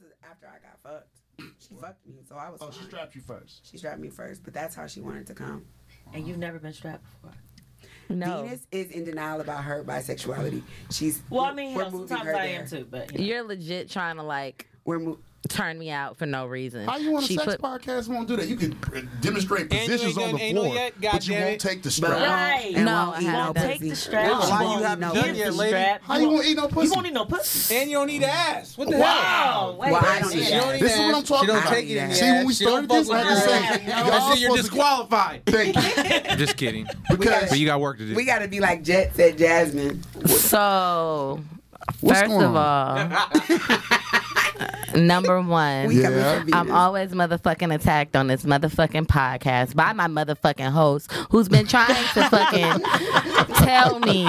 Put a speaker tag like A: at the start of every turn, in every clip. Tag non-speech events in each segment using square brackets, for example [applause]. A: is after I got fucked. She fucked me, so I was.
B: Oh, she
A: fine.
B: strapped you first.
A: She strapped me first, but that's how she wanted to come.
C: And you've never been strapped before.
D: No,
A: Venus is in denial about her bisexuality. She's
C: Well, I mean,
A: we're
C: hell,
A: moving
C: sometimes
A: her
C: I am
A: there.
C: too, but you know.
D: you're legit trying to like
A: We're mo-
D: turn me out for no reason.
B: How you on a
D: She
B: sex
D: put-
B: podcast won't do that? You can uh, demonstrate
E: And you ain't
B: positions on
E: done
B: the
E: anal
B: floor,
E: yet?
B: but you
E: Goddamn
B: won't
E: it.
B: take the
A: but
B: strap.
C: Right.
A: and
D: No,
A: won't
D: I
A: eat
D: haven't.
A: pussy.
C: Take the strap.
A: That's
B: Why
A: why
B: you
A: you have
B: haven't
A: no
B: done
C: Give
B: it?
A: pussy.
C: the
E: lady.
C: strap.
B: How you won't eat no
C: You
B: pussy?
C: won't need no pussy.
E: And you don't need ass. What the hell?
C: Wow. Wait.
A: Well, I
C: I
A: don't
E: She
A: need
E: don't
A: that.
E: need
B: This is
E: ass.
B: what I'm talking
E: She don't
A: about.
E: take it in the
B: See, when
E: ass.
B: we
E: She don't
B: started
E: fuck
B: this,
E: with
B: I
E: her
B: just
E: ass.
B: said,
E: I
B: y'all
E: said you're
B: supposed to- [laughs]
E: disqualified.
B: Thank you.
E: Just kidding.
B: Because
E: But you got work to do.
A: We gotta be like Jet said, Jasmine.
D: So,
B: What's
D: first
B: going
D: of all, number one,
A: We coming
B: Yeah.
A: for Venus.
D: I'm always motherfucking attacked on this motherfucking podcast by my motherfucking host who's been trying
A: [laughs]
D: to fucking tell me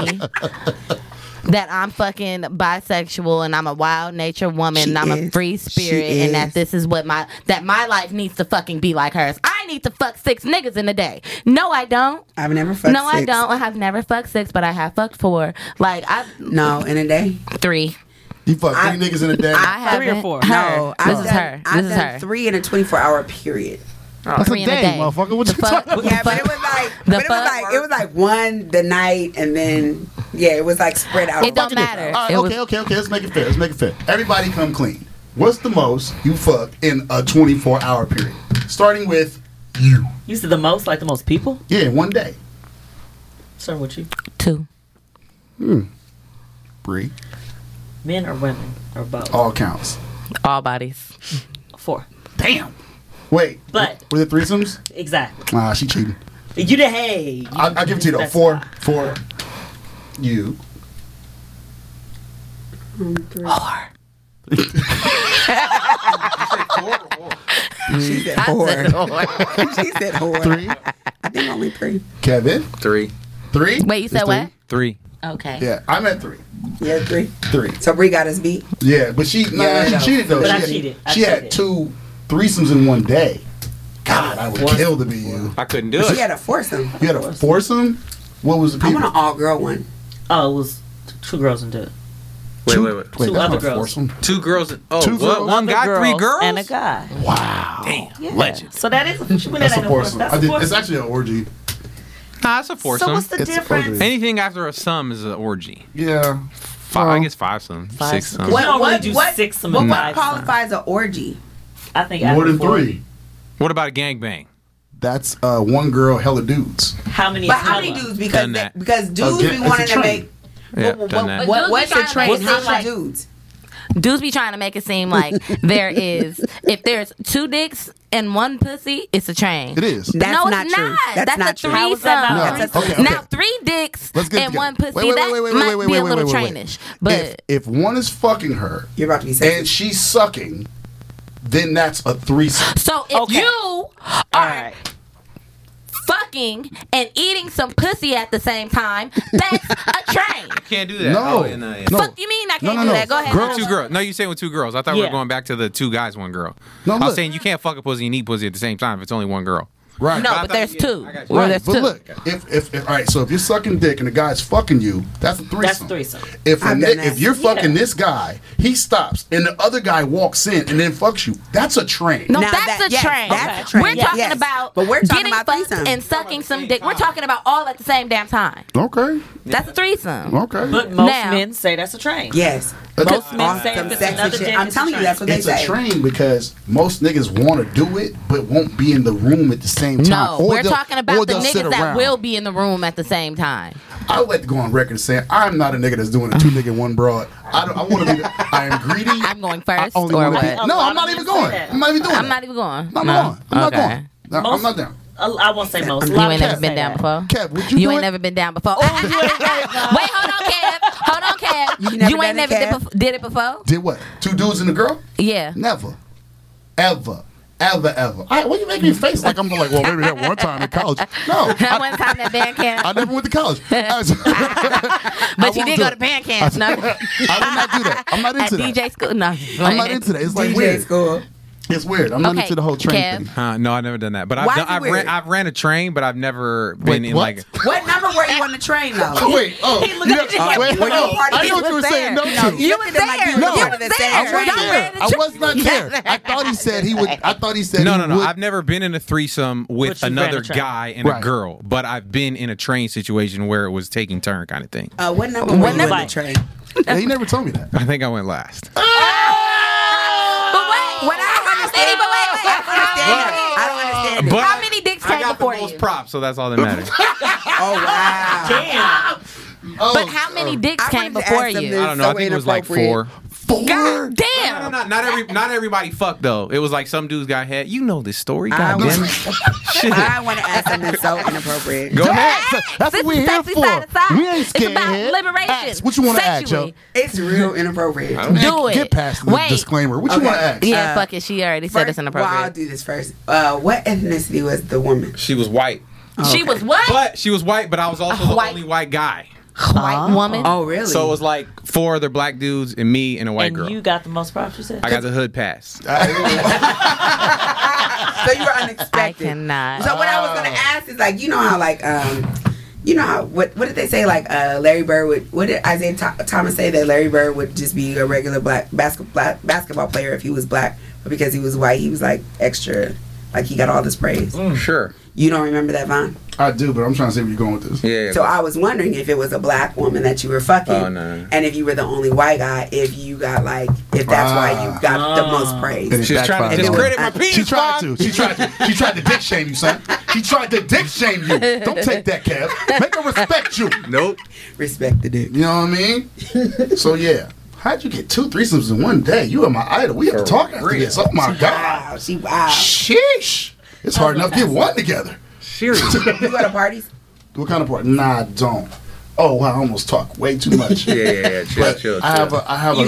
D: that I'm fucking bisexual and I'm a wild nature woman
A: She
D: and I'm a
A: is.
D: free
A: She
D: spirit and that
A: is.
D: this is what my that my life needs to fucking be like hers. I need to fuck six niggas in a day. No, I don't.
A: I've never fucked.
D: no, I
A: six.
D: don't. I have never fucked six, but I have fucked four. Like I
A: No, in a day.
D: three.
B: You fuck three niggas in a day.
D: I have
C: Three or four?
D: Her.
A: No,
D: this is
A: done,
D: her. This
A: I've
D: is
A: done
D: her.
A: three in a 24 hour period.
B: That's
D: three
B: a
D: in a
B: day,
D: day.
B: motherfucker. What
D: The
B: you talking
D: fuck?
A: [laughs]
B: about?
A: Yeah, but it was like, but it was
D: fuck?
A: like, it was like one the night, and then yeah, it was like spread out.
D: It don't matter.
B: All right,
D: It was-
B: okay, okay, okay. Let's make it fair. Let's make it fair. Everybody come clean. What's the most you fucked in a 24 hour period? Starting with you.
C: You said the most, like the most people.
B: Yeah, one day.
C: Starting with you,
D: Two.
B: Bree.
C: men or women or both.
B: All counts.
D: All bodies.
C: Four.
B: Damn. Wait.
C: But-
B: were there threesomes?
C: Exactly.
B: Nah, she cheating.
C: You the hey. you-
B: I, I'll give it to you though.
C: that's
B: Four,
C: fine.
B: four. You.
A: She said
D: Said
A: whore. [laughs]
D: whore.
A: she said whore.
B: Three.
A: I think only three.
B: Kevin.
E: Three.
B: Three.
D: Wait, you
B: It's
D: said what?
E: Three.
D: Okay.
B: Yeah, I'm at three.
A: Yeah, three.
B: Three.
A: So Bree got us beat.
B: Yeah, but she nah,
A: Yeah, I know.
B: she cheated though.
C: But
B: she
C: I
B: had,
C: cheated. I
B: she had
C: cheated.
B: two threesomes in one day. God, I would kill to be you.
E: I couldn't do
A: She
E: it.
A: had a foursome.
B: You had a foursome. What was the
A: I
B: people?
A: want an all girl one.
C: Oh, it was two girls and dude.
E: Wait, wait, wait.
B: Wait,
C: Two
B: that's not
C: other
B: a
C: girls.
B: foursome.
E: Two girls. And, oh,
B: Two
E: what?
B: girls.
E: One guy, three girls.
C: and a guy.
B: Wow,
C: Yeah.
E: Legend.
C: So that is she went
B: that's
C: at
B: a
C: that force.
B: foursome.
C: That's
B: I
C: a
B: did,
C: force.
B: it's actually an orgy.
E: Nah, that's
C: so
E: a foursome.
C: what's the
B: It's a
C: difference?
B: foursome.
E: Anything after a sum is an orgy.
B: Yeah,
E: Five, I guess five some, six some.
C: You don't really do six some
A: what,
C: and
A: what
C: five some.
A: qualifies an orgy?
C: I think
B: more
C: after
B: than
C: four,
B: three.
E: What about a gangbang?
B: That's uh, one girl, hella dudes.
C: How many?
A: But
C: is
A: how many
C: hella?
A: dudes? Because
E: Done
A: they,
E: that.
A: because dudes
B: Again,
A: be
B: it's a
A: wanting to
B: train.
A: make.
E: Yeah,
A: what,
E: done
A: what,
E: that.
A: what,
D: Dudes
A: what's
D: be
A: the
D: trying to
A: train?
D: make
A: How
D: it
A: many
D: like-
A: dudes?
D: Dudes be trying to make it
B: [laughs]
D: seem like there is if there's two dicks and one pussy, it's a train.
B: It is.
A: That's
D: no, it's
A: not true. That's
D: That's,
A: not
D: a
A: true. How
C: is that
D: threesome.
C: not
B: No, true? okay, okay.
D: Now three dicks
B: Let's get it
D: and
B: together.
D: one pussy.
B: Wait, wait, wait, wait,
D: that
B: wait,
D: might
B: wait,
D: be
B: wait,
D: a
B: wait,
D: little
B: wait, wait, wait.
D: trainish, but
B: If if one is fucking her
A: You're about to be
B: and
A: sexy.
B: she's sucking, then that's a threesome.
D: so if
C: Okay.
D: you are
C: All right.
D: fucking and eating some pussy at the same time,
B: [laughs]
D: that's a train.
E: Can't do that.
B: No,
E: Oh, in a-
B: no,
D: Fuck you mean I can't
B: no,
D: do
B: no.
D: that? Go ahead.
B: Girl,
D: Nala.
E: Two girls. No, you saying with two girls. I thought we
C: Yeah.
E: were going back to the two guys, one girl.
B: No,
E: I
B: look.
E: was saying you can't fuck a pussy and eat pussy at the same time if it's only one girl.
B: right?
D: No,
E: I
D: but
E: thought-
D: there's
E: yeah,
D: two.
E: I got you.
D: Well,
B: Right,
D: there's
B: but
D: two.
B: look, if, if if all right, so if you're sucking dick and the guy's fucking you, that's a threesome.
C: That's threesome.
B: If a
A: I've
B: ni-
A: done that.
B: if you're fucking
C: Yeah.
B: this guy, he stops and the other guy walks in and then fucks you. That's a train.
D: No,
A: Now
D: that's,
A: that-
D: a
A: yes,
D: train.
A: that's a train.
D: We're
A: Yes.
D: talking
A: Yes.
D: about
A: But we're talking
D: getting
A: about
D: fucked
A: threesomes.
D: and sucking some dick. We're talking about all at the same damn time.
B: Okay.
D: That's a threesome.
B: Okay.
C: But most
D: Now-
C: men say that's a train.
A: Yes.
C: Most men
A: Awesome.
C: say
A: Some
C: it's another
A: sexy shit.
C: dick
A: I'm
C: is a
A: telling you,
C: train.
A: that's what they
B: it's a
A: say.
B: train because most niggas want to do it but won't be in the room at the same time.
D: No,
B: Or
D: we're
B: they'll-
D: talking
B: or
D: about the
B: they'll sit
D: niggas that
B: around.
D: will be in the room at the same time.
B: I would like to go on record saying I'm not a nigga that's doing a two nigga one broad. I don't. I want to be. The, I am greedy.
D: [laughs] I'm going first,
B: I only
D: or
B: wanna be-
D: what?
C: A
B: No,
C: lot
B: I'm
C: of
B: not
C: men
B: even
C: say
B: going.
C: that.
B: I'm not even doing.
D: I'm
B: it.
D: not even going.
B: I'm
D: No.
B: not going. I'm
D: okay.
B: not going. No, I'm
C: Most-
B: not down.
C: I I won't say most.
A: You
D: You ain't never been down
C: down
D: before.
B: Kev, would you do
D: ain't
B: it?
D: never been down before. Wait, hold on, Kev. Hold on, Kev.
A: You
D: You,
A: never done
D: ain't
A: it,
D: never did,
A: Kev?
D: bef- did it before.
B: Did what? Two dudes and a girl?
D: Yeah.
B: Never, ever, ever, ever. I, what you make me face like I'm like? Well, maybe that one time in college. No,
D: That
B: I,
D: one time at band camp,
B: I never went to
D: [laughs]
B: college. I was- [laughs] I
D: but you
B: won't
D: did
B: do
D: go
B: it.
D: to band camp. No,
B: I would not do that. I'm not
D: at
B: into that.
D: DJ school. No,
B: I'm not into that. It's like
A: DJ
B: weird.
A: school.
B: It's weird. I'm not
D: Okay,
B: into the whole train
D: Kev.
B: thing.
E: Huh, no, I've never done that. But I've,
A: Why
E: done,
A: is it
E: I've, ran,
A: weird?
E: I've ran a train, but I've never been in
B: what?
E: like.
A: What number were you on the train though?
B: Oh, [laughs]
D: [laughs]
B: wait. Oh,
D: He looked
B: you
D: at
B: know-
D: you like,
B: wait,
D: "What
B: no,
D: part of
B: I
D: this
B: know what you were
D: was
B: saying no
D: there?"
B: to.
A: You were
D: Looked at him like
A: there.
D: you
A: No,
D: was
A: you
D: part
A: were
D: of the
A: there.
D: same
B: I
D: train.
B: wasn't there.
D: Y'all ran
B: I
D: the
B: was not there. I thought he said he would. I thought he said
E: No,
B: he
E: no, no.
B: would.
E: I've never been in a threesome
C: But
E: with
C: you've ran
E: another
C: a train.
E: guy and
B: Right.
E: a girl, but I've been in a train situation where it was taking turn kind of thing.
A: Uh, what number were
D: What
A: you on the
C: number?
A: train?
B: Yeah, he never told me that.
E: I think I went last.
D: But wait,
A: What I don't understand.
D: But wait, wait.
A: I don't understand. it. I don't understand. it.
E: But
D: How many dicks
E: I
D: came
E: got the
D: before
E: most
D: you?
E: props, so that's all that [laughs] matters.
A: Oh wow.
C: Damn.
B: Oh,
D: But how many dicks
A: I wanted
D: came
A: to
D: before
A: ask them
D: you?
A: this.
E: I don't know. I
A: So
E: think it was like four.
A: inappropriate.
B: four?
D: God
E: No, no,
D: damn.
E: no, not every, not everybody fucked though. It was like some dudes got head. You know this story,
A: I
E: God damn it.
A: [laughs]
E: Shit.
A: I want to ask something so inappropriate. [laughs]
E: [laughs] Go ahead.
B: That's, that's what
D: This
B: we're
D: is
B: here
D: sexy
B: for.
D: side to side.
B: We ain't
D: It's
B: scared.
D: about
B: head.
D: liberation,
B: Ask what you want to ask, yo.
D: sexually.
A: It's real inappropriate.
E: I don't know.
D: Do it.
B: Get past the
D: Wait.
B: disclaimer. What you
A: Okay.
B: want to ask?
D: Yeah,
A: Uh,
D: fuck it. She already said
A: First,
D: it's
A: well, I'll
D: inappropriate.
A: do this first. Uh, what ethnicity was the woman?
E: She was white,
D: She was what?
E: [laughs] but she was white. But I was also
D: A
E: the
D: white-
E: only white guy.
D: White woman.
A: Oh, really?
E: So it was like four other black dudes and me and a white
C: And
E: girl.
C: you got the most props you said.
E: I got the hood pass.
A: so you were
D: I
A: unexpected.
D: cannot.
A: So what I was gonna
E: Oh.
A: ask is like, you know how like um, you know how what what did they say like uh Larry Bird would what did Isaiah Tho- Thomas say that Larry Bird would just be a regular black basketball basketball player if he was black, but because he was white, he was like extra, like he got all this praise.
B: Oh.
E: Sure.
A: You don't remember that Vaughn?
B: I do, but I'm trying to see where you're going with this.
E: Yeah.
A: So I was wondering if it was a black woman that you were fucking,
E: Oh, no.
A: and if you were the only white guy, if you got like if that's why you got
E: Ah.
A: the most praise.
E: She's trying to
B: Backfired.
E: discredit my penis.
B: She tried
E: Bob.
B: to. She tried to. She tried to dick shame you, son. She tried to dick shame you. Don't take that, Kev. Make her respect you.
E: Nope.
A: Respect the dick.
B: You know what I mean? So yeah. How'd you get two threesomes in one day? You are my idol. We have to talk after this. Oh my
A: Wow,
B: god.
A: she wow.
B: Sheesh. It's hard enough to get one together.
E: Seriously.
B: [laughs]
A: you go to parties?
B: What kind of part? Nah, I don't. Oh, wow, I almost talk way
E: [laughs]
B: too much.
E: yeah.
B: But I have a, I have
C: You
B: a,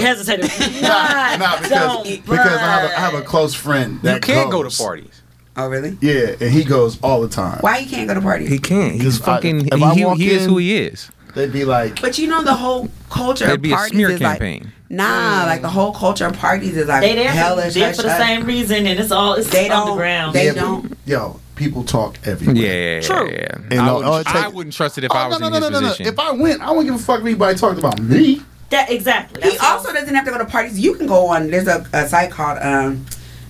B: [laughs]
C: hesitated.
E: [laughs]
B: nah, nah, because,
C: Don't,
B: because I have a, I have a close friend that
E: You can't go
B: goes.
E: to parties.
A: Oh really?
B: Yeah, and he goes all the time.
A: Why you can't go to parties?
E: can't.
B: He's fucking- he- he- he is who
E: he is.
B: They'd be like,
A: But you know the whole culture
E: That'd
A: of
E: be a
A: parties
E: smear
A: is like-
E: campaign.
A: nah, like the whole culture of parties is like
C: Mm. They there, for,
A: hellish.
C: there for the
A: hush, hush.
C: same reason, and it's all it's
A: They don't-
C: underground.
A: they
B: yeah, but-
A: don't.
B: Yo, people talk everywhere.
E: Yeah.
C: True.
E: Yeah.
B: And
E: I,
B: all- all
E: would,
B: it
E: I
B: take-
E: wouldn't trust it if
B: Oh,
E: I was
B: no,
E: in
B: no, no,
E: his
B: no, no, no.
E: position.
B: If I went, I wouldn't give a fuck if anybody talked about me.
C: that exactly.
A: He
C: That's all.
A: also doesn't have to go to parties. You can go on. There's a, a site called um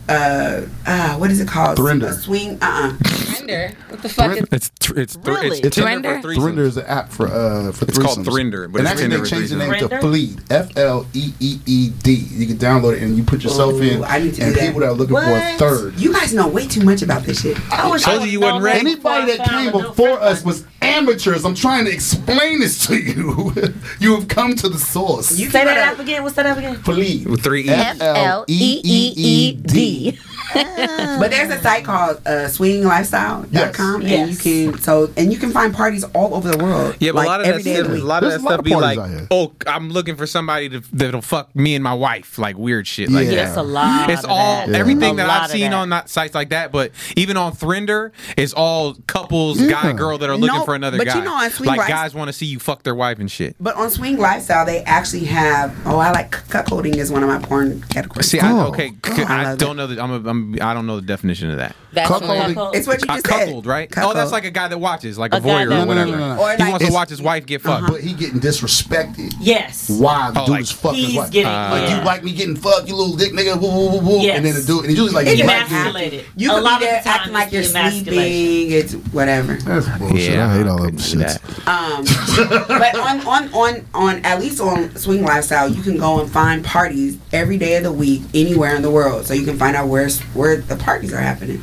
A: uh uh what is it called?
B: Thrinder.
A: Swing. Uh. uh
D: What the fuck?
B: Thrind-
E: It's thr- it's thr-
C: Really?
E: it's Tinder
D: Thrinder?
E: for
B: Thrinder
E: threesomes.
B: is an app for uh for
E: It's called
B: threesomes.
E: Thrinder, but
B: and
E: it's
B: actually
E: Tinder
B: they
E: for
B: changed the name to
C: threesomes.
B: Fleed, F L E E E D. You can download it and you put yourself
A: Ooh,
B: in.
A: Oh, I need to
B: and
A: do that.
B: people that are looking for a
C: What?
B: third.
A: You guys know way too much about this shit.
C: I wish I
E: Told you
C: would've known
E: you wasn't ready.
C: before I
B: Anybody that
C: found
B: came
C: a new
B: before
C: friend.
B: us was amateurs. I'm trying to explain this to you. [laughs] you have come to the source.
A: You
C: Say
A: can go
C: that
A: to-
C: up again. What's that up again?
B: Fleed.
E: With three E's.
B: F L E E E D.
A: But there's a site called uh, swinglifestyle.com, and
C: Yes.
A: you can so and you can find parties all over the world.
E: Yeah, but
A: like,
E: a lot of that
A: every day
E: stuff,
A: the
E: a
A: week.
E: lot of
B: There's
E: that
B: a lot
E: stuff
B: of
E: be
B: parties out
E: like,
B: here.
E: oh, I'm looking for somebody to, that'll fuck me and my wife, like weird shit. Like,
B: Yeah.
E: that.
C: That's a lot.
E: It's
C: of
E: all
C: that.
E: everything
C: A
E: that
C: lot
E: I've
C: of
E: seen
C: that.
E: on that sites like that, but even on Thrinder, it's all couples,
B: Yeah.
E: guy, girl that are looking
A: No,
E: for another
A: but
E: guy.
A: you know, on Sweet
E: like
A: Rice-
E: guys want to see you fuck their wife and shit.
A: But on Swing Lifestyle, they actually have. Oh, I like cuckolding is one of my porn categories.
E: See,
B: Oh.
E: I, okay,
A: Oh,
E: c-
A: I
E: I,
A: love
E: don't know that I'm, a, I'm I don't know the definition of that.
D: That's
B: Cuckolding.
D: what-
A: it's what you
E: I
A: just said.
E: cuckold, right? Oh, that's
A: Cuckold.
E: like a guy that watches, like a,
C: A guy
E: voyeur
C: that- No,
E: or
C: no,
E: whatever.
B: no, no, no.
A: Or
E: He
A: like- Uh-huh.
E: wants to
A: It's-
E: watch his wife get fucked.
B: [laughs] But he getting disrespected.
C: Yes.
B: Why the
E: Oh,
B: dude
E: like,
B: is fucking
C: he's
B: like,
C: getting-
B: like
C: yeah.
B: you like me getting fucked, you little dick nigga, woo, woo, woo, woo.
C: Yes.
B: and then the dude, and he's usually like,
A: It
B: you
A: can
B: like
A: happen.
B: me.
C: Emasculated.
A: You
C: A
A: can
C: lot
A: be
C: of
A: there
C: the time
A: acting like
C: it's
A: you're sleeping.
C: emasculation.
A: It's whatever.
B: That's bullshit.
E: Yeah,
B: I hate all
E: I
B: that
E: couldn't do
B: shit.
E: that. [laughs]
A: Um, but on, on on on at least on Swing Lifestyle, you can go and find parties every day of the week anywhere in the world. So you can find out where where the parties are happening.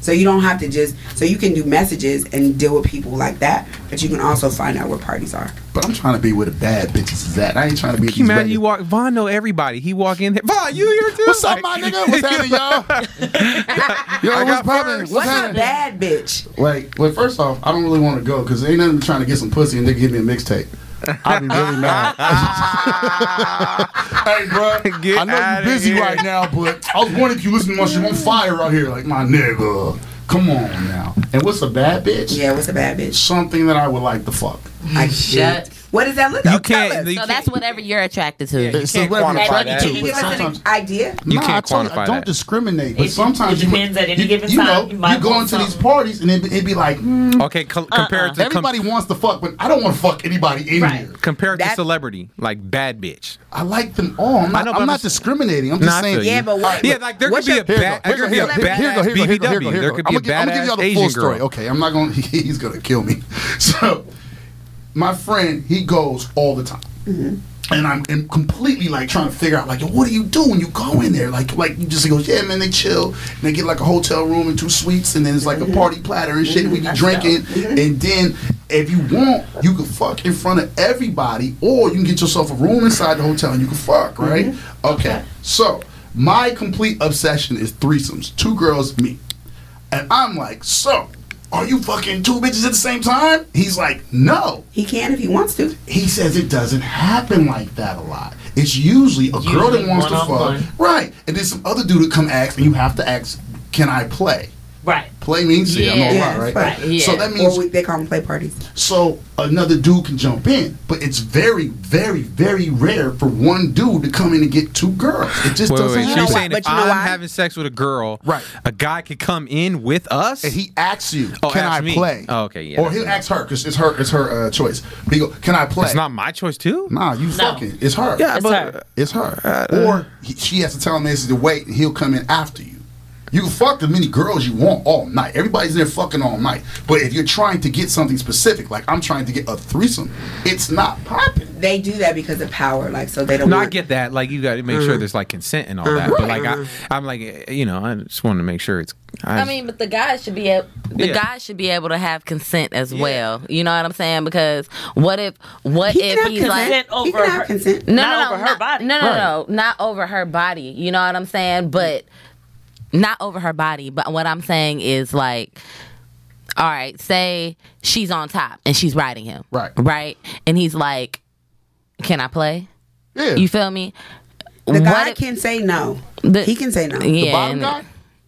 A: So you don't have to just so you can do messages and deal with people like that, but you can also find out where parties are.
B: But I'm trying to be where the bad bitches is at. I ain't trying to be. at
E: Can you
B: these
E: imagine
B: regular-
E: you walk? Vaughn know everybody. He walk in there. Vaughn, you here too?
B: What's up,
E: Like-
B: my
E: [laughs]
B: nigga? What's happening, y'all? Yo, what's
E: got
B: poppin'? What's
E: first.
A: What's a
B: happening?
A: bad bitch?
B: Like, well, first off, I don't really want to go because ain't nothing trying to get some pussy and they give me a mixtape. I'd be really
E: [laughs]
B: mad. hey, bro,
E: Get
B: I know
E: outta
B: you're busy
E: here.
B: right now, but I was wondering if you listen to my shit on fire out here. Like, my nigga, come on now. And what's a bad bitch?
A: Yeah, what's a bad bitch?
B: Something that I would like to fuck.
A: I shut What does that look
E: You
A: like? Tell
E: can't-
A: us.
E: you
D: So that's whatever you're attracted to.
E: Yeah.
B: It's the
E: can't
B: way I'm
E: quantify
B: attracted
E: that.
B: to,
A: Can you
B: but
A: give us
B: sometimes
A: an idea?
E: You
B: Nah,
E: can't
B: I told you, I
E: quantify
B: don't
E: that.
B: discriminate,
C: It-
B: but
C: it
B: sometimes you-
C: depends at any
B: you,
C: given
B: you
C: time,
B: Know,
C: you might
B: you go
C: want
B: into these
C: something.
B: parties and it, it be like mm,
E: Okay, co-
A: Uh-uh.
E: compare it to com-
B: everybody wants to fuck, but I don't want to fuck anybody in
C: Right.
B: here.
E: compare it to
A: That-
E: celebrity, like bad bitch.
B: I like them all. I'm
E: I
B: not,
E: know,
B: I
E: but
B: am
E: I'm
B: not
E: just-
B: discriminating. I'm
E: Nah,
B: just
E: I
B: saying.
E: feel you.
A: Yeah, but what?
E: Yeah, like there could
A: what's
E: be
A: your-
E: a bad, there could be a badass BBW. There could be a
B: I'm gonna give
E: badass
B: y'all the full story.
E: Asian girl.
B: Okay, I'm not gonna. [laughs] He's gonna kill me. [laughs] So, my friend, he goes all the time, and I'm, I'm completely like trying to figure out like, yo, what do you do when you go in there? Like, like you just he goes, yeah, man, they chill, and they get like a hotel room and two suites, and then it's like a party platter and shit. We be drinking, and then if you want, you can fuck in front of everybody, or you can get yourself a room inside the hotel and you can fuck, right? Okay, so. My complete obsession is threesomes. Two girls, me. And I'm like, so, are you fucking two bitches at the same time? He's like, no.
A: He can if he wants to.
B: He says it doesn't happen like that a lot. It's usually a girl that
C: Usually
B: wants to
C: one-on-one.
B: fuck. Right. And then some other dude to come ask, and you have to ask, can I play?
C: Right.
B: Play means yeah, I'm
D: Yeah,
B: all right,
A: right,
B: right?
D: yeah.
B: So that means
A: Or we, they call them play parties.
B: so another dude can jump in, but it's very, very, very rare for one dude to come in and get two girls. It just doesn't
E: Wait, wait, wait.
A: You
E: So you're
A: know
B: happen.
E: saying
A: what?
E: if
A: But you know
E: I'm
A: why?
E: having sex with a girl,
B: Right.
E: a guy could come in with us?
B: and he asks you,
E: Oh,
B: "Can
E: ask
B: I
E: me.
B: play?"
E: Oh, okay, yeah,
B: Or
E: that's
B: he'll
E: right.
B: ask her because it's her, it's her uh, choice. But he go, "Can I play?"
E: It's not my choice too?
B: Nah, you fucking. It's her.
E: Yeah,
C: It's
E: Ah, but
C: her.
B: It's her. or he, she has to tell him this is the wait, and he'll come in after you. You can fuck as many girls you want all night. Everybody's there fucking all night. But if you're trying to get something specific, like I'm trying to get a threesome, it's not popping.
A: They do that because of power, like so they don't.
E: No, I
A: want-
E: get that. Like you got to make
B: Mm-hmm.
E: sure there's like consent and all that. But like I, I'm like eh, you know I just want to make sure it's.
D: I mean, but the guys should be able, the
E: Yeah.
D: guys should be able to have consent as well. You know what I'm saying? Because what if what
A: He
D: if
A: can
D: he's
A: have
D: like
A: consent.
C: like-
A: he can have consent.
D: no,
C: Not
D: no, no,
C: over her
D: not-
C: body.
D: No, no, no, not over her body. You know what I'm saying? But not over her body. But what I'm saying is like, all right, say she's on top and she's riding him,
B: Right.
D: Right, and he's like, "Can I play?"
B: Yeah.
D: You feel me?
A: The guy
D: if-
A: can say no.
D: The-
A: he can say no.
D: yeah,
B: Bottom
D: and-
B: guy?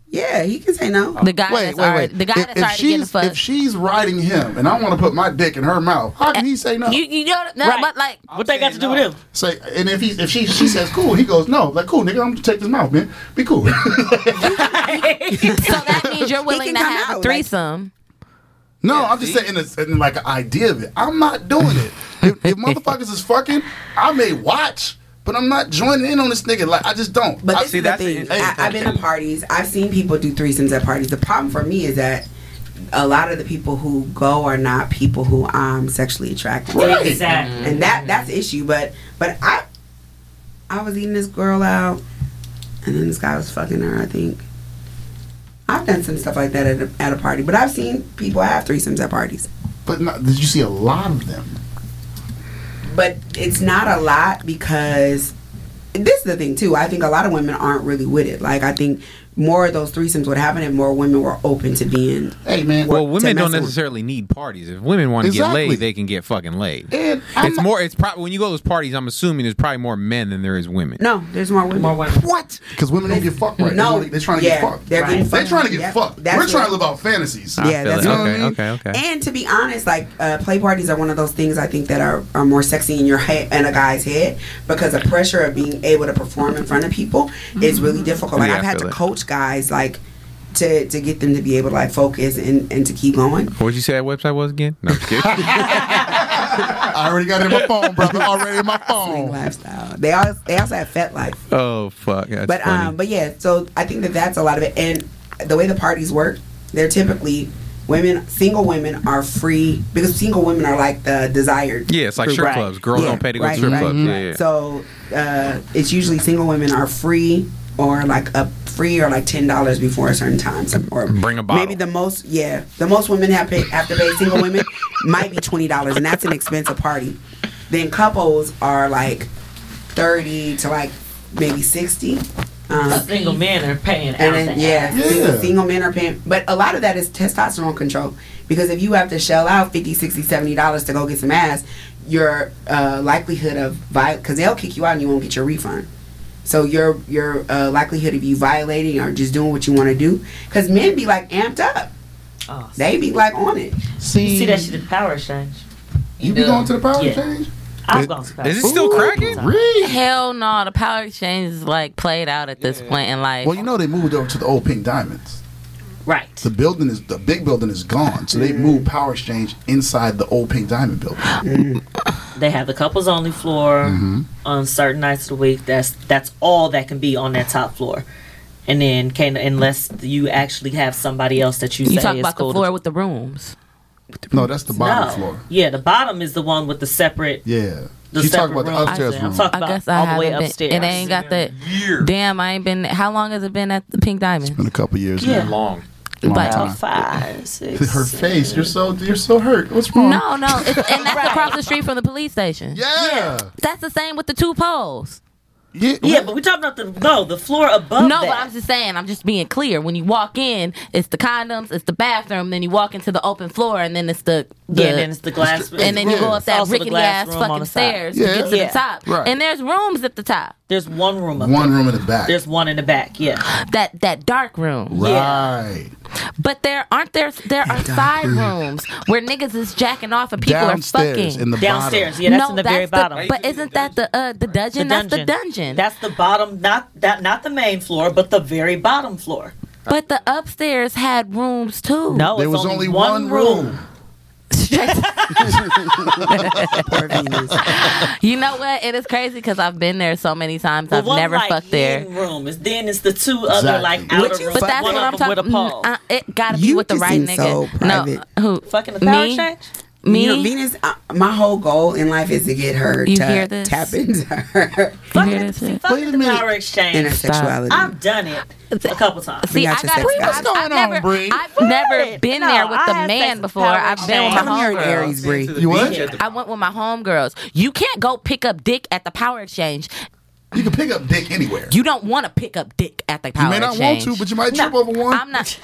A: Yeah, he can say no.
E: Oh.
D: The guy that's already, the guy
B: if,
D: that's
B: if
D: already getting
B: she's,
D: fucked.
B: if she's riding him and I want to put my dick in her mouth, how can he say no?
D: You you know no,
C: Right.
D: but like
C: what they got to do with him?
B: Say, and if he if she she says cool, he goes no, like cool, nigga, I'm gonna take this mouth, man, be [laughs] cool.
D: so that
A: [laughs]
D: means you're willing
A: can
D: to
A: come
D: have
A: out,
D: a
A: like-
D: threesome.
B: No, I'm just saying it's in like an idea of it. I'm not doing it. if,
E: [laughs]
B: if motherfuckers is fucking, I may watch, but I'm not joining in on this nigga. Like I just don't.
A: But
B: I-
A: this
E: see,
A: is the
E: that's
A: thing.
E: an-
A: I, I've been to parties. I've seen people do threesomes at parties. The problem for me is that a lot of the people who go are not people who I'm sexually attracted to,
B: Right.
C: Exactly.
A: and that that's the issue. But but I I was eating this girl out, and then this guy was fucking her. I think I've done some stuff like that at a, at a party. But I've seen people have threesomes at parties.
B: But not, did you see a lot of them?
A: but it's not a lot because this is the thing too. I think a lot of women aren't really with it. Like I think more of those threesomes would happen if more women were open to being.
B: Hey man,
E: well,
A: to
E: women
A: mess
E: don't
A: with-
E: necessarily need parties. If women want to
B: Exactly.
E: get laid, they can get fucking laid.
B: And I'm
E: it's
B: not-
E: more. It's probably when you go to those parties. I'm assuming there's probably more men than there is women.
A: No, there's more women.
C: More women.
B: what? Because women don't get fucked right.
A: No.
B: No, they are trying to
A: Yeah,
B: get fucked.
A: they're getting
B: They're
A: fucked.
B: trying to get
A: Yep.
B: fucked.
A: That's
B: We're trying
A: what-
B: to live out fantasies.
E: I
A: Yeah,
E: feel
A: that's
E: it.
A: what
B: I
E: okay,
B: mean.
E: okay, okay,
A: And to be honest, like uh, play parties are one of those things I think that are, are more sexy in your head and a guy's head because the pressure of being able to perform in front of people is really difficult. Like
E: Mm-hmm. Yeah, I
A: I've had
E: feel
A: to
E: it.
A: coach guys like to to get them to be able to like focus and, and to keep going.
E: What'd you say that website was again? No, I'm
A: [laughs]
E: just kidding.
B: I already got it in my phone,
E: [laughs]
B: brother. Already in my phone.
A: Lifestyle. They also they also have fat life.
E: oh fuck, that's
A: but
E: funny.
A: um but yeah so i think that that's a lot of it and the way the parties work they're typically women single women are free because single women are like the desired
E: yeah, it's like
A: group.
E: strip
A: Right.
E: clubs. Girls
A: Yeah,
E: don't pay to go
A: right,
E: to strip
A: right,
E: clubs.
A: right.
E: Yeah, yeah.
A: so uh it's usually single women are free or like up free or like ten dollars before a certain time some- or
E: Bring a bottle.
A: maybe the most yeah the most women have, pay, have to pay single women [laughs] might be twenty dollars and that's an expensive party then couples are like 30 to like maybe 60 um,
C: Single men are paying
A: and
C: out
A: then
C: the
A: yeah,
C: ass.
A: Single,
B: Yeah.
A: single men are paying but a lot of that is testosterone control because if you have to shell out 50 60 70 dollars to go get some ass your uh, likelihood of viol because they'll kick you out and you won't get your refund so your your uh, likelihood of you violating or just doing what you want to do because men be like amped up
C: Oh,
A: they be like on it
C: you see that shit in power exchange.
B: You be
D: Yeah.
B: going to the power
C: Yeah.
B: change?
C: I've gone to
E: Is it
C: Paris.
E: still cracking?
B: Really?
D: Hell no, the power exchange is like played out at this point in life.
B: Well, you know they moved over to the old Pink Diamonds.
C: Right.
B: The building is the big building is gone, so they
C: Mm.
B: moved Power Exchange inside the old Pink Diamond building.
C: They have the couples only floor
B: Mm-hmm.
C: on certain nights of the week. That's that's all that can be on that top floor. And then can unless you actually have somebody else that you,
D: you
C: say
D: talk
C: is
D: about the
C: cool to-
D: floor with the rooms.
B: No, that's the bottom
C: no.
B: floor.
C: Yeah, the bottom is the one with the separate
B: Yeah,
C: The
B: she's talking
C: separate
B: about
C: room.
B: the upstairs
C: I see.
B: room.
C: I'm talking-
D: I
C: About
D: guess I
C: all the way
D: haven't been.
C: upstairs.
D: It ain't got the.
E: Year.
D: Damn, I ain't been. How long has it been at the Pink Diamond?
B: in a couple years.
C: Yeah.
B: man.
E: Long.
B: Long
D: But-
B: time.
C: five, six.
B: Her face. You're so you're so hurt. What's wrong?
D: No, no, it's, and that's across the street from the police station.
B: Yeah.
D: That's the same with the two poles.
B: Yeah.
C: Yeah, but we're talking about the no, the floor above.
D: no,
C: that.
D: but I'm just saying, I'm just being clear. When you walk in, it's the condoms, it's the bathroom, then you walk into the open floor, and then it's the, the
C: yeah, and then it's the glass.
D: and then you go up
C: It's also
D: that
C: the
D: rickety
C: glass
D: ass
C: room on
D: fucking
C: the side.
D: stairs
B: Yeah.
D: to get to
C: Yeah.
D: the top.
B: Right.
D: And there's rooms at the top.
C: There's one room up.
B: One
C: there.
B: room in the back.
C: There's one in the back. Yeah.
D: That that dark room.
B: right.
D: But there aren't there there are side rooms where niggas is jacking off and people are
B: Downstairs
D: fucking
B: in the
C: Downstairs.
B: Bottom.
C: Yeah, that's
D: no,
C: in the very bottom.
D: But isn't that the uh, the dungeon? That's the dungeon.
C: That's the bottom, not that, not the main floor, but the very bottom floor.
D: but the upstairs had rooms too.
C: No,
B: There
C: Oh, it's
B: was
C: only, one room.
D: [laughs]
A: [laughs]
D: you know what? It is crazy because I've been there so many times.
C: The
D: I've
C: one,
D: never
C: like,
D: fucked there.
C: hidden Room is then it's the two other like
B: Exactly.
C: outer
A: Would you
C: rooms.
D: But that's
C: one
D: what
C: of
D: I'm
C: them
D: talking.
C: With a pole.
D: mm, uh, it gotta be
A: You
D: with the
A: just
D: right
A: seem so
D: nigga. no,
A: private.
D: who?
C: Fucking the power
D: me?
C: change.
A: You know,
D: Me?
A: Venus. I, my whole goal in life is to get her
D: You
A: to
D: hear this?
A: tap into her [laughs]
D: You
C: Fucking
D: hear
C: the,
D: this shit?
B: Wait a
C: fucking the
B: minute.
C: power
A: inner
C: exchange.
A: sexuality.
C: I've done it a couple times.
D: See,
A: got
D: I
A: your
D: got.
A: sex Bree, what's
D: I've,
B: going
D: I've
B: on,
D: never,
B: Bree?
D: I've never been
C: No,
D: there with
C: I
D: the
C: had sex
D: man
C: with
D: before.
C: Power
D: I've been with my
C: Exchange.
A: Tell 'em you're an
D: homegirls.
A: Aries, Bree.
B: You what?
D: I went with my homegirls. You can't go pick up dick at the power exchange.
B: You can pick up dick anywhere.
D: You don't want to pick up dick at the
B: You
D: power
B: may not
D: exchange.
B: want to, but you might trip over one.
D: I'm not.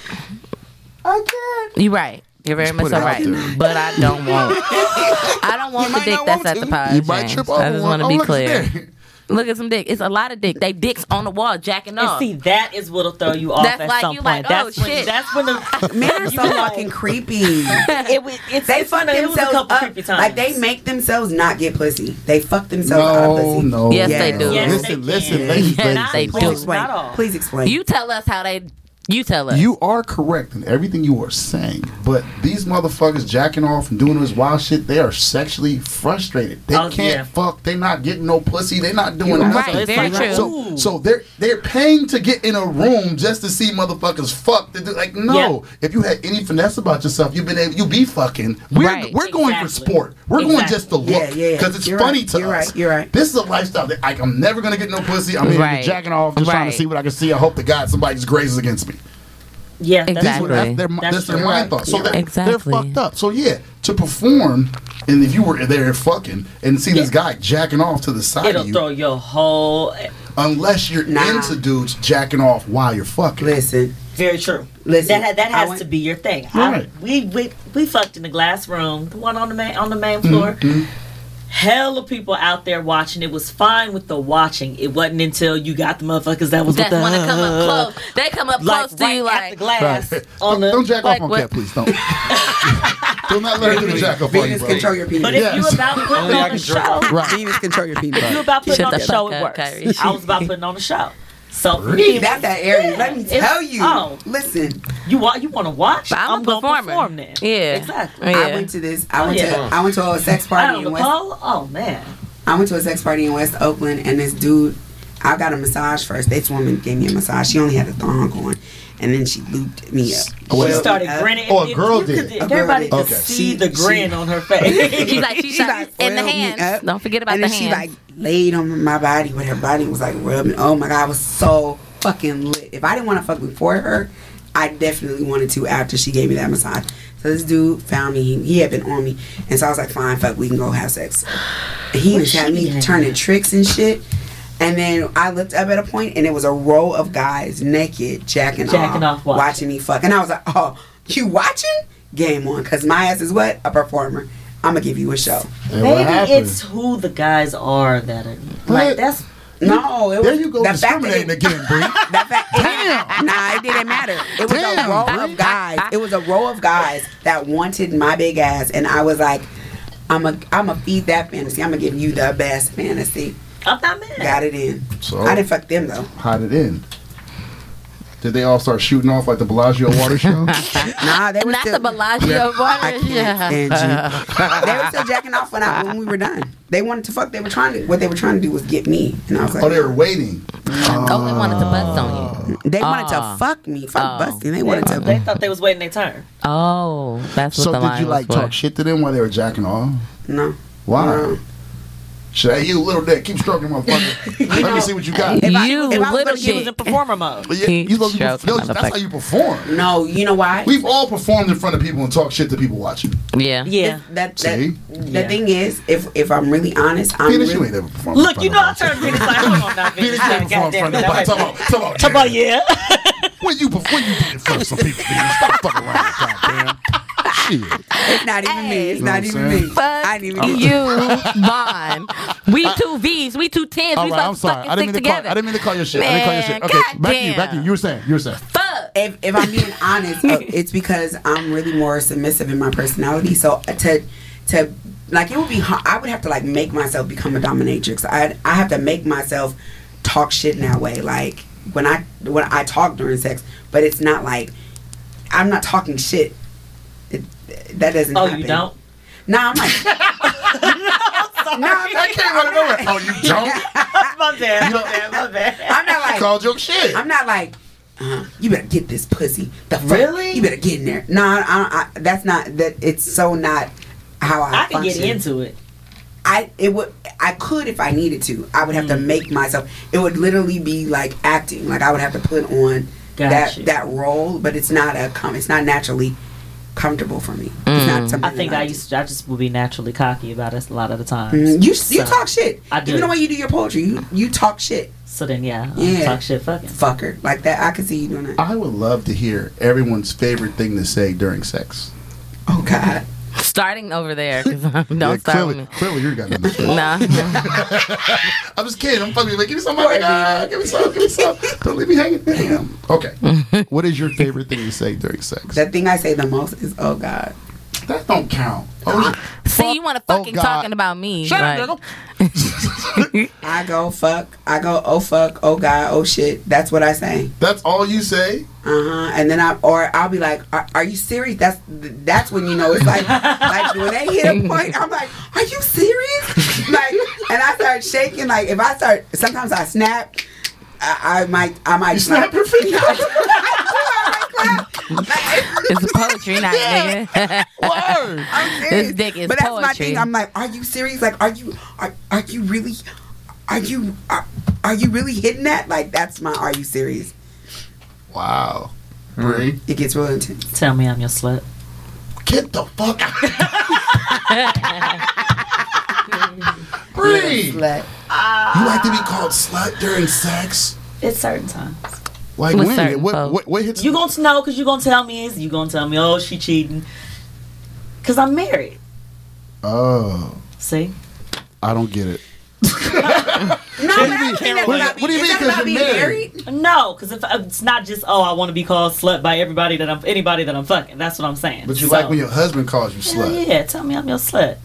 A: I can't.
D: You're right. You're very
B: put
D: much
B: it
D: so
B: out
D: right.
B: there.
D: But I don't want. I don't want the
B: might
D: dick
B: not
D: that's
B: want
D: at
B: to.
D: the power
B: You might
D: exchange.
B: trip
D: I
B: over
D: just
B: one.
D: want to
B: Oh,
D: be
B: look, it's
D: clear.
B: there.
D: Look at some dick. It's a lot of dick. They dicks on the wall jacking
C: And
D: off.
C: see, that is what'll throw you off
D: That's
C: at
D: like
C: some
D: you
C: point.
D: like,
C: that's
D: oh,
C: when,
D: shit.
C: That's when
D: [laughs]
C: the [laughs]
A: Men are
C: You
A: so
C: know.
A: fucking creepy.
C: it was. It's,
A: They
C: it's
A: fuck
C: it was a
A: themselves
C: couple
A: up.
C: creepy times.
A: Like they make themselves not get pussy. They fuck themselves out of
B: No,
A: pussy.
B: no.
D: Yes, they
B: no.
D: do.
C: Yes,
B: listen,
C: they
B: listen,
C: can.
B: ladies,
D: Yes,
B: ladies,
D: they
B: ladies.
A: Please
D: do.
A: explain.
C: Not all.
A: Please explain.
D: you tell us how they. You tell us.
B: You are correct in everything you are saying, but these motherfuckers jacking off and doing this wild shit, they are sexually frustrated. They
C: Oh,
B: can't
C: yeah.
B: fuck. They're not getting no pussy. They're not doing
D: right.
B: nothing.
D: Very true.
B: So, so they're they're paying to get in a room just to see motherfuckers fuck. They do- Like no, if you had any finesse about yourself, you've been able, you be fucking. We're
D: Right.
B: we're going for
C: Exactly.
B: sport. We're going
C: Exactly.
B: just to look
A: Yeah,
B: because
A: yeah, yeah.
B: it's
A: You're
B: funny
A: right.
B: to
A: You're
B: us.
A: right. You're right.
B: This is a lifestyle that like, I'm never gonna get no pussy. I'm in
D: Right.
B: jacking off, just trying
D: Right.
B: to see what I can see. I hope to God somebody just grazes against me.
C: yeah, that's
D: Exactly.
C: what-
B: That's their,
C: That's
B: that's their
C: true.
B: mind thought. So
D: Yeah.
B: they're,
D: Exactly.
B: they're fucked up. So yeah, to perform, and if you were there fucking and see this guy jacking off to the side
C: It'll
B: of you,
C: throw your whole.
B: unless you're
A: Nah.
B: into dudes jacking off while you're fucking.
A: Listen,
C: Very true.
A: Listen,
C: that ha- that
A: I
C: has
A: went-
C: to be your thing.
B: Right.
C: I, we we we fucked in the glass room, the one on the main on the main floor. Hell of people out there watching. It was fine with the watching. It wasn't until you got the motherfuckers that was with
D: That's
C: the
D: want to
C: [laughs]
D: come up close. They come up
C: like
D: close to
C: right
D: you
C: at
D: like.
C: the glass
B: Don't,
C: on the.
B: don't jack
D: like
B: off on
D: what-
B: cat,
C: [laughs]
B: please. Don't. do not let her do the jack off on you,
A: Venus, control
B: bro.
A: your penis.
C: but if
B: Yes.
C: you about putting
E: Only I
C: on
E: can
C: the
E: drink.
C: show,
B: Right.
A: Venus, control your penis.
C: you about putting
D: Shut
C: on
D: the
C: the show,
D: fuck
C: it
D: up,
C: works.
D: Kyrie.
C: I was about putting on the show. So for
B: Really?
C: me, it
A: That's
C: was-
A: that Aries. Let me
C: It's-
A: tell you.
C: oh.
A: Listen,
C: you want you want to watch?
D: But I'm, a
C: gonna
D: performer.
C: perform then.
D: Yeah,
B: Oh,
C: exactly.
D: Oh, Yeah.
A: I went to this. I went
C: Oh, yeah.
A: to. I went to a sex
C: I
A: party
C: don't
A: in
C: know,
A: West.
C: Paul. Oh man.
A: I went to a sex party in West Oakland, and this dude, I got a massage first. This woman gave me a massage. She only had a thong on, and then she looped me up.
B: Oh,
C: She
B: yeah.
A: Looped
C: started
A: up.
C: grinning.
B: Oh, a
C: It-
B: girl
C: you could-
B: did.
A: A girl
C: Everybody
A: did.
C: could
B: Okay.
C: see
A: She-
C: the
A: she-
C: grin on her face.
D: [laughs] She's like, she's
A: She
D: like,
A: like
D: in the
A: oiled me
D: hands.
A: up,
D: Don't forget about
A: and
D: the
A: then
D: hands.
A: she like laid on my body with her body was like rubbing. Oh my god, I was so fucking lit. If I didn't want to fuck before her, I definitely wanted to after she gave me that massage. So this dude found me. He, he had been on me, and so I was like, fine, fuck, we can go have sex. He was had me turning tricks and shit. And then I looked up at a point, and it was a row of guys naked, jacking,
C: Jacking off, watching.
A: Uh, watching me fuck. And I was like, oh, you watching? Game on, cause my ass is what a performer. I'm gonna give you a show.
B: And what
C: Maybe
B: happened?
C: it's who the guys are that are
B: What?
C: like that's
A: No, it was
B: there you go
A: the fact that
B: discriminating
A: it,
B: again,
C: [laughs]
B: Bree.
A: the
B: [laughs]
A: fact it, [laughs] nah, it didn't matter. It was
B: Damn,
A: a row
B: Bree.
A: of guys. It was a row of guys that wanted my big ass, and I was like, I'm a I'm a feed that fantasy. I'm gonna give you the best fantasy.
C: I'm not mad.
A: Got it in.
B: So
A: I didn't fuck them though.
B: how did it end? Did they all start shooting off like the Bellagio water
D: [laughs]
B: show?
A: Nah, they were
D: Not
A: still,
D: the Bellagio
A: [laughs] I
D: water.
A: can't stand
B: [laughs]
A: you. they were still jacking off when I when we were done. They wanted to fuck. They were trying to. What they were trying to do was get me, and I was like,
B: oh, they were waiting.
D: Oh, they wanted to bust on you.
A: they wanted
D: Oh.
A: to fuck me, fuck
D: Oh.
A: busting. They wanted to.
C: They thought they was waiting their turn.
D: Oh, that's what
B: So
D: the
B: did
D: line
B: you like
D: was for.
B: talk shit to them while they were jacking off?
A: no.
B: Why?
A: No.
B: Should I, you little dick, keep stroking, motherfucker. Let me see what you got.
A: If I-
D: You
A: if I was
D: little
A: gonna
C: She was
D: shit.
C: in performer
B: [laughs]
C: mode.
B: But yeah,
D: Keep
B: you supposed to be-
D: stroking,
B: yo, that's how
D: motherfucker.
B: you perform.
A: No, you know why?
B: We've all performed in front of people and talked shit to people watching.
D: Yeah.
C: Yeah.
A: That,
B: See?
A: that the
C: Yeah.
A: thing is, if if I'm really honest, I'm
B: Venus, you
A: really,
B: ain't ever performed. in
C: Look,
B: front
C: you
B: of
C: know I
B: nobody.
C: turned Venus like, hold on now, Venus.
B: Venus, you ain't
C: like,
B: performed in
C: goddamn
B: front
C: it.
B: of nobody. Talk
C: I'm
B: about, talk about,
C: like, But Oh, yeah.
B: When you before you did it in front of some people, Venus, stop fucking around, goddamn. Shit.
A: it's not even me. It's not
B: You know
A: even
B: what I'm saying?
A: me. I
D: Fuck
A: didn't even get
D: you, [laughs] Vaughn. We two V's, we two tens.
B: Uh, All
D: we
B: right,
D: supposed
B: I'm
D: to
B: sorry.
D: fucking
B: I didn't mean
D: stick
B: to call.
D: together.
B: I didn't mean to call your shit. I didn't call your shit.
D: Man,
B: Okay, back to you.
D: goddamn.
B: Back to you. You were saying. You were saying.
D: Fuck.
A: if if I'm being honest, uh, it's because I'm really more submissive in my personality. So uh, to to like it would be hard. I would have to like make myself become a dominatrix. I I have to make myself talk shit in that way. Like when I when I talk during sex, but it's not like I'm not talking shit. It, that doesn't.
C: Oh,
A: happen.
C: you don't?
A: Nah, I'm like.
C: [laughs]
A: [laughs] No, I'm not,
B: That came out of nowhere. Oh, you don't? [laughs]
C: My bad, my bad, my bad.
A: I'm not like
B: Called your shit.
A: I'm not like, uh, you better get this pussy. The fuck?
C: Really?
A: You better get in there. No, I, I, I, that's not. That it's so not how I.
C: I can get
A: function.
C: into it.
A: I it would. I could if I needed to. I would have
C: Mm.
A: to make myself. It would literally be like acting. Like I would have to put on
C: Gotcha.
A: that that role, but it's not a com. It's not naturally comfortable for me. It's not something.
C: Mm. I think
A: that
C: I
A: do.
C: used to, I just would be naturally cocky about us a lot of the times.
B: Mm-hmm.
A: Mm, You
C: so,
A: you talk shit.
C: I do.
A: Even the way you do your poetry, you, you talk shit,
C: So then, yeah,
A: Yeah.
C: I talk shit fucking.
A: fucker, like that. I could see you doing that.
B: I would love to hear everyone's favorite thing to say during sex.
A: Oh God.
D: Starting over there, 'cause don't
B: Yeah,
D: start
B: clearly,
D: with me.
B: clearly you got nothing. to say. [laughs]
D: [laughs] Nah.
B: I'm just kidding. I'm fucking. Like, give me some money. Nah, give me some. Give me some. Don't leave me hanging. Damn. Okay.
D: [laughs]
B: what is your favorite thing to say during sex?
A: The thing I say the most is, "Oh God."
B: That don't count. Oh,
D: See, you want to
B: Oh,
D: fucking
B: God.
D: talking about me?
B: shut
D: like,
B: up, nigga.
A: I go fuck. I go oh fuck. Oh god. Oh shit. That's what I say.
B: That's all you say.
A: Uh huh. And then I or I'll be like, are, are you serious? That's that's when you know it's
B: [laughs]
A: like like when they hit a point. I'm like, are you serious? Like, and I start shaking. Like if I start, sometimes I snap. I, I might I might
B: You snap your finger.
A: [laughs]
D: It's
B: [laughs]
D: poetry, not nigga.
B: Word.
A: [laughs] I'm serious.
D: This dick is
A: but that's my
D: poetry.
A: thing. I'm like, are you serious? Like, are you are, are you really are you are, are you really hitting that? Like, that's my are you serious?
B: Wow. Bree,
A: It gets real intense.
C: Tell me I'm your slut.
B: get the fuck
D: [laughs]
B: out. Bree, you
A: Like,
B: like to be called slut during sex?
C: It's certain times.
B: Like
D: With
B: when?
D: certain
B: What,
D: folks.
B: what, what hits?
C: You gonna know because you gonna tell me is you gonna tell me oh she cheating because I'm married.
B: oh,
C: See,
B: I don't get it.
A: No, but I don't think that's
B: What do you-
A: about
B: what do you
A: being-
B: mean
A: is that
B: 'cause
A: about
B: you're
A: being
B: married?
C: no, because if it's not just oh I want to be called slut by everybody that I'm anybody that I'm fucking. That's what I'm saying.
B: But you
C: So-
B: like when your husband calls you
C: Hell
B: slut. Uh.
C: yeah, tell me I'm your slut.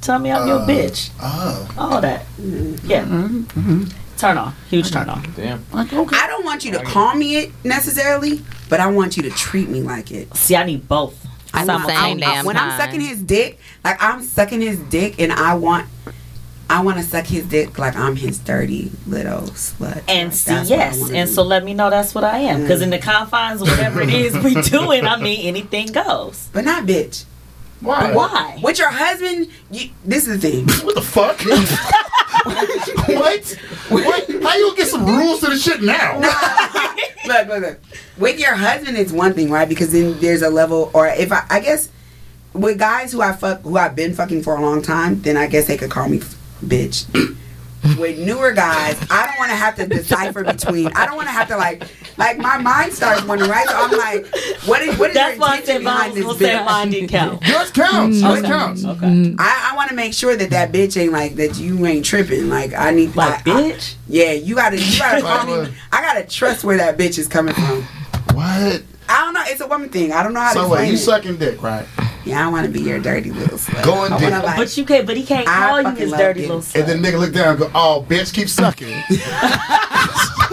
C: Tell me I'm your bitch.
B: Oh,
C: All that.
B: Mm-hmm.
C: Yeah. Turn on. Huge turn on.
E: Damn.
B: like okay.
A: I don't want you to call me it necessarily, but I want you to treat me like it.
C: See, I need both.
A: I
D: the
A: want-
D: same
A: I want-
D: damn
A: when I'm
D: time.
A: sucking his dick, like I'm sucking his dick, and I want, I want to suck his dick like I'm his dirty little slut.
C: And
A: Like,
C: see,
A: that's what I
C: yes.
A: wanna
C: And
A: do.
C: so let me know that's what I am. Because in the confines of whatever it is
A: [laughs]
C: we doing, I mean, anything goes.
A: but not bitch.
B: Why?
C: Why?
A: With your husband, you, this is the thing. [laughs]
B: What the [laughs] fuck? what? What? How you gonna get some rules to the shit now?
A: look, look, look. With your husband, it's one thing, right? Because then there's a level, or if I, I guess, with guys who I fuck, who I've been fucking for a long time, then I guess they could call me f- bitch. [clears throat] with newer guys, I don't want to have to decipher between. I don't want to have to like, like my mind starts wondering, right? So I'm like, what is what is
C: That's
A: your
C: why I said
A: intention
C: mine
A: behind
C: was
A: this
C: gonna say
A: bitch? Mm,
C: mine
A: [laughs]
C: didn't count.
B: Yours counts. Yours counts.
C: Okay.
A: I, I want to make sure that that bitch ain't like that. You ain't tripping. Like I need
C: Like,
A: I- I-
C: bitch.
A: yeah, you gotta you gotta
B: [laughs] Like
A: call
B: what?
A: me. I gotta trust where that bitch is coming from.
B: What?
A: I don't know. It's a woman thing. I don't know how to
B: So
A: explain
B: wait, you
A: it.
B: sucking dick, right?
A: Yeah, I want to be your dirty little slut.
B: Go and
A: I
B: dip.
A: wanna, like,
C: But you can't. But he can't
A: I
C: call you
A: fucking
C: his
A: love
C: dirty
A: it.
C: little son.
B: And then nigga look down and go, oh, bitch, keep sucking. [laughs]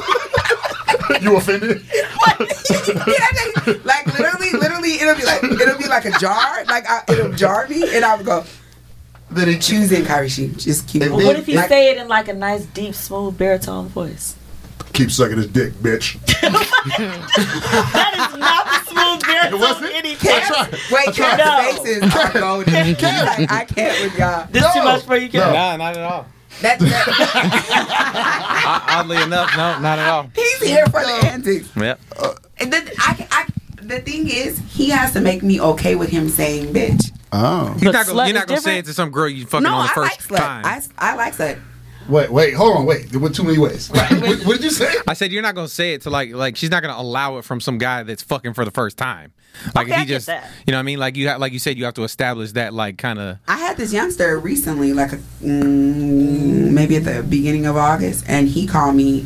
B: you offended?
A: [laughs] like literally, literally, it'll be like it'll be like a jar. Like I, it'll jar me, and I would go.
B: Then he chew
A: Choose in Karishi. Just keep.
B: And
A: going.
C: But what if he
A: Like, [laughs]
C: say it in like a nice, deep, smooth baritone voice?
B: keep sucking his dick, bitch.
C: That is not the
A: [laughs]
C: smooth baritone.
B: wasn't?
C: any-
A: Wait, Cap's
C: No.
A: faces are golden. He's like, I can't with y'all.
C: This too much for you, Cap.
E: Nah, not at all.
A: That,
B: [laughs]
A: that
E: O- oddly enough, no, not at all.
A: he's here for the antics.
E: Yep.
A: And then I, I, the thing is, he has to make me okay with him saying bitch.
B: Oh.
E: You're
C: But
E: not gonna,
C: slut
E: you're
C: is
E: not gonna say
C: different?
E: it to some girl you fucking
A: no,
E: on the
A: I like
E: first
A: slut.
E: time.
A: I, I like slut.
B: Wait, wait, hold on, wait. There were too many ways. [laughs] what, what did you say?
E: I said you're not gonna say it to like like she's not gonna allow it from some guy that's fucking for the first time. Like
C: Okay,
E: if
C: I
E: he
C: get
E: just
C: that.
E: you know what I mean like you ha- like you said you have to establish that like kind of
A: I had this youngster recently, like a, mm, maybe at the beginning of August, and he called me.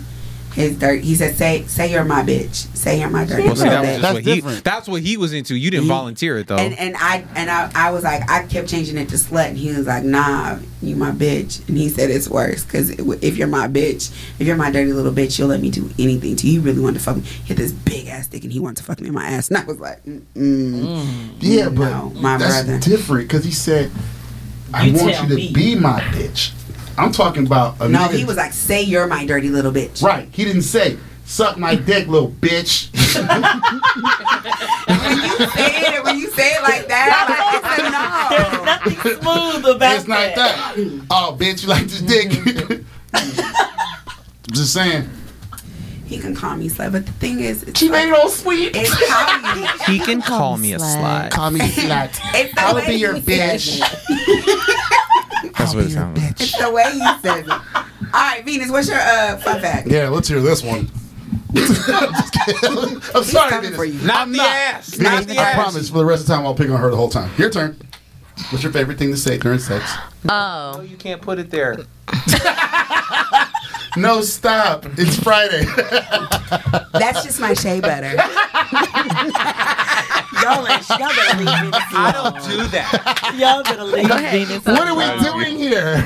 A: His dirt. He said, "Say, say you're my bitch. Say you're my dirty."
E: well see that
A: little
E: was
A: bitch."
B: That's
E: just what he
B: different.
E: that's what he was into. You didn't
A: He-
E: volunteer it though.
A: And and I and I, I was like I kept changing it to slut, and he was like, Nah, you my bitch. And he said it's worse because if you're my bitch, if you're my dirty little bitch, you'll let me do anything to you. You really want to fuck me? Hit this big ass dick, and he wants to fuck me in my ass. And I was like, Mm-mm.
E: Mm.
B: Yeah, but
A: No, my
B: that's
A: brother.
B: different because he said, "I
C: You
B: want
C: tell
B: you to
C: me.
B: be my bitch." I'm talking about a
A: No,
B: nigga-
A: he was like, Say you're my dirty little bitch.
B: right. He didn't say, "Suck my dick, little bitch."
A: When you say it, when you say it like that, like, it's a no.
C: There's nothing smooth about
B: it's not that. Oh, bitch, you like this dick? [laughs] I'm just saying.
A: He can call me slut, but the thing is, it's
B: She
A: like,
B: made it all sweet.
A: it's how you.
E: [laughs] he can call, me a
D: slut.
B: [laughs]
E: slut.
B: Call me slut.
A: It's the
B: I'll
A: way
B: be your
A: he says
B: bitch.
A: it.
E: That's what it sounds like.
A: It's the way he says it. All right, Venus, what's your uh, fun fact?
B: Yeah, let's hear this one. [laughs] I'm
A: He's
B: sorry,
A: coming
B: Venus.
A: for you.
E: Not the ass. Not the
B: I
E: ass.
B: promise for the rest of the time I'll pick on her the whole time. Your turn. What's your favorite thing to say during sex?
D: Oh,
E: You can't put it there.
B: No, stop. It's [laughs] Friday.
A: That's just my shea butter.
C: Y'all, let- y'all better leave
A: [laughs]
C: Venus
E: I don't do that.
C: alone. Y'all better leave Venus
B: what are we doing here?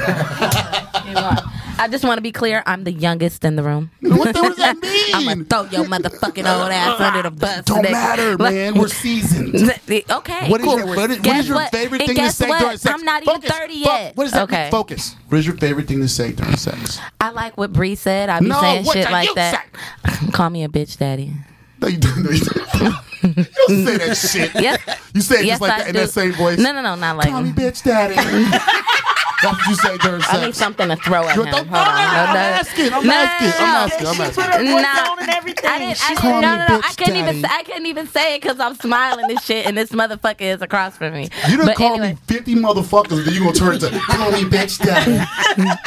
D: I just want to be clear. I'm the youngest in the room.
B: [laughs] What, the, what does [laughs]
D: [laughs]
B: that mean?
D: I'm gonna throw your motherfucking old ass under the bus.
B: Don't
D: today.
B: matter,
D: Like-
B: man. We're seasoned.
D: [laughs] Okay.
B: What is
D: cool.
B: your, what is, what
D: Guess
B: is your
D: what?
B: favorite
D: And
B: thing to
D: guess
B: say
D: what?
B: during sex?
D: I'm not even
B: Focus.
D: 30
B: Fo-
D: yet.
B: What does that
D: okay.
B: mean? Focus. What is your favorite thing to say during sex?
D: I like what Bree said. I be
B: No,
D: saying
B: what
D: shit
B: do
D: like
B: you
D: that. [laughs] Call me a bitch, daddy.
B: No, you don't. No, you don't. [laughs] You don't say that shit.
D: Yes.
B: You say it [laughs]
D: yes,
B: just like
D: I
B: that in
D: do.
B: that same voice.
D: No, no, no, not like.
B: Call me bitch
D: [laughs]
B: daddy. That's what you say during
D: I need
B: sex.
D: something to throw at
B: You
D: him.
B: don't-
D: Hold on.
B: No, no, no, I'm asking. I'm
D: No,
B: asking.
D: no,
B: I'm asking. I'm asking.
C: alone.
D: Nah.
C: Nah. and everything.
D: I didn't. I
B: She
D: didn't
B: called
D: no,
B: me
D: no, no. I
B: bitch
D: couldn't even.
B: daddy.
D: I couldn't even say it because I'm smiling and shit, and this motherfucker is across from me.
B: You done
D: But
B: called
D: anyway.
B: me 50 motherfuckers, then you gonna turn to call me bitch
D: [laughs]
B: daddy.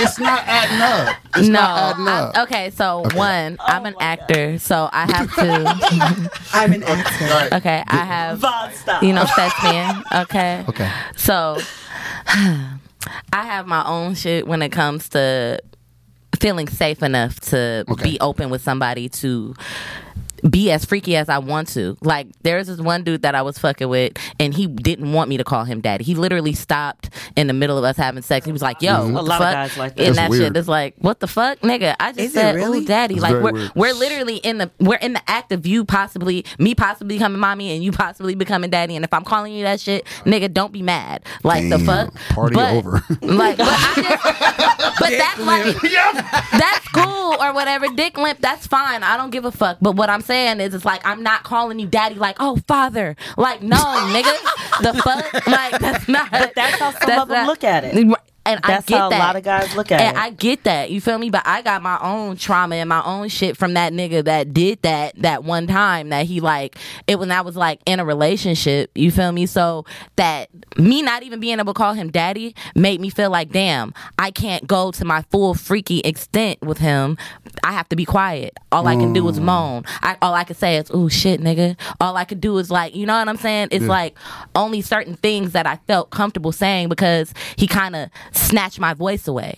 B: it's not adding up. It's
D: no.
B: not adding
D: I'm-
B: up.
D: okay, so one, I'm an actor, so I have to.
A: I'm an actor.
B: All right.
D: Okay, I have.
C: Vod style.
D: You know, that's man. Okay.
B: Okay.
D: So I have my own shit when it comes to feeling safe enough to
B: Okay.
D: be open with somebody to be as freaky as I want to. Like there's this one dude that I was fucking with and he didn't want me to call him daddy. He literally stopped in the middle of us having sex. He was like, "Yo, what
C: A
D: the
C: lot of
D: fuck?"
C: guys like that.
D: And
B: Mm-hmm. That's
D: that
B: weird.
D: shit is like, "What the fuck, nigga? I just
A: Is it
D: said,
A: really?
D: "Ooh, daddy."
B: It's
D: like
B: very
D: we're
B: weird.
D: we're literally in the we're in the act of you possibly me possibly becoming mommy and you possibly becoming daddy. And if I'm calling you that shit, nigga, don't be mad. Like the
B: Damn,
D: fuck,
B: party over. [laughs]
D: Like, but, I just, but that's like [laughs] that's cool or whatever. Dick limp, that's fine. I don't give a fuck. But what I'm saying is, it's like I'm not calling you daddy. Like, oh father, like no, nigga, the fuck, like that's not. But
C: That's how some of them look at it.
D: And I
C: That's
D: get
C: how a
D: that.
C: lot of guys look at
D: And
C: it.
D: I get that. You feel me? But I got my own trauma and my own shit from that nigga that did that that one time that he like it when I was like in a relationship, you feel me? So that me not even being able to call him daddy made me feel like damn, I can't go to my full freaky extent with him. I have to be quiet. All I can do is moan. I all I can say is, "Ooh shit, nigga." All I could do is like, you know what I'm saying? It's like only certain things that I felt comfortable saying because he kind of snatched my voice away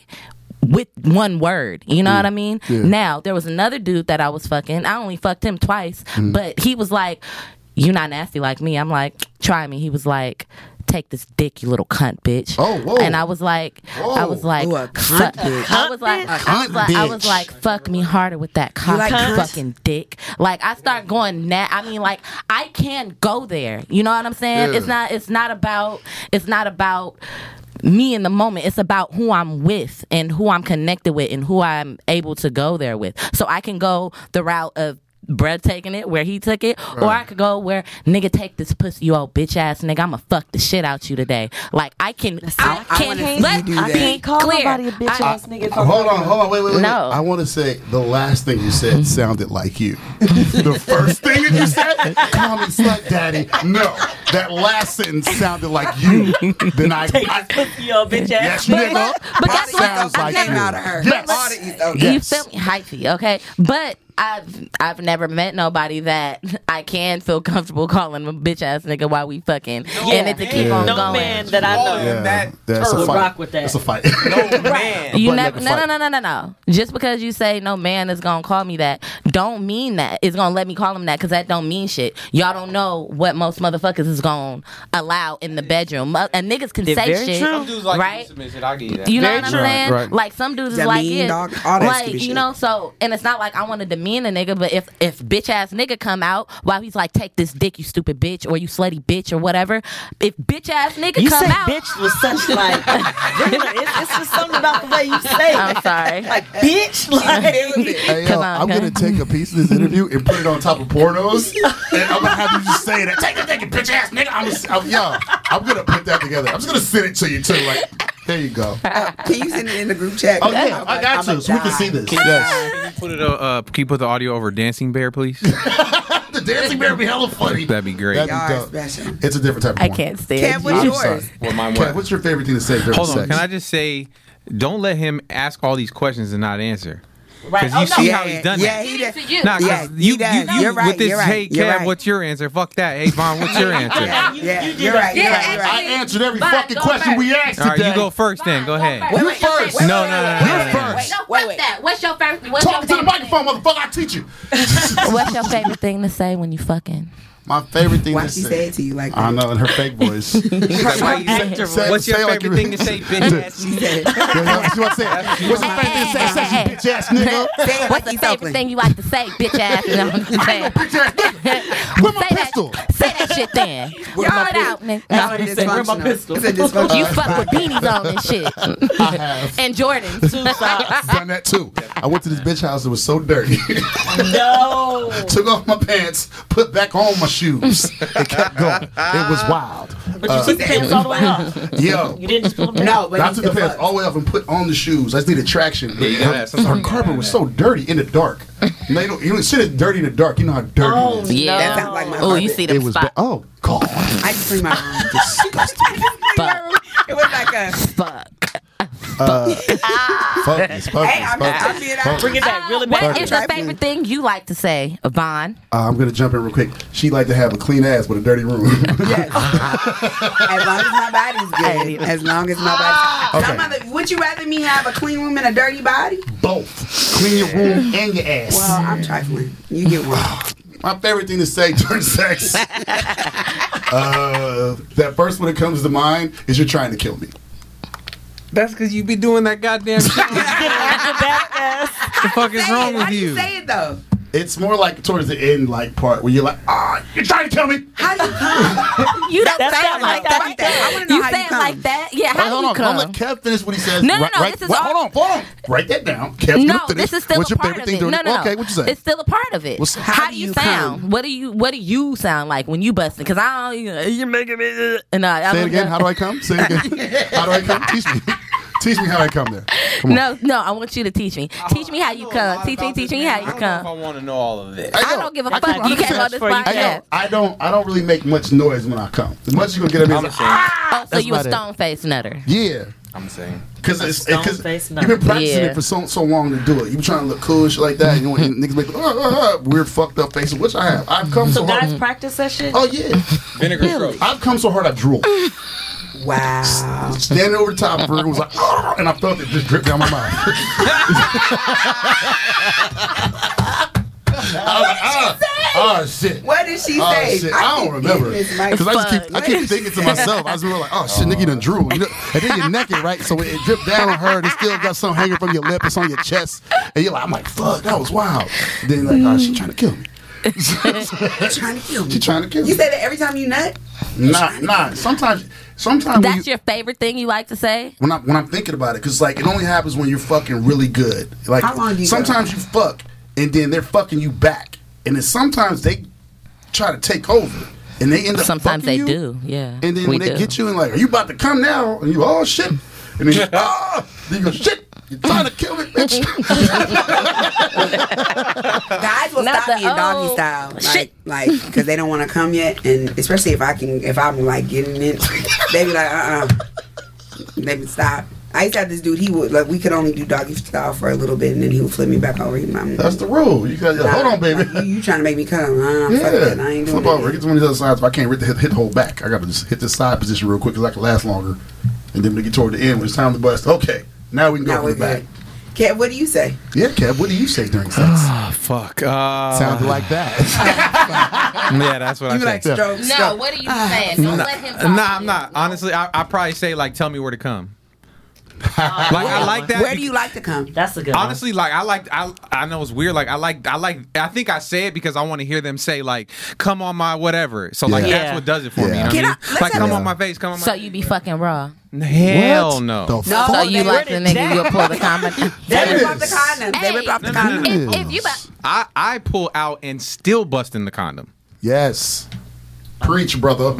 D: with one word. You know what I mean? Now there was another dude that I was fucking. I only fucked him
B: Mm.
D: twice, but he was like, "You not nasty like me." I'm like, "Try me." He was like, take this dick, you little cunt bitch.
B: Oh, whoa.
D: And I was like, I was
B: Whoa.
D: like,
A: Ooh, a cunt
D: fuck-
A: bitch.
D: I was like, I was
B: cunt
D: like, I was
B: bitch.
D: like, fuck me harder with that cock,
A: like
D: you
A: cunt?
D: fucking dick. Like I start going na I mean, like I can go there. You know what I'm saying?
B: Yeah.
D: It's not. It's not about. It's not about me in the moment. It's about who I'm with and who I'm connected with and who I'm able to go there with. So I can go the route of. Brett taking it where he took it, or I could go where nigga take this pussy, you old bitch ass nigga. I'ma fuck the shit out you today. Like I can, I,
A: I
D: can.
A: wanna see
D: I
A: you
D: let's
A: do
D: be
A: that. I can't
F: call
D: clear.
F: nobody a bitch
D: I-
F: ass nigga. if I'm
B: Hold on,
F: talking
B: hold on, wait, wait, wait.
D: No.
B: wait. I want to say the last thing you said sounded like you. the first thing that you said, call me slut daddy. No, that last sentence sounded like you. then I, I
C: Yo, bitch
B: yes,
C: ass.
B: nigga. that
D: but that's what-
B: sounds
A: I
B: like
A: came
B: you.
A: out of her.
B: Yes.
A: All the East Oakland.
B: Yes.
D: You feel me, hyphy, okay? But I've I've never met nobody that I can feel comfortable calling a bitch ass nigga while we fucking and it to keep
B: man.
D: on
C: No
D: going.
C: man that I
E: All
C: know.
E: of
B: Yeah,
E: that
B: that's a
C: turd.
B: fight.
C: Rock with that.
B: That's a fight. [laughs]
E: No man.
D: You
B: But
D: never
B: like a fight.
D: no no no no no no. Just because you say no man is gonna call me that, don't mean that it's gonna let me call him that because that don't mean shit. Y'all don't know what most motherfuckers is gonna allow in the bedroom. Mo- And niggas can say
F: very
D: shit,
F: true.
E: Some dudes like to
D: right?
E: submit shit. I give you that.
D: You know
F: Very
D: what I'm
F: true.
D: saying?
E: Right, right.
D: Like some dudes is
A: Demean,
D: like, yeah,
A: dog, all that
D: like
A: stupid
D: you
A: shit.
D: know. So and it's not like I want to demean a nigga, but if if bitch ass nigga come out while he's like, take this dick, you stupid bitch, or you slutty bitch, or whatever. If bitch ass nigga
F: You
D: come
F: say
D: out,
F: bitch with
D: [laughs]
F: such like, really, it's, it's just something about the way you say
D: I'm
F: it.
C: [laughs]
D: sorry.
F: Like
D: [laughs]
F: bitch, like
B: Hey, yo,
D: Come on,
B: I'm
D: come-
B: gonna take a piece of this interview and put it on top of pornos, and I'm gonna have you just say that. Take it, take it, bitch ass nigga. I'm, I'm yo, I'm gonna put that together. I'm just gonna send it to you too. Like, there you go.
A: Can you send it in the group chat?
B: Oh yeah, I got
A: I'ma
B: you. So we
A: die.
B: can see this. Yes.
E: Can you put it uh, uh, can you put the audio over Dancing Bear, please?
B: the dancing bear be hella funny.
E: That'd be great.
B: That'd
A: Y'all are
B: dope.
A: special.
B: It's a different type of
D: I
B: porn.
D: can't stand
A: Cam,
D: you.
A: what's
B: I'm
A: yours?
B: sorry.
E: Well, mine
B: Kat,
E: was.
B: what's your favorite thing to say during
E: Hold on.
B: sex?
E: Can I just say, don't let him ask all these questions and not answer.
C: Right.
E: Because you
C: Oh,
E: see
C: no.
E: how he's done
A: yeah,
E: it.
A: he
D: Give
A: did.
D: it to you.
E: [laughs] Nah, 'cause
A: Yeah, he
E: you,
A: does.
E: you, you,
A: You're right,
E: with this,
A: you're right,
E: hey,
A: you're
E: Kev,
A: right.
E: what's your answer? Fuck that. Hey, Vaughn, what's your answer?
A: Yeah, yeah,
C: you did
A: you're
C: that.
A: right. You're
D: Yeah,
A: right. You're
B: I
A: right.
B: answered every
D: Bye,
B: fucking
D: go
B: question
D: back.
B: we asked
E: All right,
B: today.
E: you go first then. Go ahead.
D: Wait, wait, wait,
B: first.
D: wait,
E: No,
D: wait,
E: no,
D: wait, wait, wait,
E: no, no,
D: wait,
E: no, no.
D: wait. No,
A: Wait,
D: fuck
A: wait.
D: that. What's your favorite? What's
B: Talk
D: your
B: to the
D: favorite
B: microphone, motherfucker. I teach you.
D: Thing? What's your favorite thing to say when you fucking?
B: My favorite thing
A: Why
B: to
A: she
B: say.
A: say it to you like
B: I
A: that?
B: know in her fake voice.
E: She's like, [laughs] why you say-
B: Say-
E: What's your
B: say like
E: favorite
B: you-
E: thing to
B: [laughs]
E: say, bitch? ass?
A: She said it.
B: That's what I said. What's your favorite thing to say? Say
D: Hey, hey,
B: you bitch ass nigga.
A: Say it like
D: What's the
A: East
D: favorite
A: Oakland.
D: thing you like to say,
A: [laughs]
D: bitch ass? You know what I'm saying?
B: Bitch ass nigga. Where my
D: say
B: pistol?
D: That, say that shit then. Throw
A: my
D: it
A: pistol?
D: out,
A: That's
D: nigga.
A: what
C: said, "Where my
A: dysfunctional-
C: pistol?"
A: It's a dysfunctional.
D: You fuck with beanies on and shit.
B: I have
D: And Jordans.
B: done that too. I went to this bitch house. It was so dirty. [laughs]
C: No.
B: Took off my pants, put back on my shoes, and kept going. It was wild.
C: But you took the pants all the way off.
B: Yo,
C: You didn't just pull them down.
A: No, but
B: I
A: he
B: took the
A: still
B: pants
A: fucks.
B: all the way up and put on the shoes. I just needed traction.
E: Yeah, you gotta have
B: her,
E: some-
B: her carpet was so dirty in the
E: [laughs]
B: dark. no, you don't, you don't, shit is dirty in the dark. You know how dirty
C: Oh,
B: it is.
D: Yeah.
A: That sounds like my
D: Oh, you
A: carpet.
D: see
B: It
D: them
B: was.
D: spots.
B: ba- oh God,
A: I just cleaned my room. [laughs]
B: disgusting.
A: It was like a.
D: Fuck.
B: uh, focus, focus,
A: Hey, I'm
B: focus,
A: not. I'm being out.
B: focus.
C: Bring it back. Reel it back.
D: What is the favorite thing you like to say, Vaughn?
B: Uh, I'm gonna jump in real quick. She like to have a clean ass with a dirty room. [laughs]
A: Yes. as long as my body's good. As long as my body. Some
B: Okay.
A: other- would you rather me have a clean room and a dirty body?
B: Both clean your room and your ass.
A: Well, I'm trifling. You get one.
B: My favorite thing to say during
D: [laughs]
B: sex. uh, that first one that comes to mind is you're trying to kill me.
E: That's because you be doing that goddamn shit. What the fuck is
A: Say it.
E: wrong
A: How
E: with
A: do you
E: you?
A: say it though?
B: It's more like towards the end, like part where you're like, ah, you're trying to kill me.
A: How do you come?
D: You don't
C: That
D: say it
C: sound like
D: like that.
A: Fuck that. I want to know
D: You
A: how
D: say
A: you
D: it
A: come.
D: like that? Yeah,
B: Wait,
D: how
B: hold
D: do you
B: on.
D: come?
B: Don't let Kev finish what he says.
D: No, no,
B: right,
D: no,
B: right-
D: this is
B: wait,
D: all-
B: hold on, hold on. Write that down. Kev,
D: no,
B: gonna finish.
D: this is still
B: What's
D: a
B: your
D: part
B: favorite
D: of
B: thing
D: it.
B: during-
D: No, no, no.
B: Okay, what you say?
D: It's still a part of it.
B: What's-
D: how, do you, sound?
A: come?
D: What do you What do you sound like when you busting? Because I don't. You know, you're making me. uh, No, I
B: Say it
D: don't
B: again.
D: know.
B: How do I come? Say
D: [laughs]
B: it again. how do I come? Teach me. Teach me how I come there. Come on.
D: No, no. I want you to teach me. Teach me how you come. Teach me. Teach me how you
E: I
D: come.
E: want to know all of
B: [laughs]
E: this.
B: Hey,
D: I
B: yo,
D: don't give
B: I
D: a fuck. You can't go on this
C: for you.
B: I,
D: podcast.
B: don't, I don't. I don't really make much noise when I come. As much as you gonna get at me.
E: I'm
B: It's
E: the
B: like,
E: same.
D: Oh, so
B: That's
D: you a
B: about it.
D: stone faced nutter?
B: yeah.
E: I'm the same.
B: Cause it's it- cause
C: stone-faced
B: you've been
C: nut.
B: practicing
D: Yeah.
B: it for so so long to do it. You be trying to look cool, shit like that. You know,
D: [laughs]
B: and niggas make uh, uh, uh, weird, fucked up faces, which I have. I've come so,
C: So
B: hard.
C: guys practice that shit.
B: oh yeah,
E: Vinegar really?
B: I've come so hard I drool.
A: Wow.
B: Standing over the top of her, it was like, "Ah," and I felt it just drip down my [laughs] mouth. I was like, ah. I Oh shit.
A: What did she
B: Oh,
A: say?
B: shit. I don't
A: keep getting
B: remember.
A: this mic.
B: Because I just keep I keep thinking to myself. I just remember like, oh shit, nigga, you done drew. You know, and then you're naked, right? So it dripped down on her. And it still got something hanging from your lip. It's on your chest. And you're like, I'm like, fuck, that was wild. Then you're like, oh, she trying to kill me.
A: You're trying to kill me.
B: She trying to kill me.
A: You say that every time you nut?
B: Nah, nah. Sometimes, sometimes when,
D: That's
B: you,
D: your favorite thing you like to say?
B: when I'm when I'm thinking about it, because like it only happens when you're fucking really good. Like
A: How long you
B: sometimes you fuck and then they're fucking you back, and then sometimes they try to take over and they end up.
D: Sometimes they
B: fucking you,
D: do. Yeah.
B: And then
D: we
B: when they
D: do.
B: get you and like, are you about to come now? And you oh shit, and
E: [laughs]
B: then you, ah, then you go shit. You're trying to kill me,
D: [laughs]
B: bitch.
A: Guys will
D: Not
A: stop
D: the
A: me in doggy
D: old
A: style, like,
D: shit.
A: like because they don't want to come yet, and especially if I can, if I'm like getting in, [laughs] they be like, uh, uh they would stop. I used to have this dude. He would like we could only do doggy style for a little bit, and then he would flip me back over. He, I'm,
B: That's the rule. You guys, hold on, baby.
A: Like, you, you trying to make me come? Uh, fuck
B: Yeah,
A: that. I ain't doing
B: flip
A: that.
B: over. Get to one of these other sides. If I can't hit the, hit, hit the whole back, I gotta just hit this side position real quick because I can last longer. And then when we get toward the end, when it's time to bust, okay, now we can go
A: Now
B: for
A: we're
B: the back.
A: good. Kev, what do you say?
B: Yeah, Kev, what do you say during
D: [sighs]
B: sex?
E: Oh fuck. Uh,
B: Sounds like that.
E: [laughs] yeah, that's what I
A: You like
E: say.
A: stroke?
G: No, what are you
B: Ah,
G: saying? Don't let him talk.
E: Nah,
G: to
E: I'm
G: you.
E: not. Honestly, I I probably say like, tell me where to come. like I like that.
A: Where do you like to come?
C: That's a good one.
E: Honestly, like I like I I know it's weird. Like I like I like I think I say it because I want to hear them say like, "Come on my whatever." So like
B: Yeah.
E: that's what does it for me. You know
B: Yeah.
E: what
A: Can
E: I
A: I-
E: mean?
A: let's
E: like,
A: have
E: come
A: a-
E: on my face. Come on my.
D: So you be fucking raw.
E: Hell
B: What
E: no.
B: The
A: No,
D: So
A: Oh, they-
D: you like the
C: where did
D: nigga you would pull the comment.
B: [laughs]
A: They
B: Yes.
A: rip off the condom. They
G: Hey.
A: rip off the
E: No, no, no, no,
A: condom.
G: If, if you about,
E: I I pull out and still busting the condom.
B: yes. Preach, brother.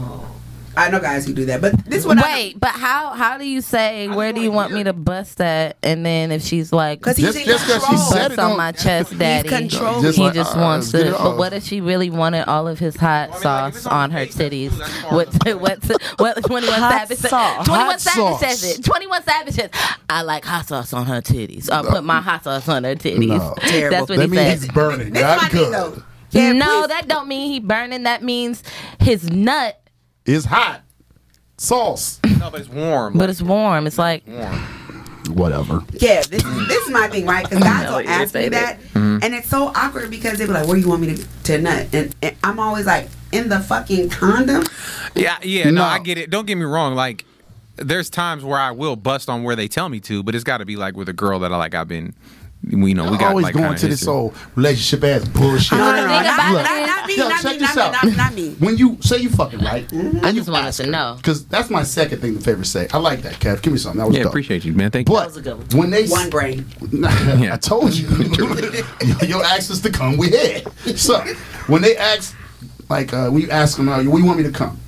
A: I know guys who do that, but this one I know-
D: Wait, but how how do you say where do you want me to bust that? And then if she's like,
A: 'Cause he's
B: Just-
A: in
B: just 'cause she
A: control.
B: said
D: bust
B: it
D: on
B: on-
D: my chest, daddy.
A: controlling.
B: Just
D: he
B: like,
D: just
B: uh,
D: wants
B: get
D: to.
B: it
D: But
B: off.
D: what if she really wanted all of his hot
E: Well, I mean, like, if
D: sauce
E: it's on
D: on
E: the
D: her
E: face, that's
D: titties?
E: cool, that's fine.
D: What what [laughs] what? Twenty one
F: Hot
D: Savage says.
F: sauce.
D: Twenty one
B: Hot
D: Savage says
B: sauce.
D: it. Twenty one Savage says. I like hot sauce on her titties. I put my hot sauce on her titties.
B: No.
A: Terrible.
D: That's what
B: That
D: he
B: means
D: says.
B: he's burning.
A: This
B: Not
A: my thing
B: good.
A: though. Yeah,
D: no,
A: please.
D: that don't mean he burning. That means his nut,
B: It's hot. Sauce.
E: No, but it's warm.
D: but it's warm. It's like
B: Whatever.
A: Yeah, this, this is my thing, right? Because guys will ask me
D: irritated.
A: that,
D: Mm-hmm.
A: and it's so awkward because they be like, "Where you want me to, to nut?" And, and I'm always like, "In the fucking condom."
E: Yeah, yeah. No.
B: No.
E: I get it. Don't get me wrong. Like, there's times where I will bust on where they tell me to, but it's got to be like with a girl that I like. I've been, we know, we got
B: always
E: like
B: going
E: kinda
B: to this
E: history.
B: old relationship ass bullshit.
A: No, no, no, not,
D: think about
A: not,
D: it.
A: not me,
B: Yo,
A: not
B: check
A: me,
B: this
A: not me,
B: out.
A: not, not me.
B: When you say you fucking right,
D: I just wanted to know.
B: because that's my second thing, the favorite say. I like that, Kev. Give me something. That was
E: Yeah,
B: dope.
E: appreciate you, man. Thank you.
B: But
C: was a good one.
B: when they
A: One brain.
E: [laughs]
B: I told you, your, your ask is to come. We here. So when they ask, like uh, when you ask them, uh, "Where you want me to come?"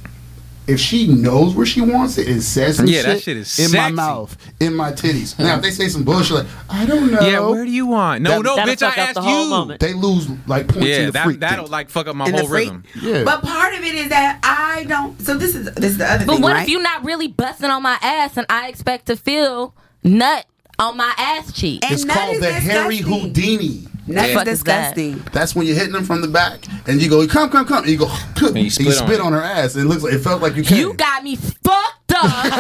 B: If she knows where she wants it and says some
E: Yeah,
B: shit,
E: that shit is
B: in my
E: sexy. Uh-huh.
B: mouth, in my titties. Now if they say some bullshit like, "I don't know,"
E: Yeah, where do you want? No,
B: That-
E: no,
C: That'll
E: bitch.
C: fuck
E: I
C: up
E: asked
C: the whole
E: you.
C: moment.
B: they lose like points in
E: Yeah,
B: the
E: that
B: freak
E: that'll
B: thing.
E: like fuck up my
A: In the
E: whole
A: freak-
E: rhythm.
B: Yeah,
A: But part of it is that I don't. So this is this is the other
D: But
A: thing,
D: what
A: right?
D: if you're not really busting on my ass and I expect to feel nut on my ass cheek?
A: And
B: it's
A: nut
B: called
A: is
B: the Harry
A: disgusting.
B: Houdini.
A: Nut is
D: Fuck is that?
A: disgusting.
B: That's when you're hitting them from the back, and you go, "Come, come, come!" And you go, [laughs] and you spit,
E: spit on it.
B: on, her ass. And it looks like it felt like you. Came.
D: You got me fucked
B: [laughs]
D: up.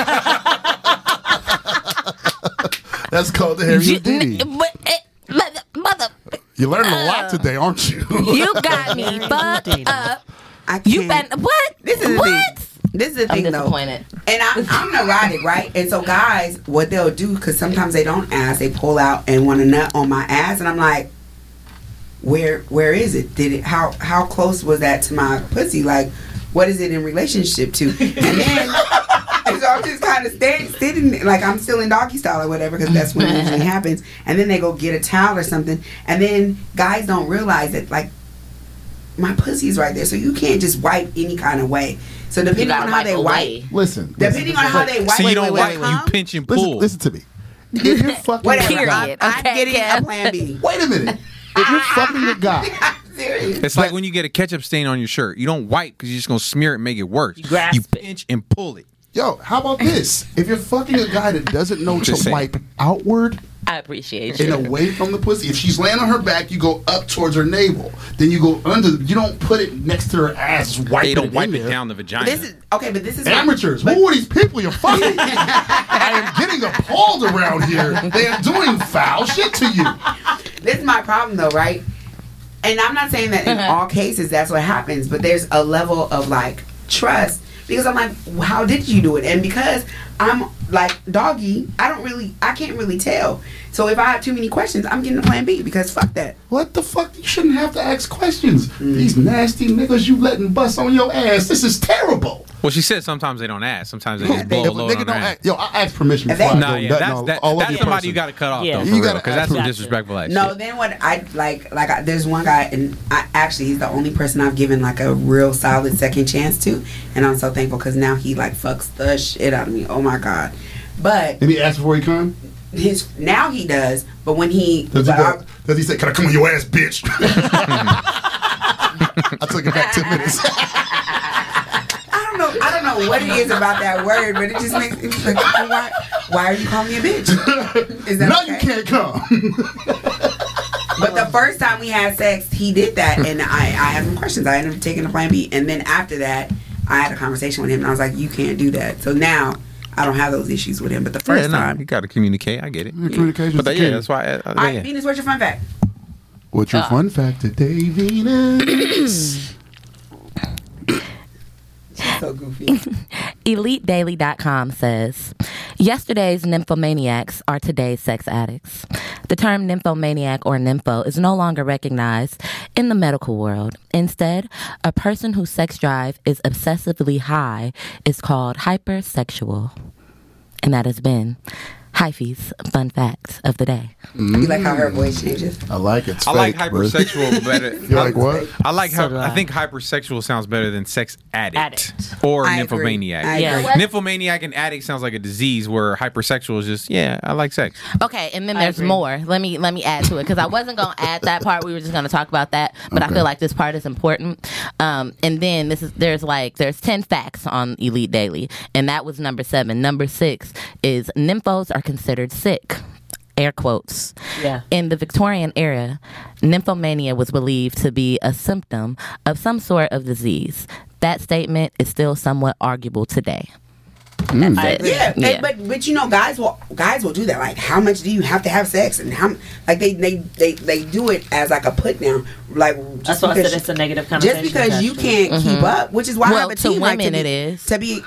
B: That's called the Harry
D: you,
B: Houdini.
D: n- but, eh, mother, mother,
B: You're learning a
A: Uh.
B: lot today, aren't you? [laughs]
D: you got [laughs] me fucked up.
A: I can't.
D: You been what?
A: This is the
D: what?
A: thing. This is the
D: I'm
A: thing, though.
D: disappointed.
A: And I, I'm neurotic, right? And so guys, what they'll do, because sometimes they don't ask, they pull out and want to nut on my ass, and I'm like, where where is it? Did it? How how close was that to my pussy? Like, what is it in relationship to? And then. And so I'm just kind of stand, sitting like I'm still in doggy style or whatever because that's when it usually happens. And then they go get a towel or something, and then guys don't realize that like my pussy's right there, so you can't just wipe any kind of way. So depending on how they wipe,
B: listen, listen,
A: Depending on how they wipe,
E: So you
A: wait, wait,
E: don't wipe.
A: wait,
E: You
A: wait.
E: pinch and
B: listen,
E: pull.
B: listen to me. If
A: [laughs]
B: you're fucking
A: Whatever.
B: your guy-
D: Period.
A: I'm, I'm
D: Okay,
A: getting
D: Kev.
A: a plan
D: [laughs]
A: B.
B: wait a minute. If you're fucking a guy,
A: I'm serious.
E: It's like when you get a ketchup stain on your shirt. You don't wipe because you're just gonna smear it, and make it worse. You,
C: grasp it.
E: pinch and pull it.
B: yo, how about this? If you're fucking a guy that doesn't know to
E: Just saying.
B: wipe outward
D: I appreciate
B: and
D: you.
B: away from the pussy, if she's laying on her back, you go up towards her navel. Then you go under. You don't put it next to her ass. Just wipe
E: They don't
B: in
E: wipe it
B: there.
E: down the vagina.
A: This is okay, but this is
B: Amateurs, who are these people you're fucking? [laughs] I am getting appalled around here. They are doing foul shit to you.
A: this is my problem though, right? and I'm not saying that in
D: Uh-huh.
A: all cases that's what happens, but there's a level of like trust because I'm like, "Well, how did you do it? And because I'm like doggy, I don't really, I can't really tell. So if I have too many questions, I'm getting a plan B because fuck that.
B: What the fuck? You shouldn't have to ask questions.
E: Hmm.
B: These nasty niggas you letting bust on your ass. This is terrible.
E: Well, she said sometimes they don't ask. Sometimes they just
B: If
E: blow
B: a
E: a load
B: nigga don't
E: on their ass.
B: ask, yo, I ask permission
A: If
B: before
A: they-
B: I
E: Nah,
B: go
E: yeah,
B: nut
E: that's
B: on
E: that,
B: all over
E: that's
B: your
E: somebody
B: person.
E: you got to cut off
C: Yeah.
E: though, for
B: You gotta
E: because that's some
C: ask-
E: disrespectful ass.
A: No,
E: shit.
A: then what I like, like I, there's one guy, and I actually he's the only person I've given like a real solid second chance to, and I'm so thankful because now he like fucks the shit out of me. Oh my god! But
B: Did he ask before he come?
A: his now he does, but when he,
B: Does he,
A: but I-
B: go, does he say, "Can I come on your ass,
E: [laughs]
B: bitch"? I took it back ten
E: [laughs]
B: minutes.
A: I don't know. I don't know what it is about that word, but it just makes it's like, well, why, why are you calling me a bitch? Is that
B: no,
A: okay?
B: you can't come.
A: But the first time we had sex, he did
E: [laughs]
A: that, and I, I had some questions. I ended up taking a plan B, and then after that, I had a conversation with him, and I was like, "You can't do that." So now I don't have those issues with him. But the first
E: yeah, no,
A: time,
E: you got to communicate. I get it.
B: Communication.
E: But that, yeah, that's why. I,
A: all
E: I,
A: right,
E: yeah.
A: Venus, what's your fun fact?
B: What's your fun fact today, Venus?
A: So goofy.
D: EliteDaily.com says, Yesterday's nymphomaniacs are today's sex addicts. The term nymphomaniac or nympho is no longer recognized in the medical world. Instead, a person whose sex drive is obsessively high is called hypersexual. And that has been Hyphy's fun fact of the day.
A: You like how her voice changes?
E: Oh,
B: I like it. It's
E: I like
B: fake, bro.
E: hypersexual better.
B: You like what?
E: I like
C: So
E: how
C: do
E: I.
C: I.
E: think hypersexual sounds better than sex addict,
C: Addict.
E: or
A: I agree.
E: nymphomaniac.
A: I
D: Yeah.
A: agree.
G: What?
E: Nymphomaniac and addict sounds like a disease where hypersexual is just yeah, I like sex.
D: Okay, and then
C: I
D: there's
C: agree.
D: more. Let me let me add to it because I wasn't gonna add that part. We were just gonna talk about that, but I feel like this part is important. Um, and then this is there's like there's ten facts on Elite Daily, and that was number seven. Number six is nymphos are considered sick. Air quotes.
C: Yeah.
D: In the Victorian era, nymphomania was believed to be a symptom of some sort of disease. That statement is still somewhat arguable today. That's it.
A: Yeah, they- but but you know, guys will guys will do that. Like, how much do you have to have sex, and how like they they they, they do it as like a put down. Like
C: That's
A: just
C: why I said
A: because-
C: it's a negative
A: Just
C: connotation.
A: because you
C: attached to it.
A: can't keep up, which is why I
D: Mm-hmm. Well,
A: have a
D: to
A: team like,
D: women
A: be-
D: it is.
A: to be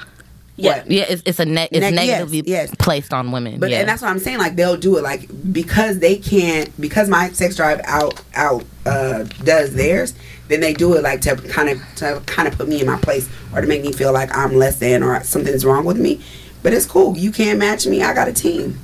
C: Yeah.
A: what?
D: Yeah, it's, it's a ne- it's
A: Neg- yes,
D: negatively
A: yes.
D: placed on women.
A: But
D: yeah.
A: and that's what I'm saying. Like they'll do it like because they can't because my sex drive out out uh, does theirs. Then they do it like to kind of to kind of put me in my place or to make me feel like I'm less than or something's wrong with me. But it's cool. You can't match me. I got a team.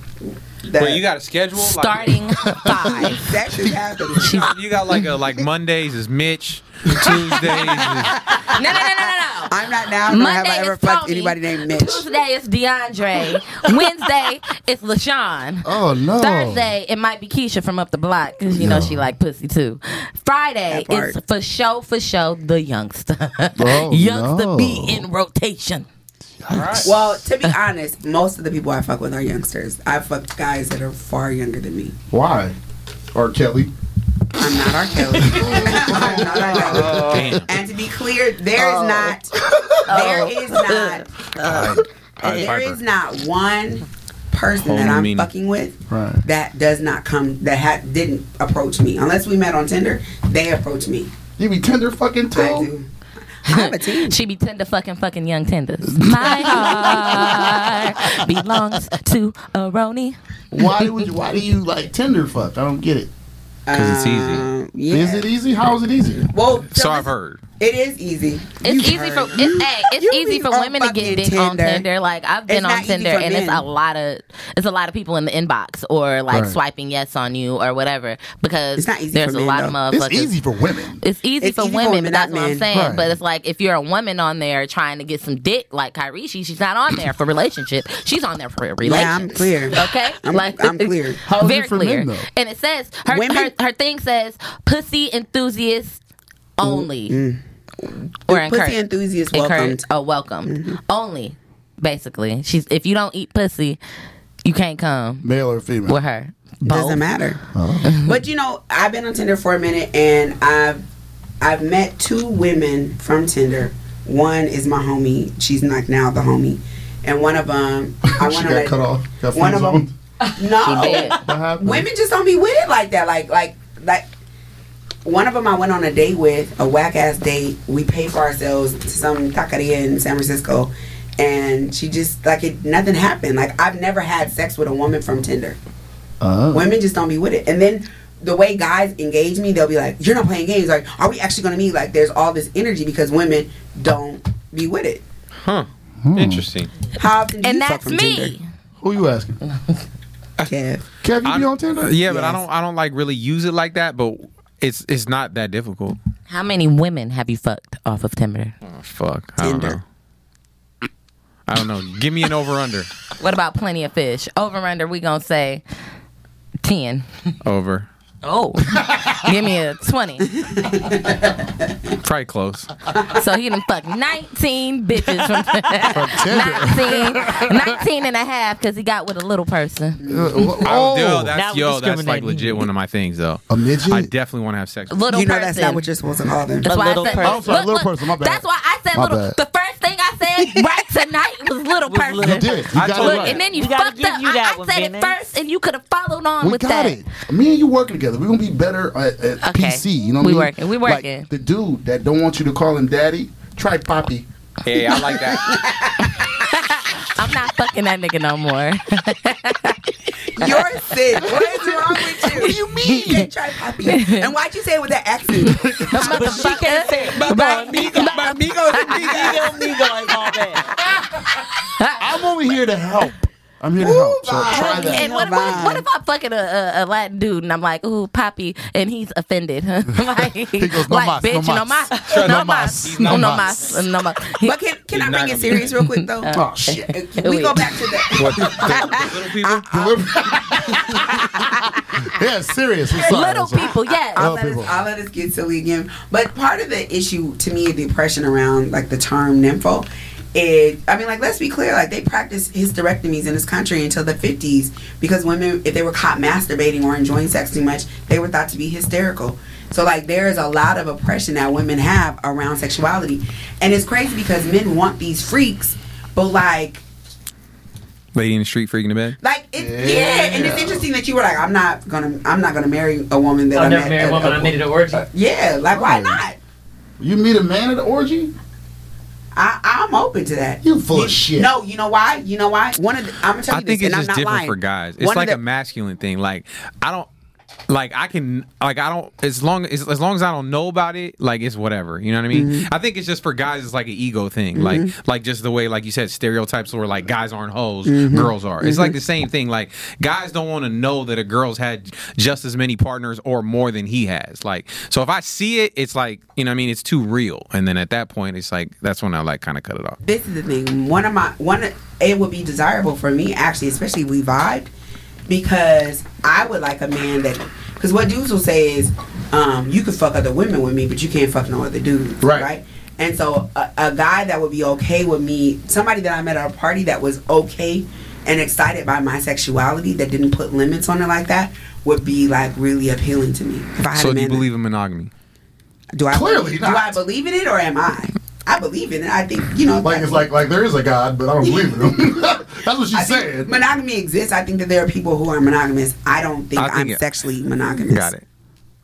A: That
E: Where you got a schedule
D: starting
A: [laughs]
D: five.
A: that shit happening.
E: Like, you got like a like Mondays is Mitch,
A: [laughs]
E: Tuesdays is
D: No, no, no, no, no, no.
A: I'm not now. Nor have
D: Monday
A: I ever
D: is
A: fucked
D: Tony.
A: anybody named Mitch.
D: Tuesday is DeAndre. Wednesday it's LaShawn.
B: Oh no.
D: Thursday it might be Keisha from up the block because you know she like pussy too. Friday
A: That part.
D: it's for show for show the youngster.
B: Oh,
D: [laughs] youngster
B: no.
D: be in rotation.
A: Well, to be honest, most of the people I fuck with are youngsters. I fucked guys that are far younger than me.
B: Why? R. Kelly.
A: I'm not R. Kelly. [laughs] I'm not R. Kelly.
E: damn.
A: And to be clear, there is not, there is not, uh, there
E: Piper.
A: is not one person
E: Whole
A: that
E: new
A: I'm
E: meaning.
A: fucking with
B: Right.
A: that does not come that ha- didn't approach me unless we met on Tinder. They approach me.
B: You be tender fucking too.
A: I do. I'm a team.
D: She be tender fucking fucking young tenders. My heart belongs to a Roni.
B: Why would you, why do you like tender fuck? I don't get it.
E: because it's easy.
A: Um, Uh, yeah.
B: Is it easy? How is it easy?
A: Well,
E: So
A: tell
E: I've
A: us-
E: heard.
A: It is easy.
D: It's
A: You've
D: easy
A: heard.
D: for it's, hey, it's
A: you
D: easy
A: be
D: for
A: on
D: women to
A: fucking
D: get dick on
A: Tinder.
D: Tinder. Like I've
A: It's
D: been
A: not
D: on
A: easy
D: Tinder,
A: for
D: and it's a
A: men.
D: lot of it's a lot of people in the inbox or like
B: Right.
D: swiping yes on you or whatever because
A: It's not easy
D: there's
A: for
D: a
A: men,
D: lot of
A: though.
D: motherfuckers.
B: It's easy for women.
D: It's easy
A: It's
D: for
A: easy for
D: women,
A: women,
D: but that's
A: not
D: what I'm
A: men.
D: saying.
B: Right.
D: But it's like if you're a woman on there trying to get some dick, like Kyrie, she, she's not on there for relationship. She's on there for a relationship.
A: Yeah, I'm clear.
D: Okay,
A: I'm-
D: [laughs]
A: I'm clear.
B: is it
D: very
B: for
D: clear.
B: men, though?
D: and it says her,
A: Women-
D: her her thing says pussy enthusiasts only, or
A: Mm. Pussy
D: encouraged.
A: enthusiast
D: Encouraged.
A: welcomed. Mm-hmm.
D: Oh, welcomed only. Basically, she's if you don't eat pussy, you can't come
B: Male or female?
D: with her. Both. Mm-hmm.
A: Doesn't matter. But you know, I've been on Tinder for a minute, and I've I've met two women from Tinder. One is my homie. She's like now the homie, and one of
B: [laughs]
A: them I
B: she
A: want
B: got cut
A: to.
B: off. Got
A: one
B: friend
A: of 'em-
B: zoned.
A: No,
D: She did.
B: What happened?
A: women just don't be with it like that. Like like like. one of them I went on a date with, a whack ass date. We paid for ourselves to some taqueria in San Francisco, and she just like it. Nothing happened. Like I've never had sex with a woman from Tinder.
B: Uh,
A: Women just don't be with it. And then the way guys engage me, they'll be like, "You're not playing games. Like, are we actually gonna meet?" Like, there's all this energy because women don't be with it.
E: Huh. Interesting.
A: How often do
D: And
A: you fuck
D: that's
A: from
D: me.
A: [laughs]
B: Who you asking?
A: Tinder? Kev.
B: Kev, you
E: I-
B: be on Tinder?
E: Yeah, but I
A: Yes.
E: don't I don't like really use it like that, but it's it's not that difficult.
D: How many women have you fucked off of Tinder?
E: Oh, fuck. I don't
A: Tinder.
E: know. I don't know. Give me an over under.
D: What about plenty of fish? Over under, we gonna say ten.
E: Over.
D: Oh, [laughs] give me a twenty.
E: Probably close.
D: So he done fucked nineteen bitches
A: [laughs]
D: from Tinder. 19, 19 and a half because he got with a little person.
B: Uh, wh-
E: Oh, yo,
C: now
E: that's
C: we
E: yo, that's like
C: discriminating.
E: legit one of my things though.
B: A midget?
E: I definitely want to have sex. With
D: Little
A: You know
D: person.
A: that's not what you're supposed to call
D: [laughs]
A: them.
D: That's
C: A
D: why
C: little
D: I said,
C: person.
B: I'm sorry, Oh, little person, my bad.
D: That's why I said
B: My
D: little.
B: bad.
D: The first thing I
C: [laughs]
D: said right tonight was little person.
B: you did. You
E: I
B: got
E: told
B: it
D: Look,
E: Right.
D: and then you
C: We gotta
D: fucked
C: give
D: up.
C: you
D: I-
C: that
D: I,
C: one,
D: said it
C: Venice.
D: first, and you could have followed on
B: We
D: with
B: got
D: that.
B: it. Me and you working together. We're gonna be better at, at
D: Okay.
B: PC. You know what
D: We
B: I mean?
D: working. We
B: Like,
D: working.
B: the dude that don't want you to call him daddy, try Poppy.
E: Hey, I like
C: [laughs]
E: that.
D: I'm not fucking that nigga no more.
A: You're sick. What is wrong with you? What do you mean? [laughs] You can't try poppy. And why'd you say it with that accent?
C: [laughs] But she can't say it. Amigo, amigo, and all that.
B: I'm only here to help. I'm here to help. So try
D: and
B: that.
D: and what, what, what if I'm fucking a, a, a Latin dude and I'm like, ooh, Poppy, and he's offended?
B: [laughs]
D: [laughs] like,
B: goes, "No
D: like,
B: mas, no
D: bitch, no
B: mas.
D: mas,
B: No
D: no
B: mas,
D: mas,
B: no
D: no
B: mas."
D: mas, no mas. He-
A: But
D: [laughs]
A: can, can I
E: You're not
A: bring
E: gonna
A: it serious real quick though?
B: Oh shit.
A: Can we go back to that.
E: What, the, the little people?
A: Um,
B: [laughs] yeah, serious. I'm sorry.
D: Little
B: I'm sorry.
D: people, yes.
B: I-
A: I'll
B: Oh,
A: let,
B: people.
A: us, I'll let us get silly again. But part of the issue to me, the oppression around like the term nympho, is I mean, like let's be clear, like they practiced hysterectomies in this country until the fifties because women, if they were caught masturbating or enjoying sex too much, they were thought to be hysterical. So like there is a lot of oppression that women have around sexuality, and it's crazy because men want these freaks, but like
E: Lady in the street freaking to bed.
A: Like it, yeah. and it's interesting that you were like, I'm not gonna, I'm not gonna marry a woman that
C: I'll
A: I
C: never
A: met
C: marry
A: at
C: a woman. I made it an orgy.
A: Yeah, like why not?
B: You meet a man at the orgy?
A: I, I'm open to that.
B: You full of shit.
A: No, you know why? You know why? One of the, I'm gonna tell
E: I
A: you
E: think
A: this,
E: it's
A: and
E: just
A: I'm not
E: different
A: lying.
E: for guys. It's
A: One of
E: like
A: the-
E: a masculine thing. Like I don't like I can like I don't as long as as long as I don't know about it, like it's whatever. You know what I mean?
A: Mm-hmm.
E: I think it's just for guys it's like an ego thing. Like like just the way like you said stereotypes where like guys aren't hoes,
A: Mm-hmm.
E: girls are. It's like the same thing. Like guys don't want to know that a girl's had just as many partners or more than he has. Like so if I see it, it's like, you know what I mean, it's too real. And then at that point it's like that's when I like kind of cut it off.
A: this is the thing. One of my one, of- it would be desirable for me actually, especially if we vibed, because I would like a man that. Because what dudes will say is, um, you could fuck other women with me, but you can't fuck no other dudes,
B: Right.
A: right? And so a, a guy that would be okay with me, somebody that I met at a party that was okay and excited by my sexuality that didn't put limits on it like that would be like really appealing to me. If I had
E: So
A: a
E: do you
A: man that-
E: believe in monogamy?
A: do I
B: Clearly
A: do
B: not.
A: I believe in it or am I? I believe in it. I think you know
B: Like it's like like there is a God, but I don't believe in him. [laughs] That's what she's
A: I think
B: saying.
A: monogamy exists. I think that there are people who are monogamous. I don't think,
E: I think
A: I'm
E: it-
A: sexually monogamous.
E: Got it.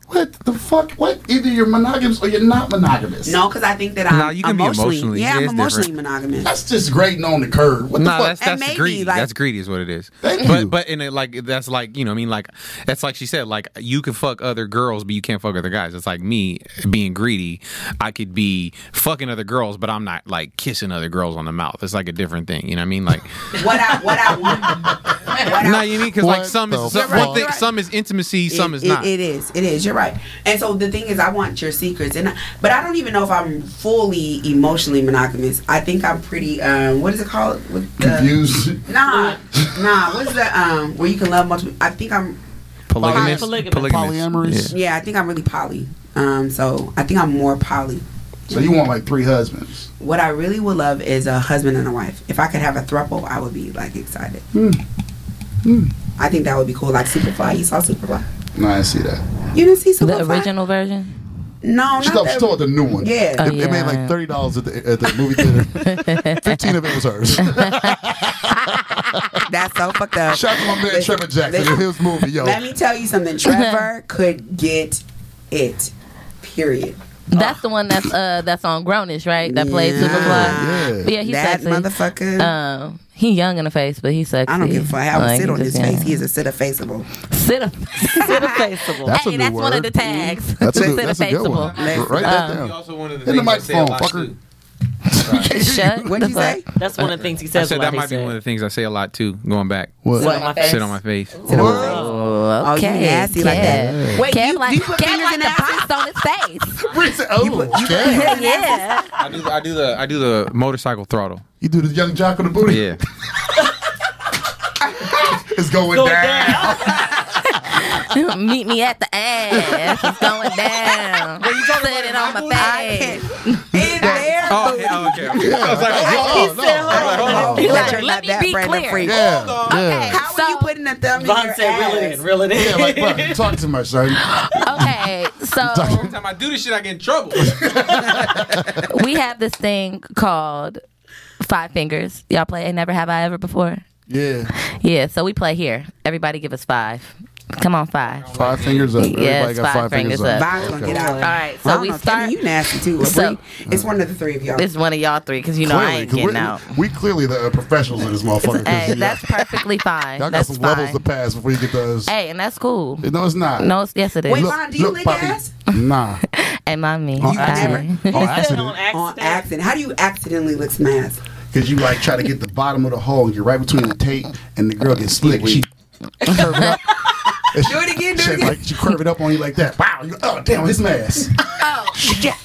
B: What the fuck? What? Either you're monogamous or you're not monogamous.
A: No, because I think that I'm
E: No, you can be
A: emotionally,
E: emotionally.
A: Yeah,
E: Yeah,
A: I'm
E: it's
A: emotionally
E: different.
A: monogamous.
B: That's just grading on the curve. What the
E: No,
B: fuck?
E: that's that's
A: And maybe,
E: greedy.
A: like-
E: that's greedy is what it is.
B: Thank
E: but
B: you.
E: but in it like that's like you know I mean like that's like she said like you can fuck other girls but you can't fuck other guys. It's like me being greedy. I could be fucking other girls but I'm not like kissing other girls on the mouth. It's like a different thing. You know what I mean? Like
A: What I what I
E: [laughs]
A: want. what
E: no, you mean because like
B: What
E: some
B: the
E: is some,
B: fuck?
E: one thing,
A: You're right.
E: some is intimacy, some
A: is
E: is not.
A: It is. It is. You're right. And so the thing is, I want your secrets, and I, but I don't even know if I'm fully emotionally monogamous. I think I'm pretty. Um, what is it called? With the,
B: Confused.
A: Nah, nah. What's the um where you can love multiple? I think I'm.
E: Polygamous,
C: Polygamous.
B: Polyamorous.
E: Yeah.
A: Yeah, I think I'm really poly. Um, so I think I'm more poly.
B: So you want like three husbands?
A: What I really would love is a husband and a wife. If I could have a throuple, I would be like excited.
B: Hmm.
A: I think that would be cool. Like Superfly, you saw Superfly.
B: No, I see that.
A: You didn't see Superfly?
D: the original Uh. version.
A: No,
B: She
A: Oh, not
B: thought,
A: the,
B: she thought the new one.
A: Yeah.
B: It,
A: Oh,
B: it made
D: yeah.
B: like thirty dollars at the at the movie theater. Fifteen of it was hers. Shout
A: That's so fucked up.
B: out to my man
A: Listen,
B: Trevor Jackson
A: listen.
B: in his movie, yo.
D: [laughs]
A: Let me tell you something. Trevor could get it. Period.
D: That's the one that's uh that's on Grownish, right? That plays
A: Yeah.
D: Superfly.
A: Yeah.
B: [laughs]
D: But yeah, he's
A: Uh, that
D: sexy.
A: motherfucker.
D: Um, he young in the face, but he's sexy.
A: I don't give a fuck how
D: Like,
A: I sit on
D: he's
A: his
D: just
A: face.
D: young.
A: He is a sit a faceable.
D: sit a
B: That's a
D: [laughs] hey,
B: new
D: that's one of
B: word.
D: the tags.
B: That's a
D: Sit
B: good, that's a good one.
D: faceable.
A: Let's
B: Write that
E: He
B: down.
E: also one of the
B: In the
E: things I say a
B: microphone,
E: lot,
B: fucker.
E: too.
D: Shut
A: What'd
D: the
A: you
D: fuck.
A: say?
C: That's one of the things he
E: I
C: says.
E: said
C: a lot.
E: that
C: He
E: might be
C: said,
E: one of the things I say a lot too. Going back,
B: What?
G: Sit on my face.
E: sit on my face.
D: Oh,
A: you
D: okay.
A: nasty like that. Wait,
D: Kev
A: you-
D: like,
A: you put
D: Kev
A: fingers
D: like
A: in
D: the
A: asses?
D: box on
B: [laughs]
D: his face.
B: Oh, okay.
D: Yeah. yeah.
E: I do, I do the, I do the motorcycle throttle.
B: You do the young jock on the booty.
E: Yeah,
B: It's going, down.
D: [laughs] Meet me at the ass.
B: [laughs]
D: It's going down. Set it on my face.
A: In there.
E: Oh, okay. oh, okay. okay. I was like,
B: Oh, no.
A: Oh,
B: Oh,
A: you
D: like,
A: you're
D: let
A: not
D: me
A: that
D: be
A: Brandon
D: clear.
A: Freak.
B: Yeah.
D: Okay.
B: Yeah.
A: How are you
D: So-
A: putting a thumb in
C: Von
A: your
C: said, reel it
A: ass?
C: in, reel it in.
B: Yeah, like, bro, you talk to my son.
D: Okay,
B: [laughs]
D: so
E: every time I do this shit, I get in trouble.
D: we have this thing called Five Fingers. Y'all play Ain't Never Have I Ever Before?
B: Yeah.
D: Yeah, so we play here. Everybody give us five. Come on, five.
B: Five fingers up. Everybody
D: Yes,
B: got five, fingers, up.
A: Von's gonna
B: Okay.
A: get out.
D: All right, so
A: Von,
D: we
A: I'm telling
D: start.
A: You nasty too.
D: So-
A: So, it's one of the three of y'all.
D: It's one of y'all three because you know I
B: Clearly,
D: ain't
B: 'cause
D: getting
B: we-
D: out.
B: We clearly the uh, professionals in this motherfucker. 'cause
D: Hey,
B: y'all-
D: that's
B: [laughs]
D: perfectly fine.
B: y'all got
D: that's
B: some
D: fine.
B: levels to pass before you get those.
D: Hey, and that's cool.
B: No, it's not.
D: No, it's, yes, it is.
A: Wait, Von, do you lick
B: Poppy,
A: ass?
B: Nah. Oh,
D: and my me.
B: On
A: You accident.
B: accident. On
C: on
B: accident.
A: on
C: accident.
A: accident. How do you accidentally lick some ass?
B: Because you like try to get the bottom of the hole and get right between the tape and the girl gets slick. She curve it up. And she-
A: [laughs] Do it again, do it
B: she,
A: again.
B: Like, she curve it up on you like that. Wow. You, oh, damn, his ass.
D: Oh, yes.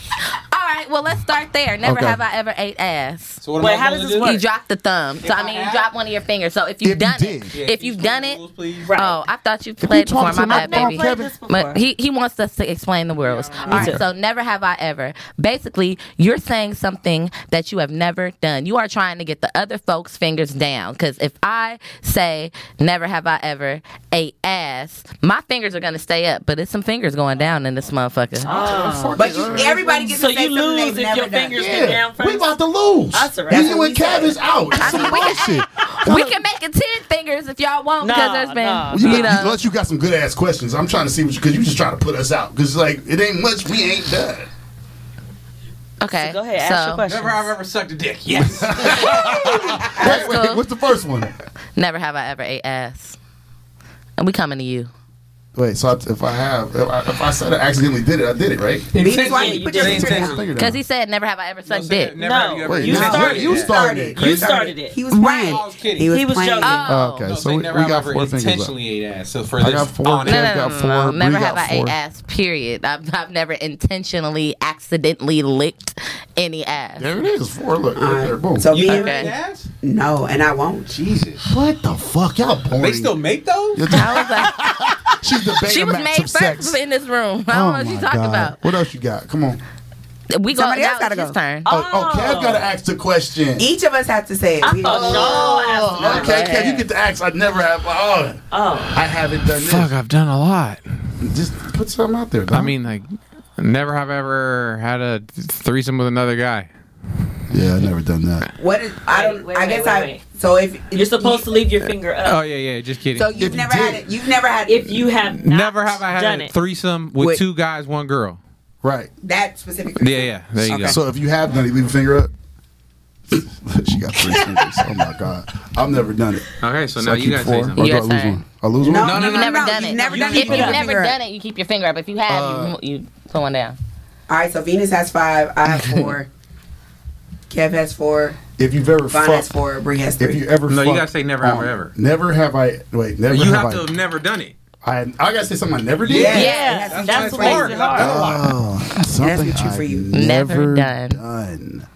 D: All right, well, let's start there. Never
B: Okay.
D: have I ever ate ass.
E: So what
C: Wait,
E: am I
C: how
E: supposed
C: does this
E: to do?
C: work?
D: You dropped the thumb. So I mean, you dropped one of your fingers. So if you've
B: If you
D: done it,
B: did.
E: Yeah,
D: if
E: can you
D: you've done
E: explain the
D: it,
E: rules, please?
C: Right.
D: oh, I thought you played
B: talk
D: before.
B: to
D: My
B: my
D: bad,
B: mom,
D: baby.
B: Kevin.
D: But he, he wants us to explain the rules. All right, so never have I ever. Basically, you're saying something that you have never done. You are trying to get the other folks' fingers down. Because if I say, never have I ever ate ass, my fingers are going to stay up, but it's some fingers going down in this motherfucker.
C: Oh.
A: But you, everybody gets
C: So
A: to say
C: you
A: something
C: lose
A: they've
C: if
A: never
C: your
A: done.
C: fingers
B: Yeah.
C: get down
B: We
C: first.
B: about to lose.
C: That's all right.
B: You and Kev is out. That's some bullshit.
D: we can make it 10 fingers if y'all want, because
C: Nah,
D: there's been,
C: nah,
B: You
D: you
B: got,
D: know.
B: unless you got some good ass questions, I'm trying to see what you because you just trying to put us out because like it ain't much we ain't done.
D: Okay.
C: Go ahead, ask your
D: so-
C: question.
E: Never have I ever sucked a dick. Yes.
D: That's
B: Wait,
D: cool.
B: what's the first one?
D: Never have I ever ate ass. And we coming to you.
B: Wait, so I, if I have, if I, if I said I accidentally did it, I did it, right?
A: That's why you
C: Yeah,
A: put
C: you
A: your
C: did.
A: finger down.
B: Figure it
D: Because
B: out.
D: he said, never have I ever sucked
E: Said
D: dick.
E: it, Never have
C: No.
E: you ever.
B: Wait,
E: you
B: you
E: said
B: started,
E: it.
B: you started it.
C: You started it.
A: He was
D: Right.
A: playing.
E: I was kidding.
A: He was,
C: He was
A: playing.
C: joking.
D: Oh.
B: okay,
E: No,
B: so we,
E: they
B: we
E: never have
B: got
E: ever
B: four fingers up.
E: intentionally ate ass. So for
B: I
E: this,
B: got four.
E: on
D: No,
E: air-
D: no,
B: Kev
D: no,
B: got
D: no,
B: four.
D: no.
B: Bree
D: Never
B: got
D: have I ate
B: four.
D: ass, period. I've, I've never intentionally, accidentally licked any ass.
B: There it is, four. Look, right there, boom.
A: So
E: You
A: me,
E: never
D: Okay.
E: ate ass?
A: no, and I won't.
E: Jesus.
B: what the fuck, y'all boring?
E: They still make those?
D: [laughs] I was
B: [laughs]
D: like,
B: She's the
D: she was
B: Betamax
D: made
B: of
D: first
B: sex. Oh
D: in this room. I don't know what
B: my
D: you talking
B: God. What else you got? Come on.
D: about. We go,
A: Somebody
D: now
A: else gotta
D: it's his
A: go.
D: turn.
B: Oh, oh, Kev got to ask the question.
A: Each of us have to say it. We-
C: Oh, no, ask
B: okay,
C: another.
B: Kev, you get to ask. I never have. Oh,
C: Oh,
B: I haven't done this.
E: Fuck, I've done a lot.
B: Just put something out there.
E: I
B: dog.
E: mean, like, never have I ever had a threesome with another guy.
B: yeah, I never done that.
A: What is? I don't.
C: Wait, wait,
A: I guess
C: wait,
A: I.
C: wait.
A: So if
C: you're supposed to leave your finger up.
E: Oh yeah, yeah. Just kidding.
A: So you've
B: you
A: never had
B: did.
A: it. You've never had
C: if you have not
E: never have I had
C: done
E: a
C: it.
E: threesome with
A: Wait.
E: two guys, one girl.
B: Right.
A: that specific.
E: Yeah, yeah. There you
A: Okay.
E: go.
B: So if you have done it, leave a finger up. [laughs] she got three fingers. Oh my god, I've never done it.
E: okay, so,
B: So
E: now
B: I
E: you
B: keep
E: guys
B: four,
E: say
B: or
E: something.
B: do I
D: Yes,
B: lose
D: sir.
B: one? I lose one.
A: No,
D: You've
A: no,
D: never
A: no,
D: done
A: you've
D: it.
A: never done it,
D: if
A: you
D: you've
A: keep your
D: never
A: finger
D: done it, you keep your finger up. If you have,
B: Uh,
D: you, you put one down.
A: All right. So Venus has five. I have four. Kev has four.
B: If you've ever
A: Von has
B: fucked,
A: four. Bree has
B: if
A: three.
B: you ever
E: No, you
B: fucked
E: gotta say never have
B: on-
E: I ever.
B: Never have I. Wait, never
E: You
B: have,
E: have to have never done it.
B: I, I. I gotta say something I never did.
A: Yeah.
C: Yeah,
A: That's-
C: that's,
A: that's
C: what makes
E: hard.
C: it hard.
B: Oh, something
A: what you
B: I've
A: for you.
B: never
D: Never done.
B: done. done.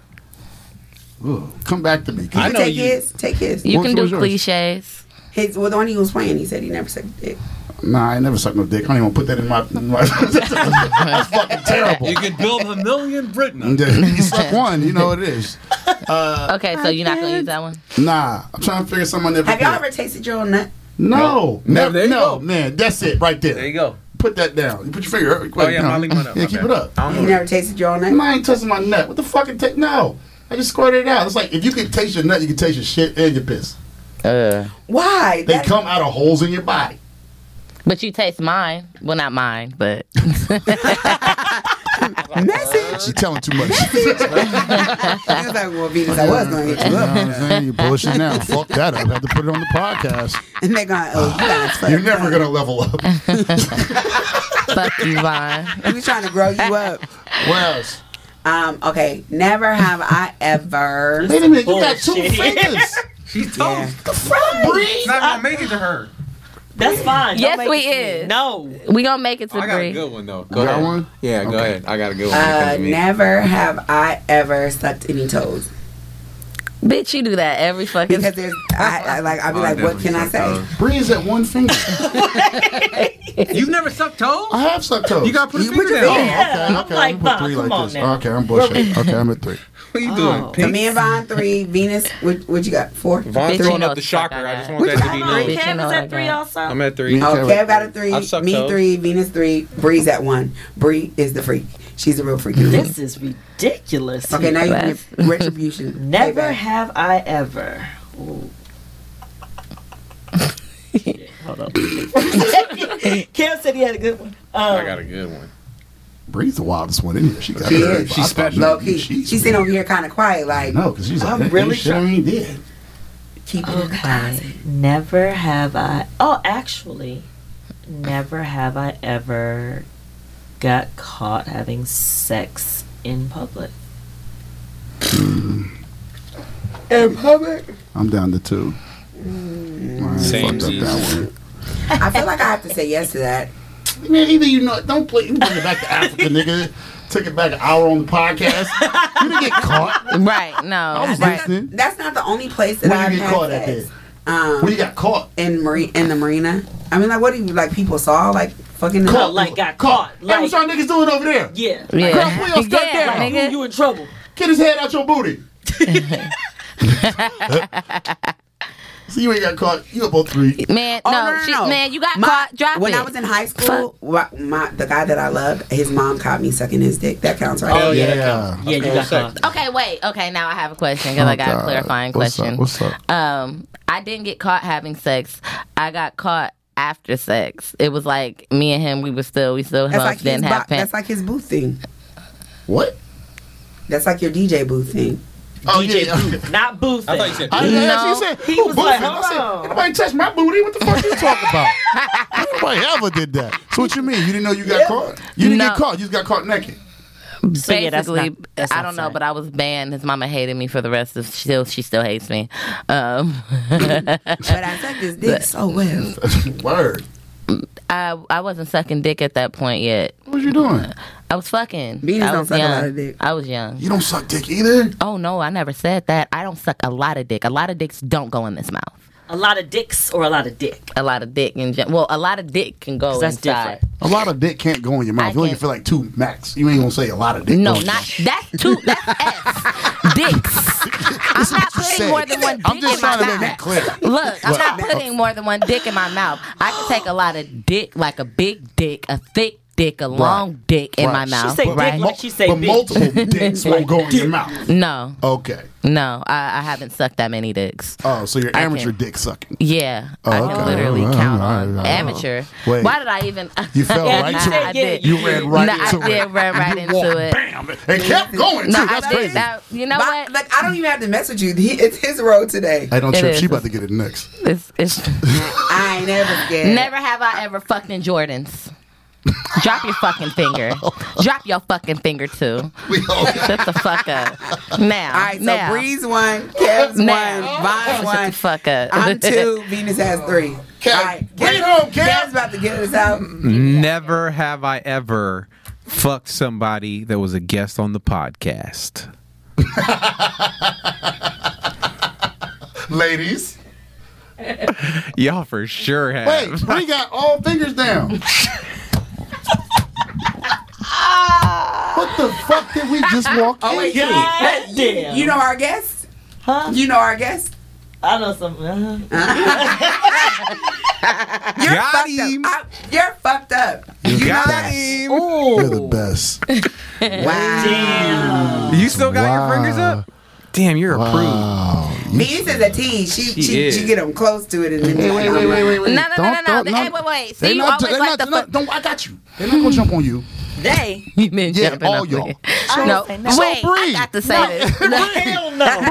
B: Ooh, come back to me.
A: You
E: I
A: can
E: know
A: take
E: you-
A: his. Take his.
D: You
B: What-
D: can
B: what
D: do
B: was yours?
D: cliches.
A: His. Well, the one he was playing, he said he never sucked dick.
B: Nah, I never sucked no dick. I don't even put that in my. In my [laughs] that's fucking [laughs] terrible.
E: could build a million Britney.
B: you suck one, you know what it is. Uh,
D: Okay, so you're not going to use that one?
B: Nah, I'm trying to figure something I never
A: Have
B: did.
A: y'all ever tasted your own nut?
B: No,
E: No,
B: never.
E: there you
B: no,
E: go.
B: man, that's it right there.
E: There you go.
B: Put that down. You put your finger. up.
E: Oh yeah,
B: no.
E: my link went up.
B: Yeah,
E: My
B: keep it
E: bad.
B: up.
E: I
A: You
E: don't know.
A: never tasted your own nut.
B: No, I ain't touching my nut. What the fucking take? No, I just squirted it out. It's like if you can taste your nut, you can taste your shit and your piss.
A: Why?
B: They
A: That-
B: come out of holes in your body.
D: But you taste mine. Well, not mine, but
A: Message.
B: She telling too much. you know
A: I was like, well, Venus,
B: [laughs]
A: I was going to hit you
B: what
A: up.
B: I'm saying? You bullshit now. Fuck that up. Have to put it on the podcast.
A: And they're going, oh, you guys fucked
B: You're never
A: up.
B: gonna level up.
D: [laughs] Fuck you, Vaughn.
A: We trying to grow you up.
B: What else?
A: Um, okay, never have I
C: [laughs]
A: ever. uh,
B: Wait a minute. You got two
C: Bullshit.
B: fingers.
E: She's toast.
A: Yeah.
E: It's not gonna make it to her.
C: That's fine. Don't
D: Yes,
C: make
D: we
C: it to me.
D: is.
C: No.
D: We gonna make
B: Oh,
D: it to
E: I got a
D: Bree.
E: good one though. Go
B: You got
E: ahead.
B: one?
E: Yeah, go
B: Okay.
E: ahead. I got a good one. when it comes
A: Uh,
E: to me.
A: never have I ever sucked any toes
D: Bitch, you do that every fucking.
A: because there's I, I like I'll be
E: Oh,
A: like, what
E: definitely
A: can I
E: suck
A: say?
E: toes.
B: Bree is at one finger.
E: You've never sucked toes?
B: I have sucked toes.
E: You gotta put a
A: You put
E: finger
A: your
E: down.
B: Oh, okay,
C: Yeah, I'm
B: okay.
C: like,
B: I'm at
C: Bob,
B: three
C: come
B: like
C: on
B: this.
C: now.
B: Okay, I'm bullshit. Okay, I'm at three.
E: What are you doing?
C: Oh.
A: So
E: Pink?
A: me and Vaughn three, Venus. What, what you got? Four.
E: Vaughn
D: Bitch,
E: throwing
D: you know
E: up the
D: it's like
E: shocker. I
D: I
E: just
D: got.
E: want that [laughs] to be
C: Come on,
E: known.
D: Bitch, you
C: Kev
D: know
C: is
D: I
C: at three
D: got-
C: also.
E: I'm at three.
B: Me and
A: Oh,
B: Kevin.
A: Kev got a three.
E: I've sucked
A: Me
E: toes.
A: three. Venus three. Bree's at one. Bree is the freak. She's a real freak.
F: This is ridiculous.
A: Okay, now you can
D: Bless.
A: get retribution.
F: [laughs] Never
A: Payback.
F: have I ever. Ooh. Shit, [laughs] Hold [laughs] on. Cam said he had a good one. Um,
E: I got a good one.
B: Bree's the wildest one in here. She got
A: She
B: it.
A: is.
B: I
E: She's
B: thought
E: special.
B: you-
A: Low key.
B: she's
A: She's sitting over here kind of quiet, like
B: No, because she's like,
F: I'm
B: that
F: really
B: shit I ain't did.
A: keep
F: Oh,
A: it
F: Okay. Never have I. Oh, actually, never have I ever got caught having sex in public.
A: in public.
B: I'm down to two. I
E: Same
B: fucked up that one.
A: I feel like I have to say yes to that.
B: [laughs] Man, either you know, don't play. You bring it back to Africa, nigga. Took it back an hour on the podcast. You didn't get caught.
F: [laughs]
D: Right? [laughs] No.
B: I was
D: Right.
B: listening.
A: That's not the only place that
B: When
A: I've
B: you get
A: had
B: caught at
A: sex.
B: that?
A: Um,
B: When you got caught?
A: in marine in the marina. I mean, like, what do you like? People saw like fucking.
F: Caught, like got caught.
B: Hey,
F: Like,
B: what y'all niggas doing over there?
F: yeah.
B: Girl, pull your
D: Yeah.
B: skirt down.
D: Yeah,
F: You,
D: nigga.
F: you in trouble.
B: Get his head out your
F: [laughs]
B: booty. [laughs] See, you ain't got caught. You up on three.
D: Man,
A: Oh,
D: no, she, man, you got
A: My-
D: caught. Drop
A: when
D: it.
A: I was in high school, wa- my, the guy that I loved, his mom caught me sucking his dick. That counts, right?
E: Oh, yeah.
F: Yeah, you got caught.
D: okay, wait. Okay, now I have a question because I got a clarifying question.
B: What's up?
D: Um, I didn't get caught having sex. I got caught after sex. It was like me and him. We were still, we still
A: That's
D: humped,
A: like his
D: didn't
A: bo-
D: have pants.
A: that's like his booth thing.
B: What?
A: That's like your DJ booth thing.
B: Oh,
F: DJ
B: yeah, yeah.
F: Booth, not Booth.
E: I thought you said.
B: I didn't
D: No.
B: ask. He said,
F: He
B: "Who
F: was
B: boofing?"
F: like,
B: I said,
F: "Hold on."
B: "Ain't nobody touched my booty. What the fuck you talking
D: [laughs]
B: about? Ain't Nobody ever did that. So what you mean? You didn't know you got caught? You didn't
D: No.
B: get caught. You just got caught naked. [laughs]
C: So, yeah, that's
D: basically,
C: not- that's
D: I
C: not
D: don't know,
C: safe.
D: but I was banned. His mama hated me for the rest of. Still, she still hates me. Um, [laughs]
A: But I sucked his dick so well.
B: Word.
D: I I wasn't sucking dick at that point yet.
B: What was you doing?
D: I was fucking.
A: Venus
D: I
A: don't
D: was
A: suck a
D: young.
A: lot of dick.
D: I was young.
B: You don't suck dick either.
D: Oh no, I never said that. I don't suck a lot of dick. A lot of dicks don't go in this mouth.
F: A lot of dicks or a lot of
D: [laughs]
F: dick.
D: A lot of dick in gen- well, a lot of dick can go
F: 'Cause that's
D: inside.
F: different.
B: A lot of dick can't go in your
D: I
B: mouth. You only
D: can't-
B: feel like two max. You ain't gonna say a lot of dick.
D: No,
B: goes in.
D: not that's two.
B: [laughs]
D: That's S. Dicks. [laughs] I'm not
B: You
D: putting
B: said-
D: more than one dick
B: I'm just
D: in my
B: trying to make
D: mouth.
B: that clear.
D: Look, I'm not
B: Wow.
D: putting more than one dick in my mouth. I can take a lot of dick, like a big dick, a thick dick, a long dick in
B: Right.
D: [laughs] my
B: She
D: mouth.
F: say dick
D: right?
F: like- she say
B: but
F: bitch. [laughs]
B: multiple dicks won't go in your mouth.
D: no,
B: Okay.
D: no, I, I haven't sucked that many dicks.
B: Oh, so you're
D: I
B: amateur
D: can't.
B: dick sucking.
D: Yeah, I
B: Oh,
D: can
B: okay.
D: literally
B: Oh,
D: count
B: all right,
D: on
B: all right.
D: amateur.
B: Wait.
D: Why did I even?
B: You
D: [laughs]
B: fell
D: Yeah,
B: right
D: nah,
B: to it.
D: I did.
B: You ran right
D: no,
B: into
D: I
B: it.
D: did run right
B: You walked,
D: into it.
B: Bam! It kept going
D: No,
B: too.
D: I
B: That's
D: did.
B: crazy.
D: That, you know
A: But,
D: what?
A: like, I don't even have to mess with you. He, it's his road today.
B: Hey, don't
D: It
B: trip.
D: is.
B: She about to get it [laughs] next.
D: It's, it's
A: I ain't never scared.
D: never have I ever fucked in Jordans. Drop your fucking finger. Drop your fucking finger too.
B: We all got
D: Shut the fuck up. Now.
A: All right, so
D: now.
A: Breeze one, Kev's
D: Now.
A: one, Vine
D: Shut
A: one.
D: the fuck up. [laughs]
A: I'm two. Venus has three.
B: Kev,
A: All right,
B: bring it home, Kev.
A: Kev's about to get us out.
E: Never have I ever fucked somebody that was a guest on the podcast.
B: ladies.
E: Y'all for sure have.
B: Wait, we got all fingers down. [laughs] what the fuck did we just walk
A: Oh wait,
B: into?
A: you,
F: God
A: you,
F: damn.
A: you know our guest?
F: Huh?
A: You know our guest?
F: I know something. Uh-huh.
A: You're
E: Got
A: fucked
E: him.
A: up. I- you're fucked up.
E: You got
A: that.
E: him.
B: You're the best.
A: Wow.
E: You still got
B: Wow.
E: your fingers up? Damn, you're approved.
B: Wow.
A: Venus is a teen. She she,
E: She
A: she,
E: is.
A: get them close to it and then
B: Wait, wait, wait, wait, wait.
D: No, no, no, no, no.
B: Don't- don't-
D: Hey, wait, wait. See,
B: They
D: you
B: not,
D: always
B: they
D: like
B: not,
D: the
B: they not-
D: fuck- [laughs]
B: don't, I got you. They're not gonna jump on you.
F: They.
D: You meant
B: Yeah,
D: jumping
B: all
D: up
B: y'all.
D: in-
F: So-
D: no,
F: so
D: wait, I
B: Bree.
D: got to say this. No, no,
F: Hell
D: [laughs]
F: no.
B: Bree,
D: no, no,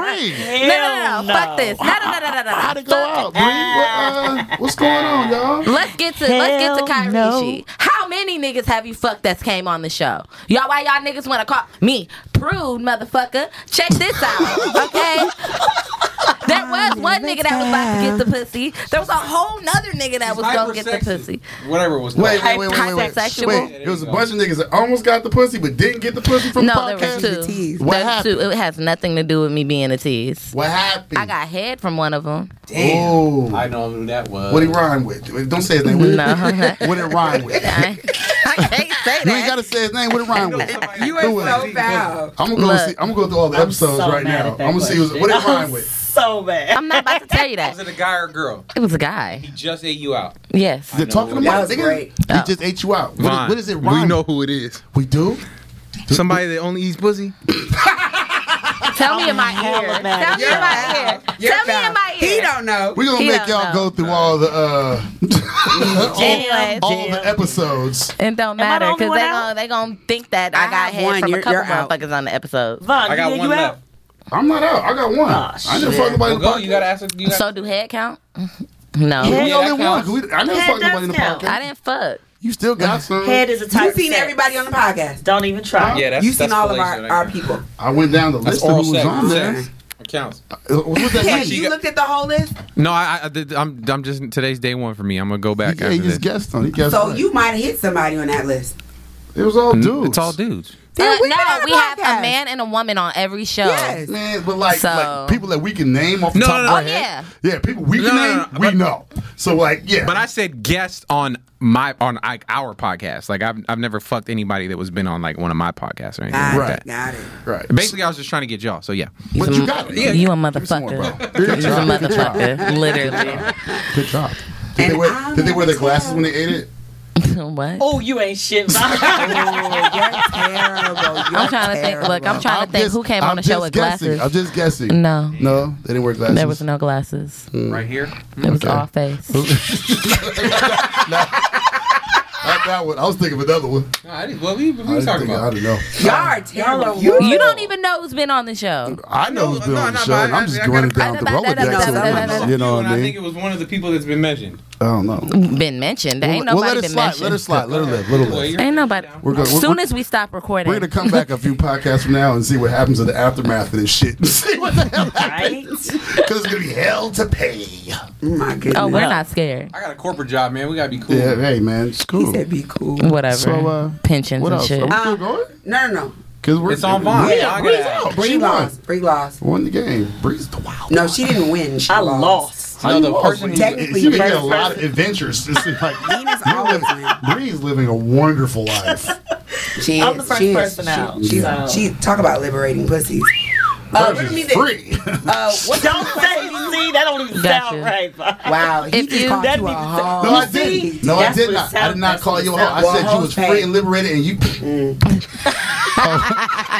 D: no. Fuck this. No, no, no, no, no, no.
B: how'd it go out? Bree, what, uh, what's going on, y'all?
D: Let's get to let's get to
F: Hell
D: Kyrie
F: no.
D: shit. How many niggas have you fucked that's came on the show? Y'all, why y'all niggas want to call me prude, motherfucker? Check
B: [laughs]
D: this out, okay? There was one nigga that was about to get the pussy. There was a whole nother nigga that was gonna get the pussy.
E: Whatever it was.
B: Wait,
E: called.
B: wait, wait, wait, wait.
D: Hypersexual?
B: Wait, there was a bunch of niggas that almost got the pussy but didn't get the pussy from
D: No, there
B: podcast.
D: was
A: The
D: two.
A: tease.
B: What
D: There was
B: happened?
D: two. It has nothing to do with me being a tease.
B: What happened?
D: I got head from one of them. [laughs]
B: Oh.
E: I know who that was.
B: What he rhyme with? Don't say his name. What
D: No, I,
B: what it rhyme with?
D: [laughs] I can't say
B: You ain't
D: that.
B: gotta say his name. What it rhyme with?
A: You
B: Who
A: are
B: was
A: so
B: it?
A: foul.
B: I'm gonna go
D: Look.
B: see. I'm gonna go through all the
F: I'm
B: episodes
F: so
B: right
F: mad
B: now.
F: at
B: I'm
F: that
B: gonna see what's-
F: question.
B: what it
F: I'm
B: rhyme with.
F: So bad.
D: I'm not about to tell you
E: Was
D: that.
E: it a guy or a girl?
D: It was a guy.
E: He just ate you out.
D: Yes.
B: They're talking
A: That
B: about
A: was
B: nigga.
A: great.
D: Oh.
B: He just ate you out. What is, what is it rhyme?
H: We know who it is.
B: We do.
H: Somebody that only eats pussy.
D: Tell me in my ear. Tell me in my ear. Tell me in my ear.
A: He don't know.
B: We gonna
D: He
B: make
D: don't
B: y'all go
D: know.
B: through all the uh, [laughs]
D: Anyways.
B: all, all the episodes.
D: It don't
F: I the
D: matter
F: only
D: because
F: one
D: they
F: out?
D: gon' they gon' think that I,
A: I
D: got
A: have
D: head
A: one.
D: from a
A: You're-
D: couple
A: you're out.
D: motherfuckers on the episode.
F: Vaughn,
E: I got
F: you,
E: one
F: you
E: left.
F: out?
B: I'm not out. I got one.
F: Oh,
B: I never
F: shit.
B: fucked nobody.
E: Well,
B: in
E: go.
B: the
E: You gotta ask. her- You gotta.
D: So do head count? [laughs] No,
B: podcast. We
F: Yeah,
B: only
E: that counts.
B: one. We- I never
F: That
B: fucked nobody in the
F: does count.
B: podcast.
D: I didn't fuck.
B: You still got some.
F: Head is a type.
A: You've
F: of
A: seen
F: sex.
A: everybody on the podcast.
F: Don't even try.
E: yeah, that's
A: You've seen
E: that's
A: all of
E: fellatio,
A: our,
E: that
A: our
E: counts.
A: people.
B: I went down the
E: That's
B: list of who
E: oral
B: was
E: sex.
B: on there.
E: Sex. It counts.
B: Uh, What was that?
A: Yeah,
B: list?
E: she
A: you
E: got-
A: looked at the whole list,
E: No, I, I, did- I'm, I'm just today's day one for me. I'm gonna go back.
B: Yeah,
E: after
B: he just
E: this.
B: guessed on. it. He guessed
A: so
B: right.
A: you might have hit somebody on that list.
B: It was all dudes.
E: It's all dudes.
D: Uh,
A: Then we
D: no,
A: been on the
D: we have a
A: podcast.
D: man and a woman on every show.
A: Yes.
B: Man, but like,
D: So-
B: like people that we can name off the
E: No,
B: top
E: no,
B: of
E: no.
B: our
D: Oh,
B: head. Yeah. people we
E: No,
B: can
E: no,
B: name,
E: no, no,
B: we
E: but-
B: know. So like, yeah.
E: But I said guest on my on like our podcast. Like I've I've never fucked anybody that was been on like one of my podcasts or anything
A: Got
E: like
B: Right.
A: it. Got it.
B: right.
E: that. Basically, I was just trying to get y'all. So yeah,
B: but you got it.
D: You a
B: Give some more,
D: motherfucker.
B: bro. Good
D: [laughs] You a
B: job. [laughs]
D: motherfucker. Literally. [laughs]
B: Good job. Did they
A: And
B: wear,
A: I'm
B: did they wear their
A: gonna
B: glasses
A: tell-
B: when they ate it?
D: what?
F: Oh, you ain't shit. [laughs] Vaughn.
A: Oh, you're terrible. You're
D: I'm trying to think.
A: terrible.
D: Look, I'm trying to think
B: just-
D: who came
B: I'm
D: on the show
B: just
D: with
B: guessing.
D: glasses.
B: I'm just guessing.
D: No,
B: No, they didn't wear glasses.
D: there was no glasses.
B: Mm.
E: right here.
D: It was all face.
B: Not that one. I was thinking of another one.
E: No, I didn't, what we, what we
B: I, didn't
E: talking
B: think, I
E: about?
B: don't know.
A: Y'all are terrible. You
D: You don't even know who's been on the show.
B: I know who's been
E: no,
B: on the
E: no,
B: show.
E: but
B: and
E: I-
B: I'm just
E: I
B: going
E: gotta-
B: down the
D: I- I- I- I- I- I- I-
B: Rolodex.
D: I-
B: of names, You know what I
E: I think
B: mean?
E: it was one of the people that's been mentioned.
B: I don't know.
D: Been mentioned. Ain't
B: We'll
D: nobody
B: let it
D: been
B: slide.
D: mentioned.
B: Let it slide. Let it live. Let it
E: Well,
B: live.
E: you're-
D: Ain't nobody.
B: We're gonna-
D: as
B: we're-
D: soon
B: we're-
D: as we stop recording,
B: We're gonna come
A: [laughs]
B: back a few podcasts from now and see what happens in the aftermath of this shit. [laughs] See what the hell
F: right?
B: Because it's gonna be hell to pay.
A: Oh my goodness.
D: oh, we're not scared.
E: I got a corporate job, man. We gotta be cool.
B: Yeah, hey man, it's
A: He
B: cool.
A: said be cool. No,
D: Whatever.
B: So, uh,
D: Pensions
B: What
D: and
B: else? Are
D: shit.
B: we still
A: Um,
B: going?
A: no, no.
B: Because we're
E: It's on Vine.
B: Bree-
E: Yeah, I
B: Bree's
E: gotta-
B: out. Bree
A: Bree
B: won.
A: lost. Bree lost.
B: Won the game. Bree's the wild.
A: No,
B: one.
A: she didn't win. She
F: I
A: lost.
F: lost.
B: How
E: No,
B: you
E: the
B: lost?
E: person who-
A: Technically,
B: she
A: the
B: had a
A: first
B: lot of adventures. It's
A: [laughs]
B: like
A: Nina's
B: you're
A: always
B: living-
A: winning.
B: Bree's living a wonderful life.
A: She
F: [laughs] I'm
A: is-
F: the first
A: she is-
F: person out,
A: She,
F: so.
A: she talk about liberating pussies. Uh,
B: Hers
A: what do
B: is
A: you mean that-
B: free.
A: uh, what's the
F: Don't
A: question?
F: say [laughs] see. That don't even
D: Got
F: sound
D: you.
F: right. Vaughn.
A: Wow, he
D: If
A: just
D: you-
A: called
F: That
A: you a
F: means-
A: hoe.
B: No, I
F: You see?
B: didn't. No, I
F: That's
B: did
F: what
B: not. I
F: sound-
B: did not
F: that's
B: call
F: what
B: you a
F: sound-
B: hoe. I said
A: Well,
B: you
A: hoes
B: was
A: pay. Mm.
B: free and liberated, and you. [laughs]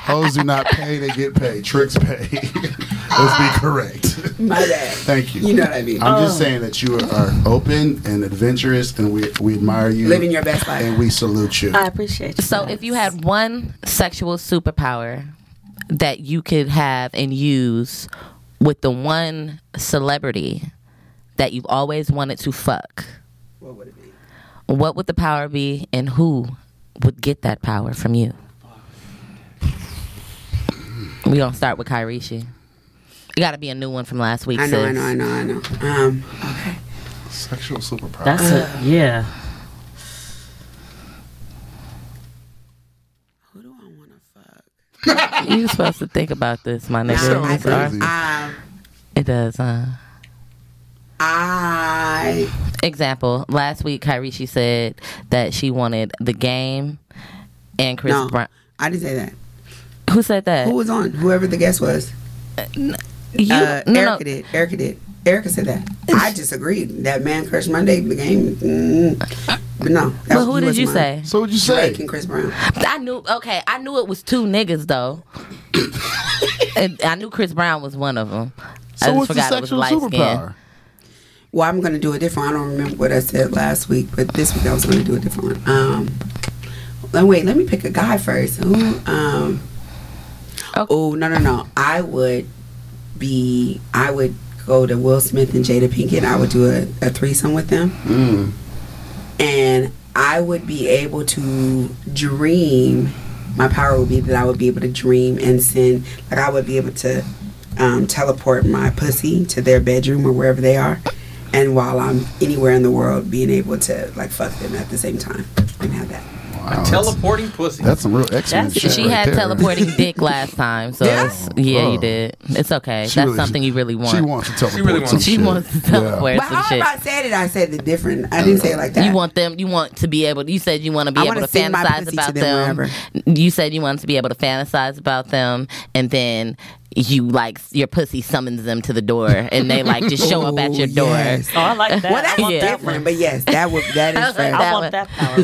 B: Hoes do not pay; they get paid. Tricks pay. [laughs] Let's be correct.
A: My bad.
B: Thank you.
A: You know what I mean. Oh.
B: I'm just saying that you are open and adventurous, and we we admire you.
A: Living your best life.
B: And we salute you.
D: Uh,
F: I appreciate you.
D: So, if you had one sexual superpower that you could have and use with the one celebrity that you've always wanted to fuck,
A: What would it be?
D: what would the power be, and who would get that power from you? We gonna start with Kyrie. It got to be a new one from last week.
A: I know, I
D: sis.
A: know, I know, I know. Um,
B: Sexual superpower.
F: That's a yeah.
A: who do I want to fuck?
D: You supposed to think about this, my nigga.
B: So
A: I,
D: I'm sorry.
B: crazy.
A: think, um,
D: It does. Uh,
A: I
D: example: Last week, Kyrie she said that she wanted the game and Chris
A: No.
D: Brown.
A: I didn't say that.
D: Who said that?
A: Who was on? Whoever the guest was.
D: you?
A: uh,
D: no, no.
A: Erica did. Erica did. Erica said that.
D: [laughs]
A: I just agreed. That man crushed Monday the game. Mm, but no. that
D: But
A: was-
D: who
A: he
D: did
A: wasn't
D: you
A: mine.
D: say?
B: So what'd you
A: Drake
B: say?
A: and Chris Brown.
D: I knew. Okay, I knew it was two
A: [coughs]
D: niggas though. and I knew Chris Brown was one of them. I
B: So
D: just
B: what's the
D: forgot it was
B: sexual
D: light
B: superpower?
A: Well, I'm going to do it different. I don't remember what I said last week, but this week I was going to do it different. Um, oh, wait, let me pick a guy first. Who? Um,
D: Oh.
A: Oh no no no! I would be. I would go to Will Smith and Jada Pinkett. I would do a, a threesome with them,
B: Mm.
A: and I would be able to dream. My power would be that I would be able to dream and send. Like I would be able to um, teleport my pussy to their bedroom or wherever they are, and while I'm anywhere in the world, being able to like fuck them at the same time and have that.
B: Wow, that's,
E: Teleporting pussy.
B: that's some real excellent shit.
D: She
B: right
D: had
B: there.
D: teleporting
B: [laughs]
D: dick last time, so
A: Yeah?
D: it's, yeah,
B: Oh.
D: you did. It's okay.
B: She
D: That's
B: really-
D: something you really want.
B: She wants to teleport.
E: really
B: some
E: wants-
D: She
B: shit.
D: wants to teleport
A: But
D: some
A: however
D: shit.
A: I said it, I said it different. I didn't say it like that.
D: You want them. You want to be able. You said you want to be
A: I
D: able
A: wanna
D: to
A: send my pussy to
D: fantasize about
A: them
D: them. You said you wanted to be able to fantasize about them, and then you like your pussy summons them to the door, and they like just show
A: [laughs]
D: up at your
A: Ooh,
D: door.
A: yes.
F: Oh, I [laughs] like that.
A: Well, that's
F: I want that
A: different,
F: one.
A: but yes, that would that
D: [laughs] I
A: is
D: was like,
A: fair.
D: that
F: I
D: one.
F: want that power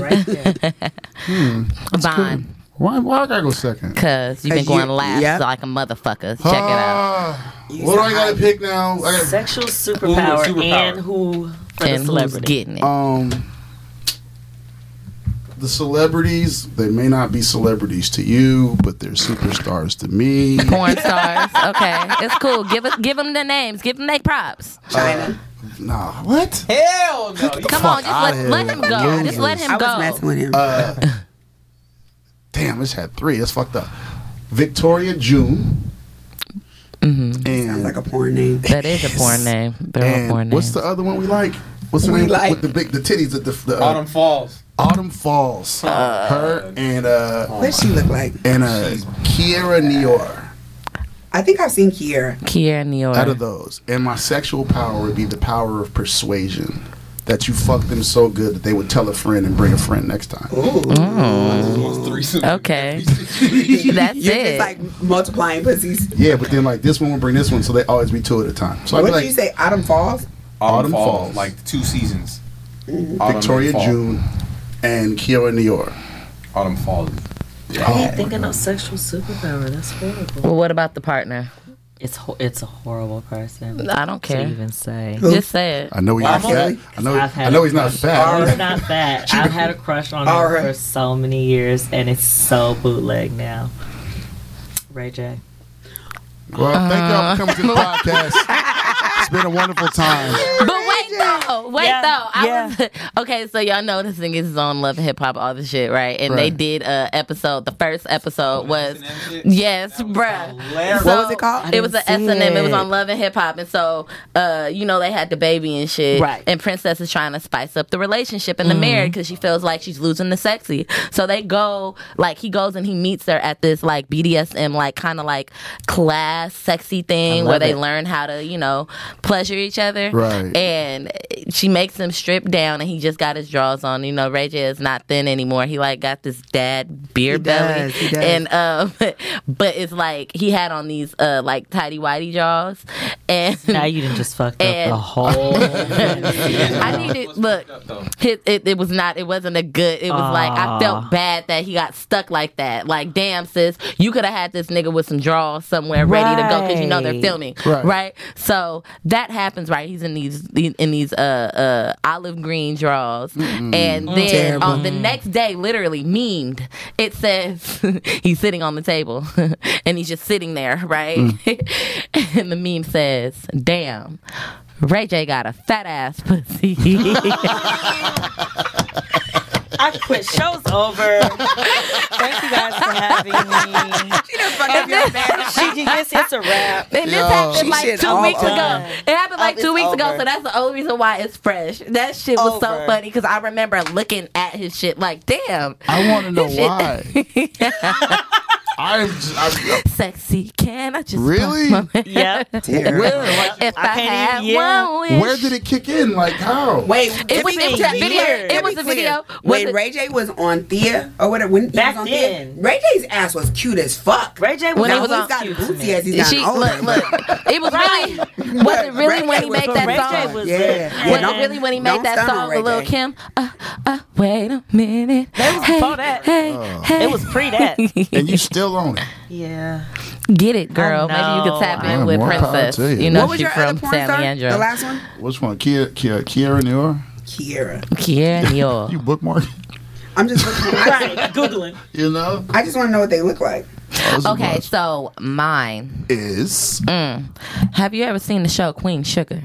F: [laughs] right there.
D: Vaughn,
B: Why? Why I gotta go second?
D: cause you've been
A: 'Cause you-
D: going last
A: yep.
D: like a motherfucker. Check it out.
B: Ah, What do I gotta pick now? I gotta-
F: Sexual superpower,
E: superpower.
F: and who for
D: And
F: the
D: who's
F: celebrity?
D: getting it?
B: um the celebrities they may not be celebrities to you but they're superstars to
D: [laughs]
B: me
D: Porn stars. Okay, it's cool. Give us, give them the names. Give them their props.
A: China.
B: nah what
E: Hell no.
D: Come
B: fuck
D: on, just
B: outta here.
D: let, let him go. Just let
A: I
D: him
A: was messing
D: go.
A: with him.
B: damn this had three that's fucked up victoria june
A: Sounds
D: Mm-hmm.
B: and,
A: like a porn name.
D: That is a porn name. They're all
B: and
D: porn
B: what's
D: names.
B: the other one we like what's the
A: We
B: name
A: like-
B: with the big the titties the, the, the uh,
E: Autumn Falls.
B: autumn falls her and uh
A: What she look like?
B: and uh kiera Nior.
A: I think I've seen Kiera.
D: Kiera Nior.
B: out of those. And my sexual power would be the power of persuasion. That you fuck them so good that they would tell a friend and bring a friend next time.
D: Okay. [laughs] That's
A: You're
D: it.
A: just like multiplying pussies.
B: Yeah, but then like this one will bring this one, so they always be two at a time. So I'd
A: what
B: be
A: did
B: like
A: you say? Autumn Falls.
B: Autumn
E: Autumn Falls.
B: Falls.
E: Like two seasons. Autumn
B: Victoria
E: and Fall.
B: June and Kiora Nior.
E: Autumn Falls. Oh.
F: I ain't thinking of sexual superpower. That's horrible.
D: well, what about the partner?
F: It's ho- it's a horrible person.
D: I don't
F: To
D: care.
F: even say.
D: Just say it.
B: I know he's not fat. I know.
F: I've
B: I
F: had
B: know
F: a
B: he's not
F: crush.
B: fat.
F: He's
B: [laughs]
F: not fat. I've had a crush on
A: All
F: her
A: right.
F: for so many years, and it's so bootleg now. Ray J.
B: Well, thank y'all for coming to the podcast. It's been a wonderful time.
D: But wait though, wait
F: Yeah,
D: though. I
F: yeah.
D: was [laughs] okay. So y'all know this thing is on Love and Hip Hop, all the shit, right? And they
B: Right.
D: did a episode. The first episode was
E: What
D: yes, bruh.
E: Hilarious.
A: What was it called? I
D: It was an S
F: didn't see
D: and M. It was
F: it.
D: on Love and Hip Hop, and so uh, you know they had the baby and shit.
F: Right. Mm-hmm.
D: And Princess is trying to spice up the relationship and the marriage because she feels like she's losing the sexy. So they go like he goes and he meets her at this like BDSM like kind of like class sexy thing
F: love
D: where they
F: it.
D: learn how to you know pleasure each other.
B: Right.
D: And she makes him strip down, and he just got his drawers on. You know, Ray J is not thin anymore. He like got this dad beer belly,
A: does, he does.
D: and um, [laughs] but it's like he had on these uh like tidy whitey jaws, and
F: Now you didn't just fucked up
D: And-
F: the whole.
D: I needed look. It, it, it was not it wasn't a good it was like I felt bad that he got stuck like that like damn sis you could have had this nigga with some draws somewhere ready to go because you know they're
F: Right.
D: filming
B: Right.
D: so that happens right he's in these in these uh uh olive green draws and then
A: Terrible.
D: on the next day literally memed it says [laughs] he's sitting on the table [laughs] and he's just sitting there right [laughs] and the meme says damn Ray J got a fat ass pussy.
F: [laughs]
D: [laughs]
F: I quit. Show's over. Thank you guys for having me.
A: She done fucked up your
D: [laughs]
A: marriage.
F: She just it's a wrap.
D: And this
B: Yo.
D: happened
A: She
D: like
A: shit
D: two
A: all
D: weeks
A: over.
D: ago. It happened like
F: Oh,
D: two
F: it's
D: weeks ago,
F: over.
D: so that's the only reason why it's fresh. That shit was so
F: Over.
D: funny because I remember looking at his shit like, damn,
B: I want to know
D: This shit-
B: [laughs] why. I'm. Just, I'm
D: sexy. Can I just
B: Really?
D: bump my-
F: Yep.
A: Terrible.
B: where? Like,
D: if I,
F: I can't
D: had
F: even- yeah.
D: one wish.
B: where did it kick in? Like how?
A: Wait,
D: It was, it was that
A: be
D: video.
A: clear.
D: It
A: Let
D: was
A: me
D: a
A: clear.
D: video. Was
A: When
D: it-
A: Ray J was on Thea or whatever, when he
F: Back
A: was on
F: then.
A: Thea, Ray J's ass was cute as fuck.
F: Ray J
D: When
F: when
D: he
A: now
D: was
A: he's
D: on-
A: gotten booty as he's gotten
D: she
A: older.
D: look look.
A: [laughs]
D: It was really was it really
A: Ray
D: when
A: J
D: he
A: was
D: made
A: from
D: that
A: Ray J
D: song?
A: was-
F: was
A: Yeah. Yeah,
D: When
A: don't-
D: it really when he
A: don't
D: made that
A: stun on
D: song
A: Ray
D: with Lil
A: J.
D: Kim, uh, uh, wait a minute.
F: That was before that.
D: Hey, hey,
F: It was pre that.
B: And you still on it?
F: [laughs] Yeah.
D: Get it, girl. Maybe you could
F: know.
D: tap
B: Yeah,
D: in with
B: more power
D: Princess.
B: to you.
D: You
A: What
D: know
A: was
D: she's
A: your other
D: from
A: porn
D: San
A: star? The
D: Leandro.
A: last one,
B: Which one? Kiera Kiera Kiera Nior?
D: [laughs]
A: Kiera. [laughs]
D: Kiera Neal.
B: You bookmark?
A: I'm just looking.
C: Right, Googling.
B: You know,
A: I just want to know what they look like.
D: Okay, so mine.
B: is
D: Mm. Have you ever seen the show Queen Sugar?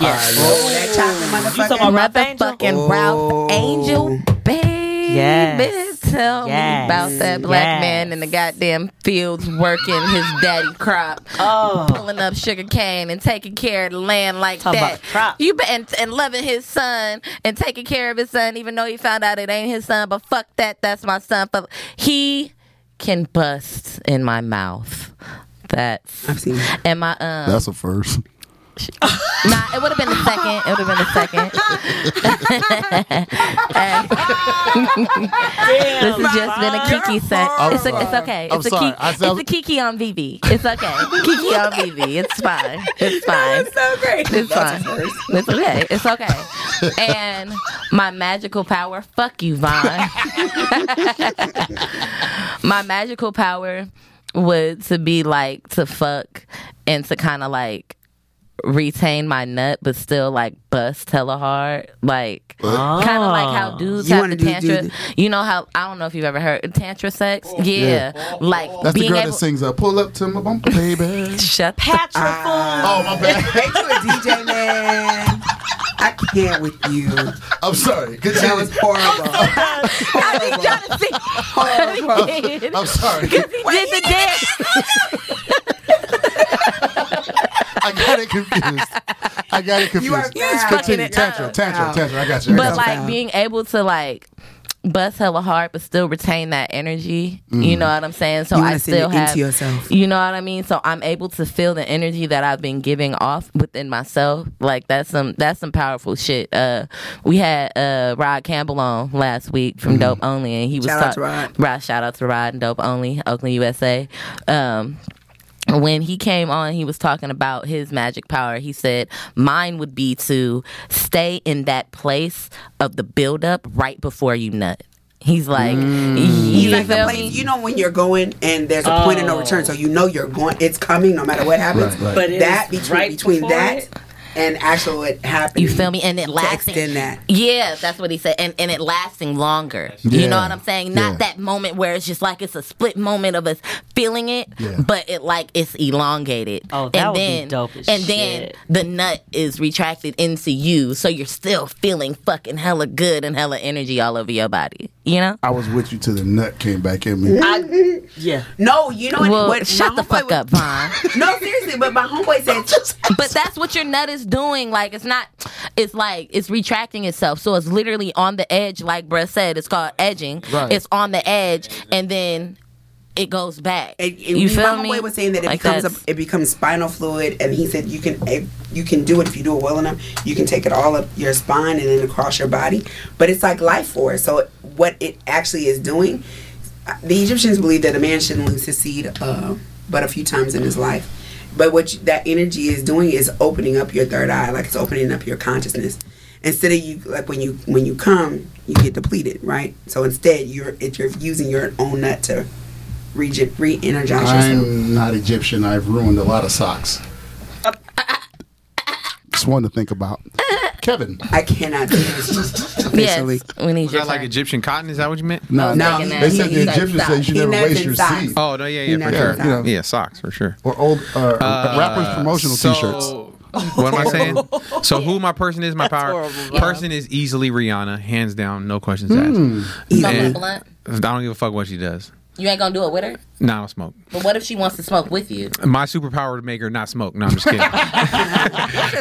C: Yes.
A: Oh, that chocolate
C: You talking
A: motherfucker.
C: about Ralph Angel?
D: Motherfucking Ralph Angel, baby.
F: Yes.
D: Tell me
F: Yes.
D: about that black
F: Yes.
D: man in the goddamn fields working his daddy crop,
F: Oh,
D: pulling up sugar cane and taking care of the land like
F: Talking
D: that.
F: about the crop.
D: You be, and, and loving his son and taking care of his son, even though he found out it ain't his son. But fuck that, that's my son. But he can bust in my mouth. That's
A: I've seen that.
D: and my um.
B: that's a first.
D: Nah, it would have been the second. It would have been the second. [laughs] And this has just been a Kiki set.
B: I'm
D: It's, a, it's
B: sorry.
D: okay. It's,
B: I'm
D: a,
B: sorry.
D: Kiki,
B: I said-
D: it's a Kiki on Vivi. It's okay. Kiki on Vivi. It's fine. It's fine.
A: so great.
D: It's fine. It's okay. It's okay. And my magical power, fuck you, Vaughn. [laughs] my magical power would to be like to fuck and to kind of like retain my nut but still like bust hella hard like kind of like
B: Ah.
D: how dudes
A: You
D: have
A: wanna
D: the
A: do-
D: tantra
A: do-
D: you know how i don't know if you've ever heard tantra sex yeah, like
B: Oh. That's the
D: being
B: girl
D: able
B: that sings uh, "Pull Up to My Bumper, Baby."
D: shut the
B: [laughs]
F: Patrick.
B: oh my bad.
A: Hey, you a DJ man. I can't with you.
B: I'm sorry. Good
A: That was
B: job.
A: horrible.
B: [laughs]
D: I need y'all to [laughs] see [laughs] what he did.
B: I'm sorry.
D: He did the dance.
B: I got it confused. I got it confused.
A: You are bad.
B: Continue.
D: Fucking it
B: Tantra,
D: up. Oh.
B: tantra,
A: Wow.
B: tantra. I got you. I
D: But
B: got you.
D: like being able to like bust hella hard but still retain that energy. You know what I'm saying? So
A: Mm-hmm. You
D: I
A: wanna send
D: still
A: it into
D: have
A: yourself.
D: You know what I mean? So I'm able to feel the energy that I've been giving off within myself. Like that's some that's some powerful shit. Uh we had uh Rod Campbell on last week from Dope Only and he was
A: Mm-hmm. Shout out to
D: talk-
A: Rod.
D: Rod shout out to Rod and Dope Only, Oakland USA. Um when he came on, he was talking about his magic power. He said, Mine would be to stay in that place of the buildup right before you nut. He's like,
A: Mm. He's
D: You
A: like the
D: feel
A: place,
D: me?
A: you know when you're going and there's a point of no return, so
D: Oh.
A: you know you're going. It's coming no matter what happens.
B: Right, right.
C: But it
A: that
C: is
A: between
C: right
A: between
C: before
A: that
C: it?
A: and actual it happening.
D: You feel me? And it
A: to
D: lasting.
A: extend that.
D: Yeah, that's what he said. And and it lasting longer.
B: Yeah.
D: You know what I'm saying? Not
B: Yeah.
D: that moment where it's just like it's a split moment of us feeling it,
B: Yeah.
D: but it like it's elongated.
F: Oh, that
D: and
F: would be
D: then,
F: dope as
D: And then
F: shit.
D: the nut is retracted into you, so you're still feeling fucking hella good and hella energy all over your body. You know?
B: I was with you till the nut came back at me.
C: Yeah.
A: No, you know what?
D: well,
A: what my
D: shut the
A: homeboy
D: fuck
A: was-
D: up, Vaughn.
A: No, seriously, but my homeboy
D: [laughs]
A: said
D: but that's what your nut is doing. Like it's not. It's like it's retracting itself. So it's literally on the edge. Like Brett said, it's called edging.
B: Right.
D: It's on the edge, and then it goes back.
A: And, and
D: you feel
A: my
D: me?
A: homeboy was saying that it
D: Like
A: becomes a,
D: that's-
A: it becomes spinal fluid, and he said you can if you can do it if you do it well enough. You can take it all up your spine and then across your body, but it's like life force. So what it actually is doing, the Egyptians believe that a man shouldn't lose his seed, uh, but a few times in his life. But what you, that energy is doing is opening up your third eye, like it's opening up your consciousness. Instead of you, like when you when you come, you get depleted, right? So instead, you're if you're using your own nut to re re-energize yourself.
B: I'm not Egyptian. I've ruined a lot of socks. Just one to think about. Kevin.
A: I cannot do this officially.
D: [laughs] yes, we need
E: Was
D: your
E: that like
D: turn.
E: Egyptian cotton? Is that what you meant?
B: No,
A: No,
B: no.
A: he-
B: They said
A: he-
B: the
A: he
B: Egyptians
A: said
B: say you should
A: he
B: never
A: nuts
B: waste
A: and
B: your
A: socks.
B: seed.
E: Oh no, yeah, yeah, for
A: Yeah,
E: sure.
B: you know.
E: Yeah, socks for sure.
B: Or old uh, rappers promotional
E: so,
B: t-shirts.
E: What am I saying? So who my person is? My power
C: horrible,
E: person is easily Rihanna, hands down, no questions
D: You
E: asked.
D: gonna
E: And
D: be blunt?
B: Hmm.
E: I don't give a fuck what she does.
D: You ain't gonna do it with her.
E: Nah, I don't smoke.
D: But what if she wants to smoke with you?
E: My superpower would make her not smoke. No, I'm
B: [laughs]
E: just kidding.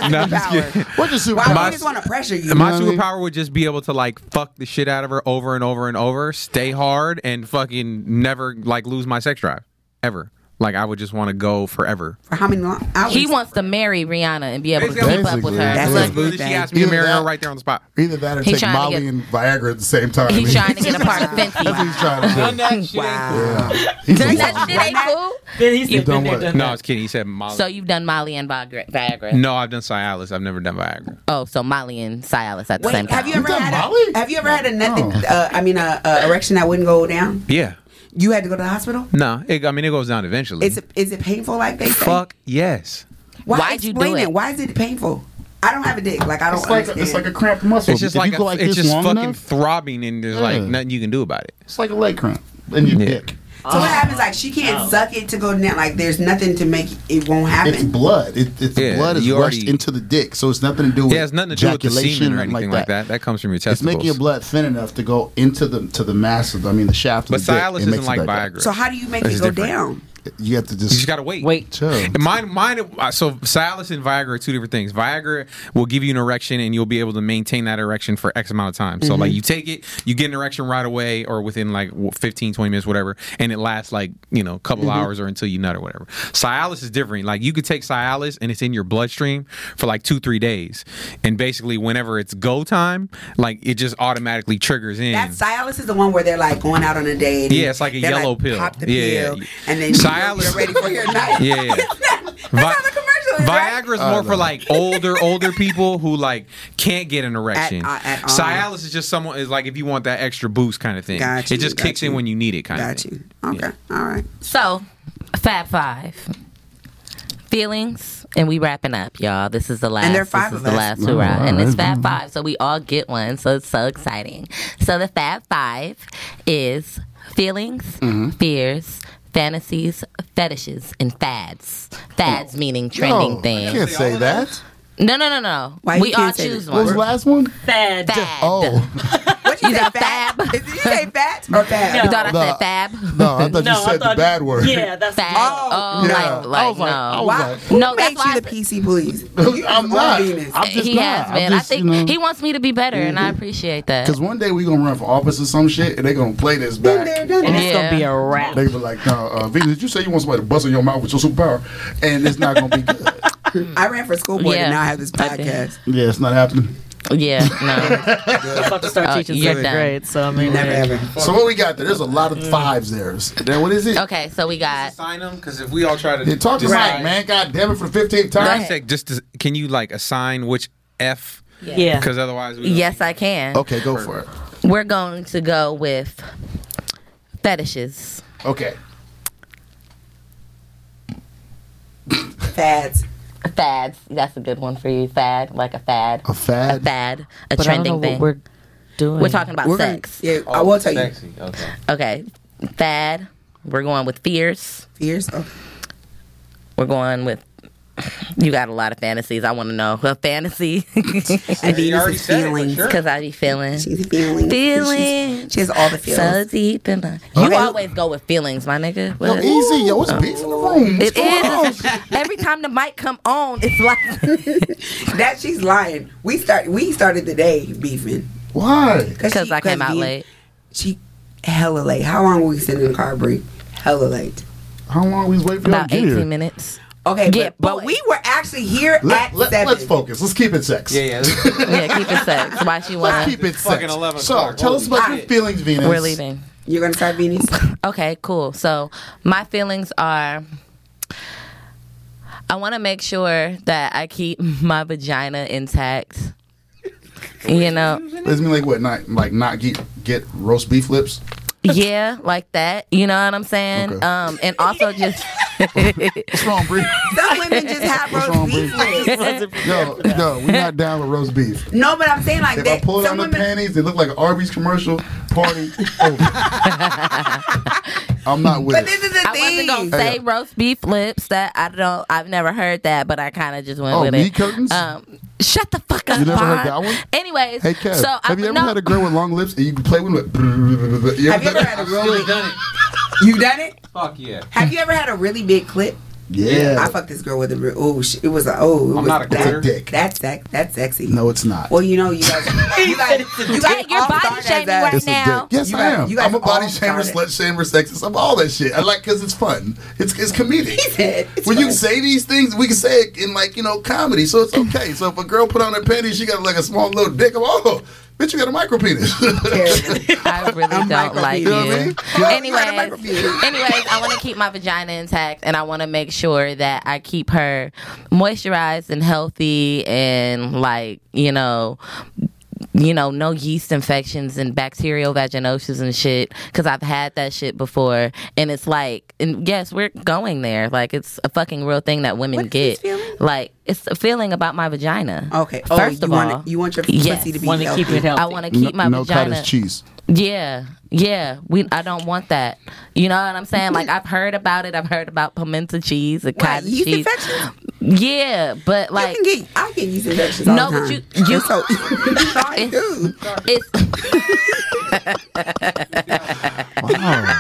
E: no, I'm just kidding.
B: What's your
A: Why do
E: My-
A: you
B: superpower?
A: just want to pressure you?
E: My
B: know what I mean?
E: superpower would just be able to like fuck the shit out of her over and over and over, stay hard, and fucking never like lose my sex drive ever. Like I would just want to go forever.
A: For how many long hours?
D: He wants to marry Rihanna and be able to
E: Basically,
D: keep up with her.
B: that's
A: That's
E: Like,
A: good
E: she
A: thing.
E: asked me to
B: Either
E: marry
B: that-
E: her right there on the spot.
B: Either that or
D: He
B: take
D: trying to
B: Molly
D: get-
B: and Viagra at the same time.
D: He's trying to get a part
B: [laughs]
D: of
B: That's what
D: Fenty.
B: he's trying to do.
A: Wow.
B: He's a
D: That shit ain't cool.
C: Then he said,
B: done
C: been there,
B: what?
C: done
E: No, I
C: that.
E: was kidding. He said Molly.
D: So you've done Molly and Viagra. Viagra.
E: no, I've done Cialis. I've never done Viagra.
D: Oh, so Molly and Cialis at the
A: Wait,
D: same time.
A: have you ever
B: done
A: had
B: Molly?
A: a, have you ever had a nut that, uh, I mean a, a erection that wouldn't go down?
E: Yeah.
A: You had to go to the hospital.
E: No, it, I mean it goes down eventually.
A: Is it is it painful like they say?
E: Fuck yes.
A: Why
D: Why'd you do
A: explain
D: it?
A: Why is it painful? I don't have a dick. Like I don't
B: It's like a,
A: understand.
B: it's like a cramped muscle.
E: It's just
B: if
E: like
B: you go
E: a,
B: like
E: it's
B: this
E: just
B: long
E: fucking
B: enough,
E: throbbing, and there's like
B: Yeah.
E: nothing you can do about it.
B: it's like a leg cramp in your
E: Yeah.
B: dick.
A: so what happens? Like she can't suck it to go down. Like there's nothing to make it won't happen.
B: It's blood. It, it's
E: Yeah,
B: blood is
E: you
B: rushed
E: already-
B: into the dick, so it's nothing to do with
E: Yeah, it has nothing to do with the semen
B: ejaculation
E: or anything like that. That, comes from your
B: It's
E: testicles.
B: making your blood thin enough to go into the to the mass of the, I mean the shaft. Of
E: but
B: the dick.
E: Cialis
B: It makes
E: isn't
B: it
E: like
B: that.
E: Viagra.
A: so how do you make
E: It's
A: it go
E: different.
A: down?
B: You have to just
E: You just gotta wait.
C: Wait.
B: chill.
E: And Mine, mine. uh, So Cialis and Viagra are two different things. Viagra will give you an erection, and you'll be able to maintain that erection for X amount of time. So like, you take it, you get an erection right away, or within like w- 15, 20 minutes, whatever, and it lasts like you know a couple hours or until you nut or whatever. Cialis is different. Like you could take Cialis, and it's in your bloodstream for like two, three days, and basically whenever it's go time, like it just automatically triggers in.
A: That Cialis is the one where they're like going out on a date.
E: Mm. Yeah, it's like a
A: They're,
E: yellow pill.
A: Pop the
E: Yeah,
A: pill,
E: yeah.
A: and then
E: Cialis-
A: Cialis. you're ready for your night.
E: [laughs] Yeah,
A: [laughs]
E: yeah.
A: That's how the commercial is, right?
E: Viagra's more
B: Uh,
E: for like older, older people who like can't get an erection.
A: At- uh, at um, all.
E: Cialis is just someone is like if you want that extra boost kind of thing.
A: Got you,
E: it just
A: got
E: kicks in
A: you.
E: when you need it kind of
A: Got
E: thing.
A: you. Okay. All right.
D: So, Fab Five. Feelings, and we wrapping up, y'all. This is the last.
A: there are five
D: this is
A: of
D: the
A: us.
D: last hurrah, and it's
B: Mm-hmm.
D: Fab Five, so we all get one. So it's so exciting. So the Fab Five is feelings,
B: Mm-hmm.
D: fears, fantasies, fetishes, and fads. Fads meaning trending
B: Oh. No, I
D: things.
B: can't say that.
D: No, no, no, no.
A: Why
D: we
A: you
D: all
A: can't say
D: choose
A: that?
B: What was the
D: one.
B: last one?
C: Fad.
D: Fad.
B: Oh
A: What you
D: You
A: say?
D: got
A: Fab?
D: fab?
A: Did you
D: [laughs]
A: say fat or fab?
D: You thought I
B: No.
D: said fab?
B: [laughs] no, I thought you said the bad word.
C: Yeah, that's
D: Fab.
A: Oh,
D: Oh,
B: Yeah.
D: like, like,
B: I was like, I
D: no.
B: was
A: Why?
B: like,
A: Who
D: No, that's
A: made
D: why
A: you
D: I
A: the PC police? You
B: [laughs] I'm
A: on
B: not.
A: Venus.
B: I'm just
D: he
B: not.
D: has
B: I'm
D: been.
B: just,
D: I think
B: you know.
D: he wants me to be better, and I appreciate that.
B: Because one day we gonna run for office or some shit, and they gonna play this back.
A: Been there, done
C: And
A: that.
C: it's gonna be a wrap.
B: They be like, "No, uh, Venus, did you say you want somebody to bust in your mouth with your superpower?" And it's not gonna be good.
A: I ran for school board
D: Yeah.
A: and now I have this
D: I did.
A: podcast.
B: yeah, it's not happening.
D: Yeah, no. [laughs]
C: I'm about to start
D: Uh,
C: teaching
D: you're
C: seventh
D: done.
C: grade, so I mean,
A: Never
C: like,
A: ever.
B: So what we got there? There's a lot of fives there. Then what is it?
D: okay, so we got
E: Sign them because if we all try to
B: Yeah, talk to
E: decide-
B: Mike, man. God damn it for the fifteenth time.
D: ahead.
E: Sec, just to- can you like assign which F?
C: yeah.
E: Because otherwise, we
D: yes, I can.
B: Okay, go for it.
D: We're going to go with fetishes.
B: Okay.
A: Fads.
D: Fads. That's a good one for you. Fad, like a fad,
B: A
D: a
B: fad.
D: fad, a
C: But I don't know
D: trending
C: what
D: thing. We're,
C: we're doing.
D: talking about
A: We're gonna-
D: sex.
A: Yeah, I will tell you.
E: Okay.
D: Okay, fad. We're going with fears.
A: Fears. Okay.
D: We're going with. [sighs] You got a lot of fantasies. I want to know a fantasy [laughs]
A: And
E: You
A: Venus
E: already
A: is
E: said it, but
A: feelings.
E: sure.
D: because I be feeling
A: She's feeling.
D: Feelings.
A: She has all the
D: so
A: feelings.
D: deep in my. You always go with feelings, my nigga.
B: Yo,
D: What?
B: easy, yo. It's beef in the room. What's
D: Oh. It
B: going on?
D: is. [laughs] Every time the mic come on, it's
B: [laughs]
A: [laughs]
D: like
A: that she's lying. We start. We started the day beefing
B: Why?
D: because
A: she-
D: I came out
A: Ven-
D: late.
A: She hella late. How long were we sitting in the car, Brie? Hella late.
B: How long we was waiting for y'all
D: About
B: to get here?
D: eighteen minutes.
A: Okay,
D: Yeah,
A: but, but
D: boy.
A: we were actually here
B: Let,
A: at seven.
B: us focus. Let's keep it sex.
E: Yeah, yeah. this is-
D: Yeah, keep it sex. Why
B: [laughs]
D: she
B: Let's
D: want?
B: keep it
E: fucking
B: sex.
E: 11
B: So,
E: o'clock.
B: tell us about your
E: Holy
B: feelings, Venus.
D: We're leaving.
A: You're gonna start Venus.
D: Okay, cool. So my feelings are. I want to make sure that I keep [laughs] my vagina intact. You know,
B: Does mean like what? Not like not get get roast beef lips.
D: yeah, like that. You know what I'm saying?
B: Okay.
D: Um, and also just
B: What's wrong,
D: [laughs]
B: Bree?
A: Some women just have
B: What's
A: roast
B: wrong,
A: beef.
B: Bree?
A: legs.
B: no, no, we're not down with roast beef.
A: No, but I'm saying like
B: If I
A: that.
B: pull
A: Some
B: down the
A: women. Oh.
B: panties, they look like an Arby's commercial party. Over. I'm not with
A: but
B: it.
A: this is the
D: I wasn't
A: thing.
D: gonna say roast beef lips. That I don't. I've never heard that, but I kind of just went
B: Oh,
D: with
B: knee
D: it.
B: curtains?
A: Uh,
D: Um, shut the fuck up.
B: You never heard
D: Vaughn.
B: that one?
D: Anyways,
B: Hey, Kev,
D: so
B: have
D: I,
B: you ever
D: no,
B: had a girl with long lips and you can play with it? Have you
A: Have you ever had a
B: [laughs] done that?
A: really? You done it?
E: Fuck yeah.
A: Have you ever had a really big clit? I
B: Yeah.
A: fucked this girl with a. Oh, it was a. Oh, it
E: I'm
A: was
E: not a
A: that-
E: quitter.
B: Dick.
A: That's sex. That's sexy.
B: No, it's not.
A: Well, you know, you guys, you guys, you
D: Yeah,
A: guys
D: you're
A: all
D: body
A: started as
D: shaming
A: us.
D: right
B: It's a
D: now.
B: dick. Yes,
A: You
B: I
A: guys-
B: am.
A: you guys
B: I'm a body
A: all
B: shamer,
A: started.
B: slut shamer, sexist. I'm all that shit. I like because it's fun. It's it's comedic.
A: said it's
B: when you
A: fun.
B: say these things, we can say it in like you know comedy, so it's okay. so if a girl put on her panties, she got like a small little dick. I'm oh, bitch, you got a micro penis. [laughs]
D: I really
A: I'm
D: don't
A: micropenis.
D: like you.
B: You know what I mean? Yeah.
D: Anyways, anyways, I want to keep my vagina intact, and I want to make sure that I keep her moisturized and healthy, and like you know. You know, no yeast infections and bacterial vaginosis and shit, because I've had that shit before. And it's like, and yes, we're going there. Like, it's a fucking real thing that women get. Like it's a feeling about my vagina.
A: Okay.
D: First
A: Oh,
D: of
A: you
D: all,
A: want you want your
D: yes.
A: pussy to be
C: Want to
A: healthy.
C: keep it healthy.
D: I want to keep
B: no,
D: my
B: no
D: vagina.
B: cottage
D: [laughs]
B: cheese.
D: Yeah, yeah. We I don't want that. You know what I'm saying? Like I've heard about it. I've heard about pimento cheese, and
A: What,
D: cottage
A: yeast
D: cheese.
A: infections?
D: Yeah, but like
A: you can get I get yeast infections all
D: No,
A: the
D: but
A: time.
D: you-
A: so, I
D: you-
A: do.
D: it's
B: Wow.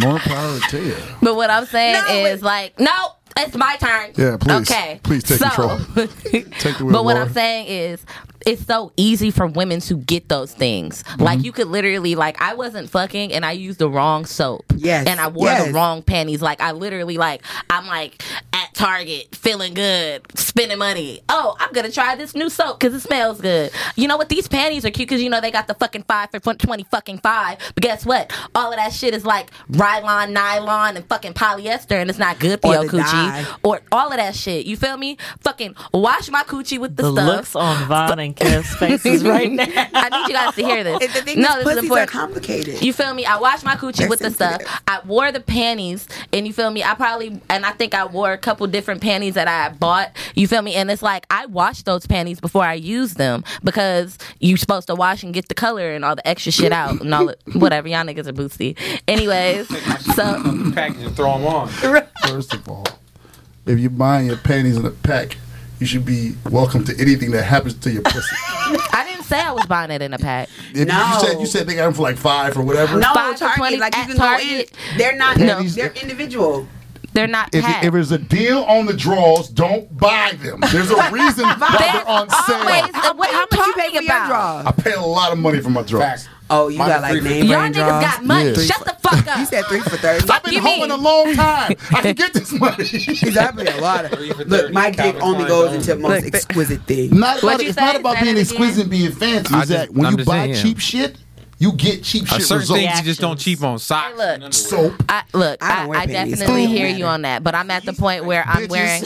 B: More power to you.
D: but what I'm saying
A: No,
D: is
A: it-
D: like no. It's my turn.
B: Yeah, please.
D: Okay.
B: Please take
D: so,
B: control.
D: [laughs]
B: Take the wheel,
D: But what
B: Laura.
D: I'm saying is, it's so easy for women to get those things.
B: Mm-hmm.
D: Like you could literally, like I wasn't fucking and I used the wrong soap.
A: Yes,
D: And I wore
A: yes.
D: the wrong panties. Like I literally, like I'm like at Target, feeling good, spending money. Oh, I'm gonna try this new soap because it smells good. You know what? These panties are cute because you know they got the fucking five for twen- twenty fucking five. But guess what? All of that shit is like Rylon, nylon, and fucking polyester, and it's not good for
A: Or
D: your
A: the dye.
D: coochie or all of that shit. You feel me? Fucking wash my coochie with the,
C: The
D: stuff.
C: looks on Vaughn and
F: [laughs]
C: Kev's faces right now.
D: I need you guys to hear
A: [laughs]
D: this.
A: And the thing
D: no,
A: is,
D: this is
A: pussies are
D: important.
A: complicated.
D: You feel me? I washed my coochie
A: They're
D: with the stuff.
A: sensitive.
D: I wore the panties, and you feel me? I probably and I think I wore a couple different panties that I bought. You feel me? And it's like I washed those panties before I used them because you supposed to wash and get the color and all the extra shit out and all the, whatever. Y'all niggas are boosty. Anyways, so
E: Package and throw them on.
B: First of all, if you're buying your panties in a pack, you should be welcome to anything that happens to
A: [laughs]
B: your pussy.
D: I didn't say I was buying it in a pack.
B: If
A: No.
B: You said you said they got them for like five or whatever.
A: no,
D: Five to
A: Target,
D: 20
A: like you
D: at
A: can go in.
D: Target.
A: They're not.
D: No.
A: They're individual.
D: They're not
B: If,
D: packed.
B: if there's a deal on the draws, don't buy them. There's a
D: [laughs]
B: reason why
D: There's
B: they're on
D: always
B: sale.
D: what
A: How
D: you
A: much you
D: talking
A: pay for your
D: about?
A: draw?
B: I pay a lot of money for my draws.
A: Oh, you
E: Mine
A: got
E: are
A: like
E: free.
A: name
D: Y'all
A: brand
D: niggas
A: draws.
D: got money.
B: Yeah.
D: Shut the fuck up.
A: You said three for thirty.
B: I've been
D: you
B: hoeing
D: mean?
B: a long time. I
D: [laughs]
B: can get this money.
A: Exactly, a lot of.
E: for
A: Look,
E: 30,
A: my dick
E: Calvin
A: only
E: Klein
A: goes
E: don't.
A: into most exquisite things.
B: Not about,
D: you
B: it's
D: say?
B: not about
D: Say that
B: being
D: again.
B: exquisite and being fancy.
E: I
B: It's that
E: just-
B: when
E: I'm
B: you
E: just
B: buy
E: saying.
B: cheap shit, you get cheap
E: Uh,
B: shit
E: certain
B: results.
E: things you just don't cheap on socks.
D: look.
E: and underwear.
B: Soap.
D: I, look,
A: I
D: I,
A: don't
D: I,
A: wear panties, so it
D: definitely
A: don't
D: hear
A: matter.
D: you on that, but I'm at the point where I'm
A: [laughs]
B: Bitches.
D: wearing,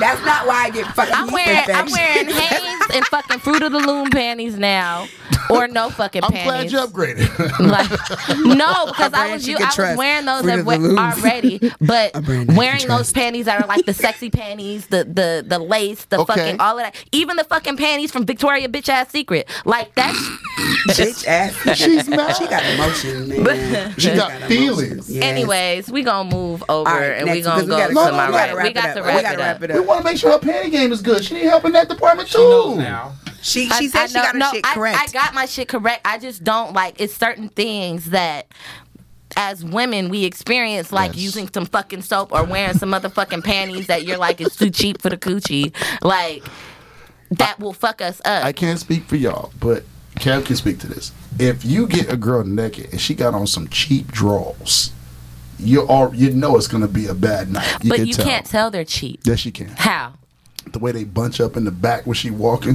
A: That's not why I get fucking.
D: I'm
A: yeast
D: wearing, I'm
A: infections.
D: wearing [laughs] Hanes and fucking Fruit of the Loom panties now, or no fucking
B: I'm glad
D: panties.
B: you upgraded.
D: [laughs] like, no, because I
A: brand
D: was
A: you
D: you,
A: can
D: I was
A: trust.
D: wearing those
A: Fruit
D: at
A: of the
D: wa-
A: Loom.
D: already,
A: [laughs]
D: but
A: A brand I can
D: wearing those
A: trust.
D: panties that are like the sexy panties, the the the lace, the
B: Okay.
D: fucking all of that, even the fucking panties from Victoria Bitch Ass Secret, like that's
A: bitch ass.
B: She's mad.
A: She got emotion,
D: [laughs]
A: man.
B: She got
A: emotions.
B: feelings.
A: Yes.
D: Anyways, we gonna move over
A: All right,
D: and
A: next,
D: we gonna
A: because gotta-
D: go to
B: no,
D: my
B: we gotta
D: right. We got to wrap,
A: we gotta wrap
D: it up.
A: it
B: We
A: up.
B: want to make sure her panty game is good. She need help in that department too.
E: She knows now.
A: She she said she got her shit
D: I,
A: correct.
D: I got my shit correct. I just don't like it's certain things that as women we experience like
B: Yes.
D: using some fucking soap or wearing some motherfucking panties that you're like it's too cheap for the coochie. Like that will fuck us up.
B: I can't speak for y'all, but Kev can speak to this. If you get a girl naked and she got on some cheap draws, you are you know it's gonna be a bad night. You
D: but
B: can
D: you
B: tell.
D: can't tell they're cheap.
B: Yes, you can.
D: How?
B: The way they bunch up in the back when she walking,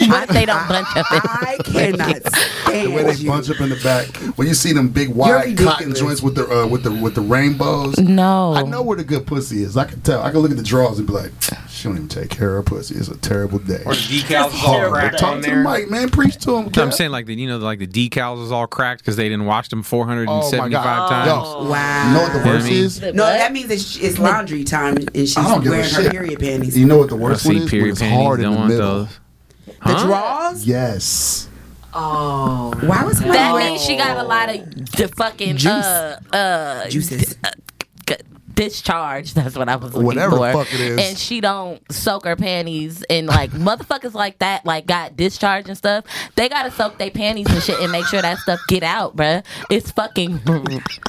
D: Why they
A: [laughs]
D: don't bunch up in
A: I cannot
D: [laughs]
B: the way
A: stand
B: they
A: you.
B: bunch up in the back when you see them big
A: You're
B: wide
A: ridiculous.
B: cotton joints with the uh, with the with the rainbows.
D: No.
B: I know where the good pussy is. I can tell. I can look at the drawers and be like, she don't even take care of her pussy. It's a terrible day.
E: Or the decals is all
B: Horrible.
E: cracked
B: Talk
E: on
B: to the
E: there.
B: mic, man. Preach to him.
E: No, I'm saying like the you know like the decals is all cracked because they didn't wash them 475 times.
B: Oh, Yo,
A: Wow.
B: you know what the
E: I
B: worst
E: mean-
B: is?
A: No, that means it's, it's laundry time and she's
B: I don't give
A: wearing
B: a
A: her
B: shit.
A: period panties.
B: You know what the
E: I
B: worst one
E: see
B: is? When
E: period
B: it's
E: panties.
B: hard in
E: Don't
B: the
E: want
B: middle.
E: those.
A: the
E: Huh?
A: draws?
B: Yes.
F: Oh,
A: Why was my
D: That
A: mom-
D: means she got a lot of the fucking
A: Juice.
D: uh uh [laughs]
A: Juices.
D: d- uh, g- discharge. [laughs] That's what I was looking
B: Whatever
D: for.
B: fuck it is.
D: And she don't soak her panties and like [laughs] motherfuckers like that like got discharge and stuff. They gotta soak their panties and shit and make sure that stuff get out, bruh. It's fucking. [laughs]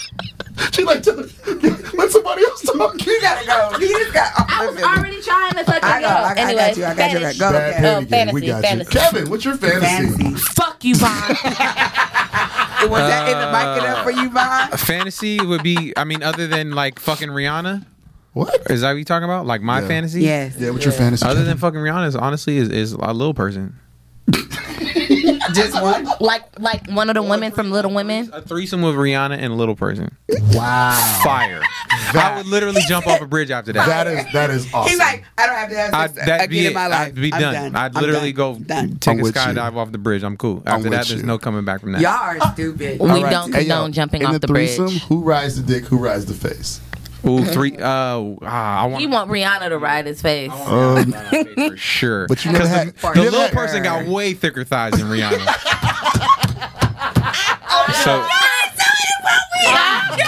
B: She like, tell- let somebody else talk.
A: You gotta go. You just got.
D: I was already trying to fucking
A: I
D: go.
A: know. I, I
D: anyway,
A: got you. I got you.
D: fetish.
A: Go.
B: Bad
A: Okay.
B: panty game.
D: fantasy,
B: we got
D: fantasy.
B: you. Kevin, what's your fantasy?
A: Fancy.
D: Fuck you, Vaughn. [laughs]
A: Was that in the
B: Uh,
A: mic it up for you, Vaughn?
E: A fantasy would be I mean other than like fucking Rihanna
B: What?
E: is that what you talking about like my
B: Yeah.
E: fantasy
A: Yes.
B: Yeah, what's your fantasy?
E: other
B: Kevin?
E: than fucking Rihanna is honestly is, is a little person
A: Just one.
D: like like one of the women from Little Women.
E: a threesome with Rihanna and a little person
B: wow.
E: fire I would literally jump off a bridge after that
B: That is that is awesome.
A: He's like, I don't have to
E: I,
A: have sex
E: that'd
A: again
E: be
A: in
E: it.
A: my life.
E: I'd be
A: I'm
E: done. I'd
A: I'm
E: literally
A: done.
E: go
A: Done.
E: take
B: I'm
E: a
B: with you.
E: skydive off the bridge. I'm cool.
B: I'm
E: After that,
B: with
E: there's
B: you.
E: no coming back from that.
A: Y'all are stupid.
D: We
A: All right.
D: don't
B: Hey, yo,
D: condone jumping
B: in
D: off the, bridge.
B: threesome, Who rides the dick? Who rides the face?
E: Ooh, three. Uh, ah, I
D: He want
E: want.
D: Rihanna to ride his face.
B: Um,
E: [laughs] for sure.
B: But you never
E: 'Cause
B: had-
E: the,
B: you
E: the
B: never
E: little
B: had-
E: person got way thicker thighs than [laughs] Rihanna. so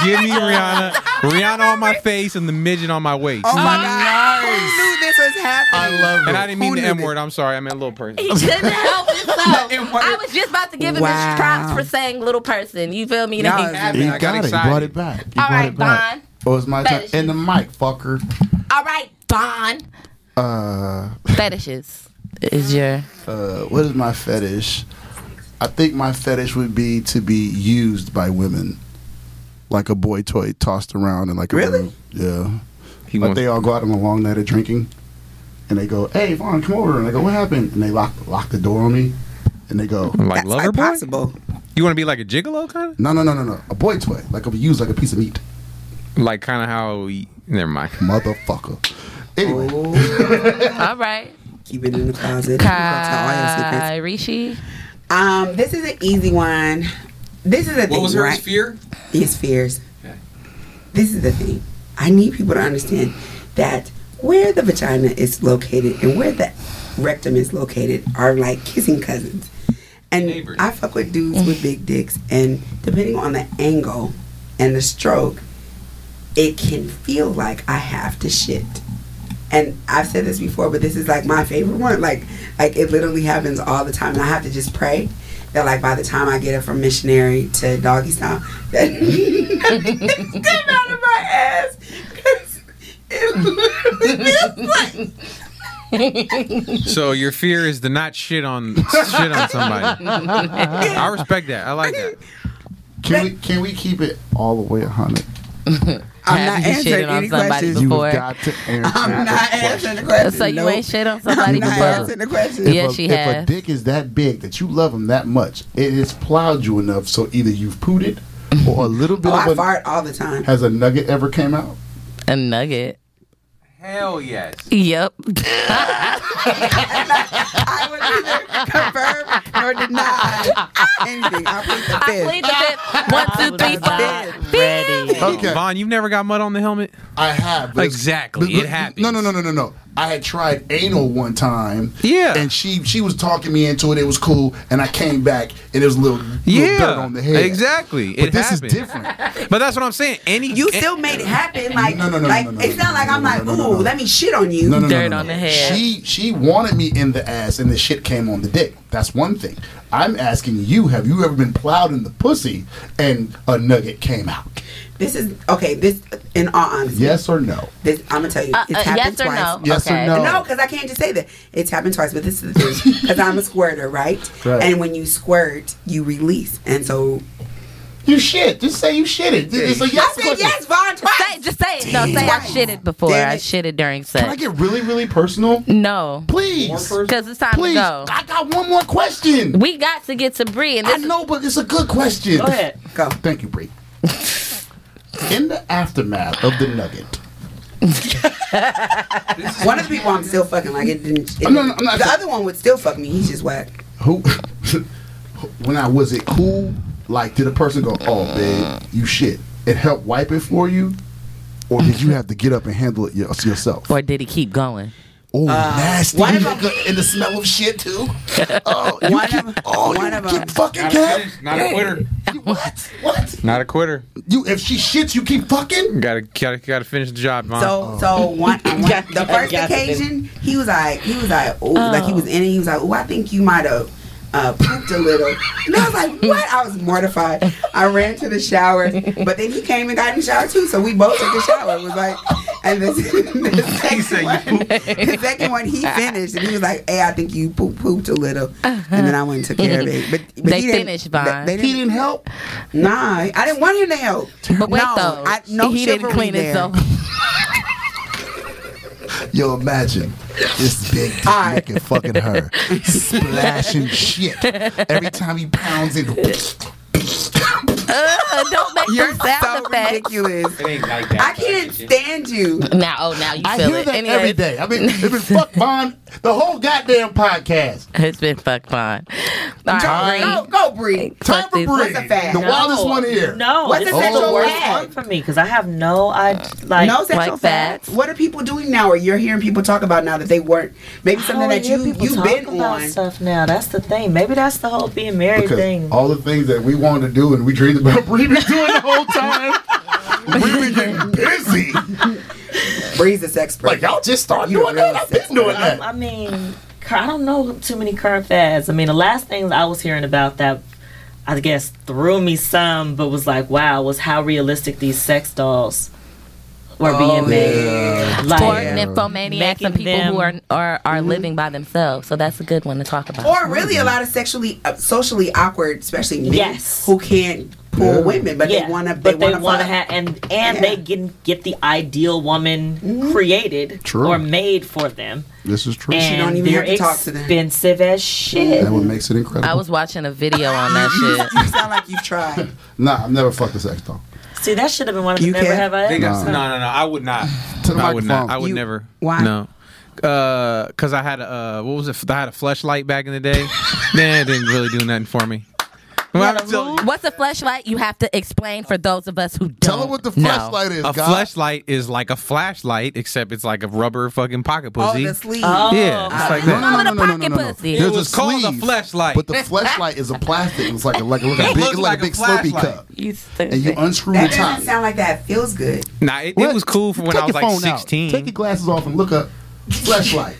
E: give me Rihanna, Rihanna on my face and the midget on my waist.
A: Oh my god! Who knew this was happening?
B: I love it.
E: and I didn't mean
B: Who
E: the
B: knew
E: M
B: that?
E: word. I'm sorry. I meant little person.
D: He couldn't help himself.
A: It worked.
D: I was just about to give him
A: Wow.
D: his props for saying little person. You feel me? [laughs]
A: Y'all
D: Then he-
A: is-
B: He
E: I got
B: got it. He
E: excited.
B: brought it back. He
D: All
B: brought
D: right,
B: it back.
D: Vaughn.
B: Oh, it's my turn.
D: Fetish.
B: And the mic, fucker.
D: All right, Don.
B: Uh,
D: Fetishes is your.
B: uh, what is my fetish? I think my fetish would be to be used by women, like a boy toy tossed around in like a
A: Really?
B: room. Yeah.
E: He
B: Like
E: wants.
B: they all go out on a long night of drinking, and they go, "Hey, Vaughn, come over." And I go, "What happened?" And they lock lock the door on me, and they go,
E: I'm like
A: That's
E: lover
A: like
E: boy.
A: possible.
E: You want to be like a gigolo kind
B: "No, no, no, no, no, a boy toy, like it'll be used like a piece of meat,
E: of, like kind of how. We, never mind.
B: motherfucker." Anyway,
D: All right,
A: Keep it in the closet. You gonna tell all your secrets.
D: Kyrishi.
A: Um, this is an easy one. This is a thing, right?
E: fear?
A: These fears. This is the thing. I need people to understand that where the vagina is located and where the rectum is located are like kissing cousins. And
E: Neighbors.
A: I fuck with dudes with big dicks, and depending on the angle and the stroke, it can feel like I have to shit. And I've said this before, but this is like my favorite one. Like, like it literally happens all the time, and I have to just pray that like by the time I get it from missionary to doggy style,
D: [laughs]
A: that [laughs] nothing's come out of my ass. 'Cause It [laughs] literally feels like
E: So your fear is to not shit on shit on somebody. I respect that. I like that.
A: Oh.
B: can we can we keep it all the way a hundred?
A: I'm
D: Have
A: not
D: you shitted
A: answering
D: on
A: any
D: somebody
A: questions.
D: before?
B: You've
D: Boy.
B: got to answer.
A: [laughs] I'm
B: the
A: not
B: question.
A: answering the question.
D: So you
A: Nope.
D: ain't shit on
A: I'm [laughs]
D: somebody
A: not
D: before.
A: answering the question.
B: If
D: Yeah,
B: a,
D: she
B: If a
D: has.
B: dick is that big that you love him that much, it has plowed you enough. So either you've pooed it, or a little bit
A: Oh, I
B: of a,
A: fart all the
B: [laughs]
A: time.
B: has a nugget ever came out.
D: A nugget.
E: Hell yes.
A: [laughs]
D: Yep.
A: I would neither confirm nor deny anything. I plead the fifth.
D: I plead the fifth. One, two, three, four. Uh,
C: Not ready.
A: Oh,
B: Okay,
E: Vaughn, you've never got mud on the helmet?
B: I have but it's-
E: Exactly,
B: but-
E: it
B: but-
E: happens.
B: No, no, no, no, no, no. I had tried anal one time.
E: Yeah.
B: and she she was talking me into it. It was cool, and I came back and it was a little, little dirt on the head.
E: Exactly.
B: But
E: it
B: this
E: happened.
B: is different.
E: [laughs] But that's what I'm saying. Any
A: You
E: a-
A: still made it happen. Like,
B: No, no, no,
A: like
B: no, no,
A: it's
B: no,
A: not like
B: no,
A: I'm
B: no,
A: like,
B: no, no,
A: ooh,
B: no.
A: let me shit on you.
B: No, no, no,
D: Dirt
B: no, no.
D: on the head.
B: She she wanted me in the ass, and the shit came on the dick. That's one thing. I'm asking you: Have you ever been plowed in the pussy and a nugget came out?
A: This is okay. This, in all honesty,
B: Yes or no?
A: this, I'm gonna tell you,
D: Uh,
A: it's
D: uh,
A: happened
D: yes or
A: twice.
D: no?
B: Yes or
D: okay.
B: no?
A: No, because I can't just say that. It's happened twice, but this is the thing.
D: [laughs]
A: Because I'm a squirter, right?
B: Right.
A: And when you squirt, you release. And so
B: You shit. Just say you shit it. It's a
A: I
B: yes
A: said
B: question.
A: yes, Vaughn, twice.
D: Say, just say it. No, say I shitted before.
A: Damn
D: I
A: it.
D: shitted during
B: Can I
D: sex.
B: get really, really personal?
D: No.
B: Please,
D: Because it's time
B: please.
D: to go.
B: I got one more question.
D: We got to get to Bree. And
B: I
D: this
B: know, but it's a good question.
F: Go ahead.
A: Go.
B: Thank you,
D: [laughs]
B: Bree. In the aftermath of the nugget,
A: One of the people I'm still fucking like it didn't. It,
B: Oh, no, no, I'm not-
A: the other one would still fuck me. He's just whack.
B: who, [laughs] when I was it cool? Like, did a person go, "Oh, babe, you shit"? It helped wipe it for you, or did you have to get up and handle it your- yourself?
D: or did he keep going?
B: oh,
A: uh,
B: nasty!
A: one of
B: and the smell of
A: [laughs]
B: shit too. Oh, you
A: One
B: keep,
A: of-
B: oh,
A: one
B: you
A: of
B: keep
A: them.
B: fucking
E: Not a,
B: Kev?
E: quitter. not a quitter.
B: What? What?
E: Not a quitter.
B: You if she shits, you keep fucking?
E: Gotta, gotta, gotta finish the job, Vaughn.
D: Oh.
A: So so
D: [laughs]
A: one, on one
F: Got-
A: the first
F: got it.
A: occasion he was like he was like oh like he was in it he was like oh I think you might have uh, pooped a little and I was
D: [laughs]
A: like what I was mortified I ran to the shower but then he came and got in the shower too so we both took a shower it was like and [laughs] the, the second one the second one he finished and he was like hey I think you poop, pooped a little and then I went and took care of it but, but
D: They
A: he didn't-
D: finished,
A: they-
D: Vaughn.
A: they
B: He
A: didn't,
B: didn't help.
A: nah I didn't want him to help
D: But wait,
A: no,
D: though.
A: I, no
D: he didn't
A: chivalry
D: clean
A: there.
D: himself.
B: Yo, imagine this big dick
A: All right.
B: looking fucking her,
A: [laughs]
B: splashing shit every time he pounds in. [laughs]
A: [laughs]
D: Uh, [laughs] don't make
A: You're
D: your sound
A: so
D: effects.
A: ridiculous.
E: it ain't like that.
A: I can't stand you.
D: Now, oh, now you
B: I
D: feel
B: hear
D: it.
B: that
D: Anyway, [laughs]
B: every day. I mean, if it's fuck Von the whole goddamn podcast.
D: It's been fuck fun. All right.
A: Go, go, Bree.
B: Time for
D: these- what's
B: Bree,
A: a fact?
B: the wildest one here.
F: No,
A: What's
F: this
A: the
F: is
A: sexual
F: the worst
A: act?
F: one for me because I have no I like
A: no sexual
D: like
A: facts.
D: that.
A: What are people doing now, or you're hearing people talk about now that they weren't? Maybe something
F: I
A: that
F: don't hear
A: you
F: Oh, people
A: you've
F: talk
A: been
F: about
A: on.
F: stuff now. That's the thing. Maybe that's the whole being married thing.
B: all the things that we wanted to do and we dreamed about, [laughs] Bree been doing the whole time. Bree been getting busy.
A: Bree's a sex expert.
B: Like y'all just started
A: You
B: doing
A: don't
B: that. I've
A: realize
B: been doing
F: Um,
B: that.
F: I mean, cur- I don't know too many current fads. I mean, the last things I was hearing about that, I guess, threw me some, but was like, wow, was how realistic these sex dolls
A: Oh,
F: were being made.
D: For
F: Like,
D: nymphomaniacs and
F: Making
D: people who are
F: them-
D: are, are living by themselves. So that's a good one to talk about.
A: or really a lot of sexually uh, socially awkward, especially men
F: Yes.
A: who can't pull women, but
F: yeah,
A: they want to.
F: but they
A: want
F: wanna
A: to
F: have, and and
A: Yeah. Mm-hmm.
F: they can get the ideal woman created
B: True.
F: or made for them.
B: This is true.
F: and
A: don't even
F: they're
A: have to talk to them.
F: expensive as shit.
B: what makes it incredible.
D: I was watching a video on that
A: You [laughs] sound like you've tried.
B: nah, I've never fucked a sex doll.
F: See, that should have been one of the
A: You
F: never
A: can-
F: have I
E: They
F: ever.
E: got- no, no, no. I would not.
B: To the
E: I would not.
B: microphone.
E: I would
A: You-
E: never.
A: why?
E: No. Uh, cause I had a uh, what was it? I had a flashlight back in
B: [laughs]
E: the day. nah, it didn't really do nothing for me. Well, I'm telling
D: shit.
E: you,
D: What's a fleshlight? You have to explain for those of us who don't.
B: Tell her what the
D: know.
B: flashlight is,
E: a
B: God.
E: flashlight is like a flashlight, except it's like a rubber fucking pocket
A: Oh,
E: pussy.
A: the sleeve.
F: Oh.
E: yeah, it's like
B: No, no, no, no,
E: that.
B: no, no, no,
D: Pocket
B: no, no.
D: pussy. It
E: It was called a
B: sleeve,
E: flashlight.
B: But the flashlight is a plastic. It's like a
D: [laughs]
B: like a, like a big,
E: It looks
B: it's like a
E: like a
B: big slurpee
E: flashlight.
B: cup,
D: You
B: and you
D: stupid.
B: unscrew
A: That
B: the
A: doesn't
B: top.
A: sound like that. Feels good.
E: nah, it, it was cool for when
B: Take
E: I was
B: your
E: like
B: phone out.
E: 16.
B: Take your glasses off and look up flashlight.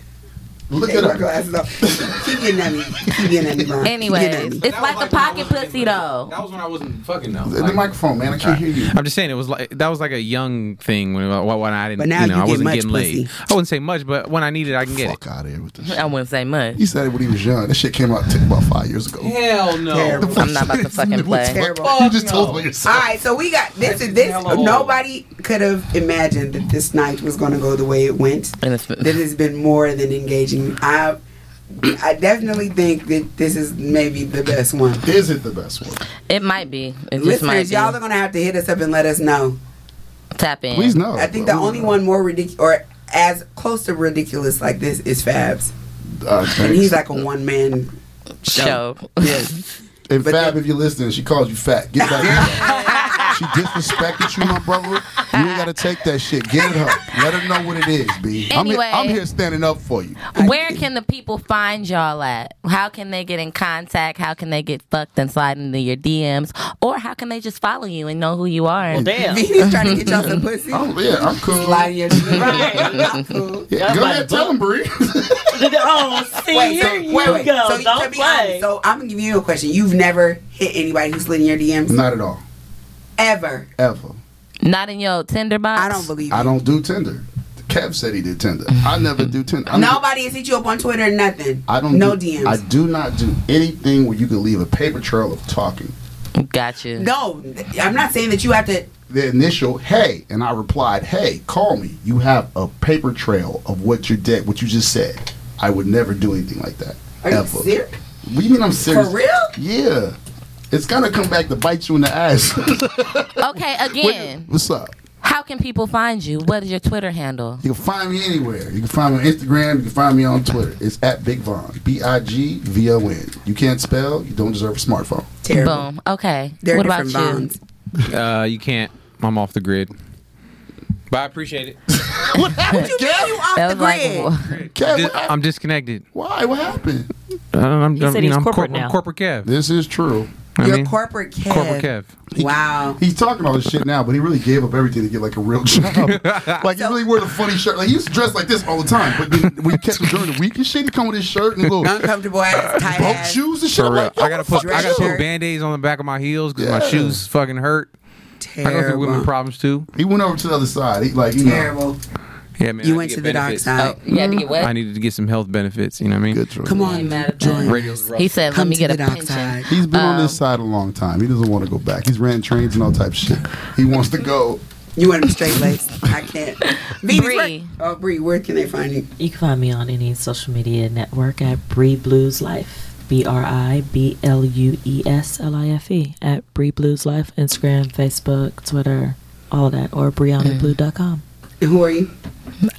B: Look
A: Take
B: it
A: my
B: up.
A: glasses off. Keep getting at me. Keep getting at me. Ron. Keep
D: Anyways,
A: getting at me.
D: it's like a pocket pussy though.
E: was when I wasn't fucking though.
B: The, the microphone, man. I can't hear you.
E: I'm just saying it was like that was like a young thing when, when when I didn't,
A: But now
E: you know,
A: you
E: I
A: get
E: wasn't
A: much
E: getting laid.
A: pussy.
E: I wouldn't say much, but when I need it, I can get
B: Fuck out of here with this.
D: I
B: Shit.
D: wouldn't say much.
B: He said it when he was young. That shit came out t- about five years ago. [laughs]
E: it. Hell no.
A: Terrible.
D: I'm not about to fucking play.
A: Terrible.
B: You just told about
A: All
B: yourself.
A: right, so we got this. Is this nobody could have imagined that this night was going to go the way it went.
D: And it's-
A: This has been more than engaging. I, I definitely think that this is maybe the best one.
B: Is it the best one?
D: It might be. It just might
A: Listeners,
D: be.
A: y'all are going to have to hit us up and let us know.
D: Tap in.
B: Please no.
A: I think the only one more ridiculous or as close to ridiculous like this is Fabs, [laughs]
B: Uh,
A: and
B: thanks.
A: he's like a one
D: [laughs]
A: man.
D: show.
A: [laughs]
B: And Fab, if you're listening, she calls you fat. Get
A: [laughs]
B: back. in her. she disrespected you, my brother. You ain't gotta take that shit. Get it her. Let her know what it is, B. I'm here,
D: Anyway.
B: I'm here standing up for you.
D: Where can the people find y'all at? How can they get in contact? How can they get fucked and slide into your DMs? Or how can they just follow you and know who you are?
A: [laughs]
F: Well, damn.
A: He's trying to get y'all some pussy.
D: [laughs]
B: Oh yeah, I'm cool.
A: Lie to your right. cool.
B: Yeah, go ahead, tell him, Bree.
F: oh, see,
A: Wait,
F: here
A: so,
F: you
A: wait, wait.
F: go.
A: So, to
F: Don't
A: be
F: play.
A: honest, so I'm gonna give you a question. You've never hit anybody who's slid in your DMs
B: [laughs] Not at all.
A: ever.
B: Ever.
D: Not in your Tinder box?
A: I don't believe.
B: I
A: it.
B: don't do Tinder. Kev said he did Tinder. I never do Tinder. I never-
A: Nobody has hit you up on Twitter. Nothing.
B: I don't.
A: No
B: do,
A: DMs.
B: I do not do anything where you can leave a paper trail of talking.
D: Got you.
A: no, I'm not saying that you have to.
B: The initial hey, and I replied hey, call me. You have a paper trail of what you did, what you just said. I would never do anything like that.
A: Are you
B: ever.
A: serious?
B: What do you mean I'm serious?
A: For real?
B: Yeah. It's gonna come back to bite you in the ass.
D: Okay, again,
B: What's up?
D: how can people find you? What is your Twitter handle?
B: You can find me anywhere. You can find me on Instagram. You can find me on Twitter. It's at Big Von. B I G V O N. You can't spell. You don't deserve a smartphone.
A: Terrible.
D: Boom. Okay.
A: There are
D: what about you?
A: different
D: [laughs]
A: bonds.
E: Uh, you can't. I'm off the grid. But I appreciate it.
A: You mean you off
D: That
A: the
D: was like,
A: grid?
B: Kev,
E: Di-
B: what hap-
E: I'm disconnected.
B: why? What happened?
E: Uh, I'm,
F: He
E: I'm,
F: said
E: you
F: he's
E: know, I'm
F: corporate
E: corporate, I'm
F: now.
E: corporate Kev.
B: This is true.
E: I
A: You're
E: mean,
A: corporate Kev.
E: corporate Kev.
A: Wow.
B: He's talking all this shit now, but he really gave up everything to get like a real job.
E: [laughs]
B: like he really wore the funny shirt. Like he used to dress like this all the time. But then when you catch him during the week and shit, he come with his shirt and a little
A: Uncomfortable ass, tight
B: bump
A: ass.
B: shoes and shit.
E: For
B: I'm
E: real.
B: like, yo,
E: I gotta
B: what
E: put
B: the
E: I
B: fuck
E: gotta
B: is
E: put
B: you?
E: band aids on the back of my heels because
B: Yeah.
E: my shoes fucking hurt. I go through women
A: Terrible.
E: problems too.
B: He went over to the other side. He like you know,
A: Terrible.
E: Yeah, man.
A: You
E: I
A: went
E: need
A: to
E: to
A: the
E: get
A: dark
E: benefits.
A: side.
D: You had to get
E: I
D: wet?
E: needed to get some health benefits. You know what I mean?
B: good choice.
A: Come on,
D: mad at
A: join.
D: that.
E: Radio's rough.
D: He said, let
A: Come
D: me
A: to
D: get
A: the
D: a
A: dark
D: pension.
A: side.
B: He's been on
D: Um,
B: this side a long time. He doesn't want to go back. He's ran trains and all type shit. He wants to go.
A: You want them straight legs? I [laughs] can't. Venus, where-
D: Bree.
A: Oh, Bree, where can they find you?
F: You can find me on any social media network at Bree Blues Life. B R I B L U E S L I F E at Bree Blues Life, Instagram, Facebook, Twitter, all that, or BriannaBlue.com.
A: And who are you?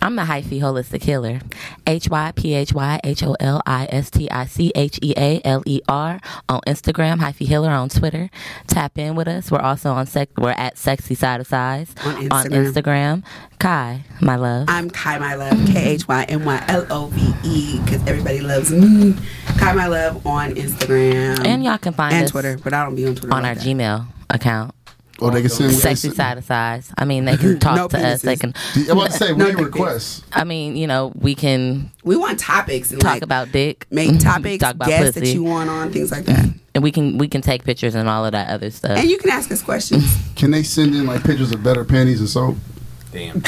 D: I'm the hyphy holistic healer. H Y P H Y H O L I S T I C H E A L E R on Instagram, hyphy healer on Twitter. Tap in with us. We're also on sec- we're at sexy side of size
A: On Um,
D: on Instagram. Kai, my love.
A: I'm Kai My Love, K H Y M Y L O V E, because everybody loves me. Kai My Love on Instagram
D: and y'all can find
A: and
D: us
A: Twitter, but I don't be on Twitter.
D: on
A: like
D: our
A: that.
D: Gmail account.
B: Or they can send what they
D: Sexy
B: send-
D: side of size. I mean, they can
A: [laughs]
D: talk
A: No
D: to us. They
A: penises.
D: can.
B: I'm about to say, what
A: No,
B: do you
A: no,
B: request?
D: I mean, you know, we can
A: We want topics and
D: talk
A: like,
D: about dick,
A: [laughs] make topics,
D: talk about
A: guests that
D: pussy.
A: you want on, things like [laughs] that.
D: and we can we can take pictures and all of that other stuff.
A: And you can ask us [laughs] questions.
B: Can they send in like pictures of better panties and soap?
E: Damn.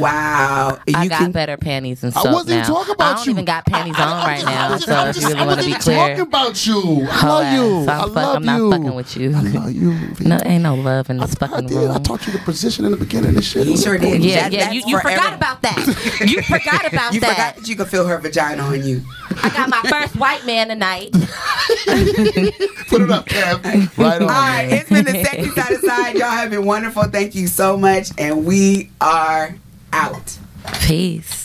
A: wow. You
D: I got
A: can,
D: better panties and
B: I
D: soap
B: wasn't even
D: now.
B: talking
D: I
B: about
D: don't
B: you.
D: even got panties on right now.
B: I just-
D: so
B: I
D: if
B: just-
D: you really
B: I
D: want to be
B: wasn't
D: clear,
B: even talking about you. I
D: hoe
B: love
D: ass.
B: you. I
D: I'm, fuck-
B: love
D: I'm not
B: you.
D: fucking
B: [laughs]
D: with you.
B: I love you.
D: No, ain't no love in this
B: I
D: fucking
B: did. I
D: room.
B: taught you the position in the beginning and shit.
A: You sure did.
D: Yeah,
A: That-
D: yeah.
A: that's
D: You, you
A: forever.
D: forgot about
B: [laughs]
D: that. You forgot about
A: You
D: that.
A: forgot that you could feel her vagina on you.
D: I
B: [laughs]
D: got my first white man tonight.
B: Put it up, Kev.
A: [laughs]
B: Right on.
A: All right,
B: man.
A: it's been the sexy side of side. Y'all have been wonderful. Thank you so much, and we are out.
D: Peace.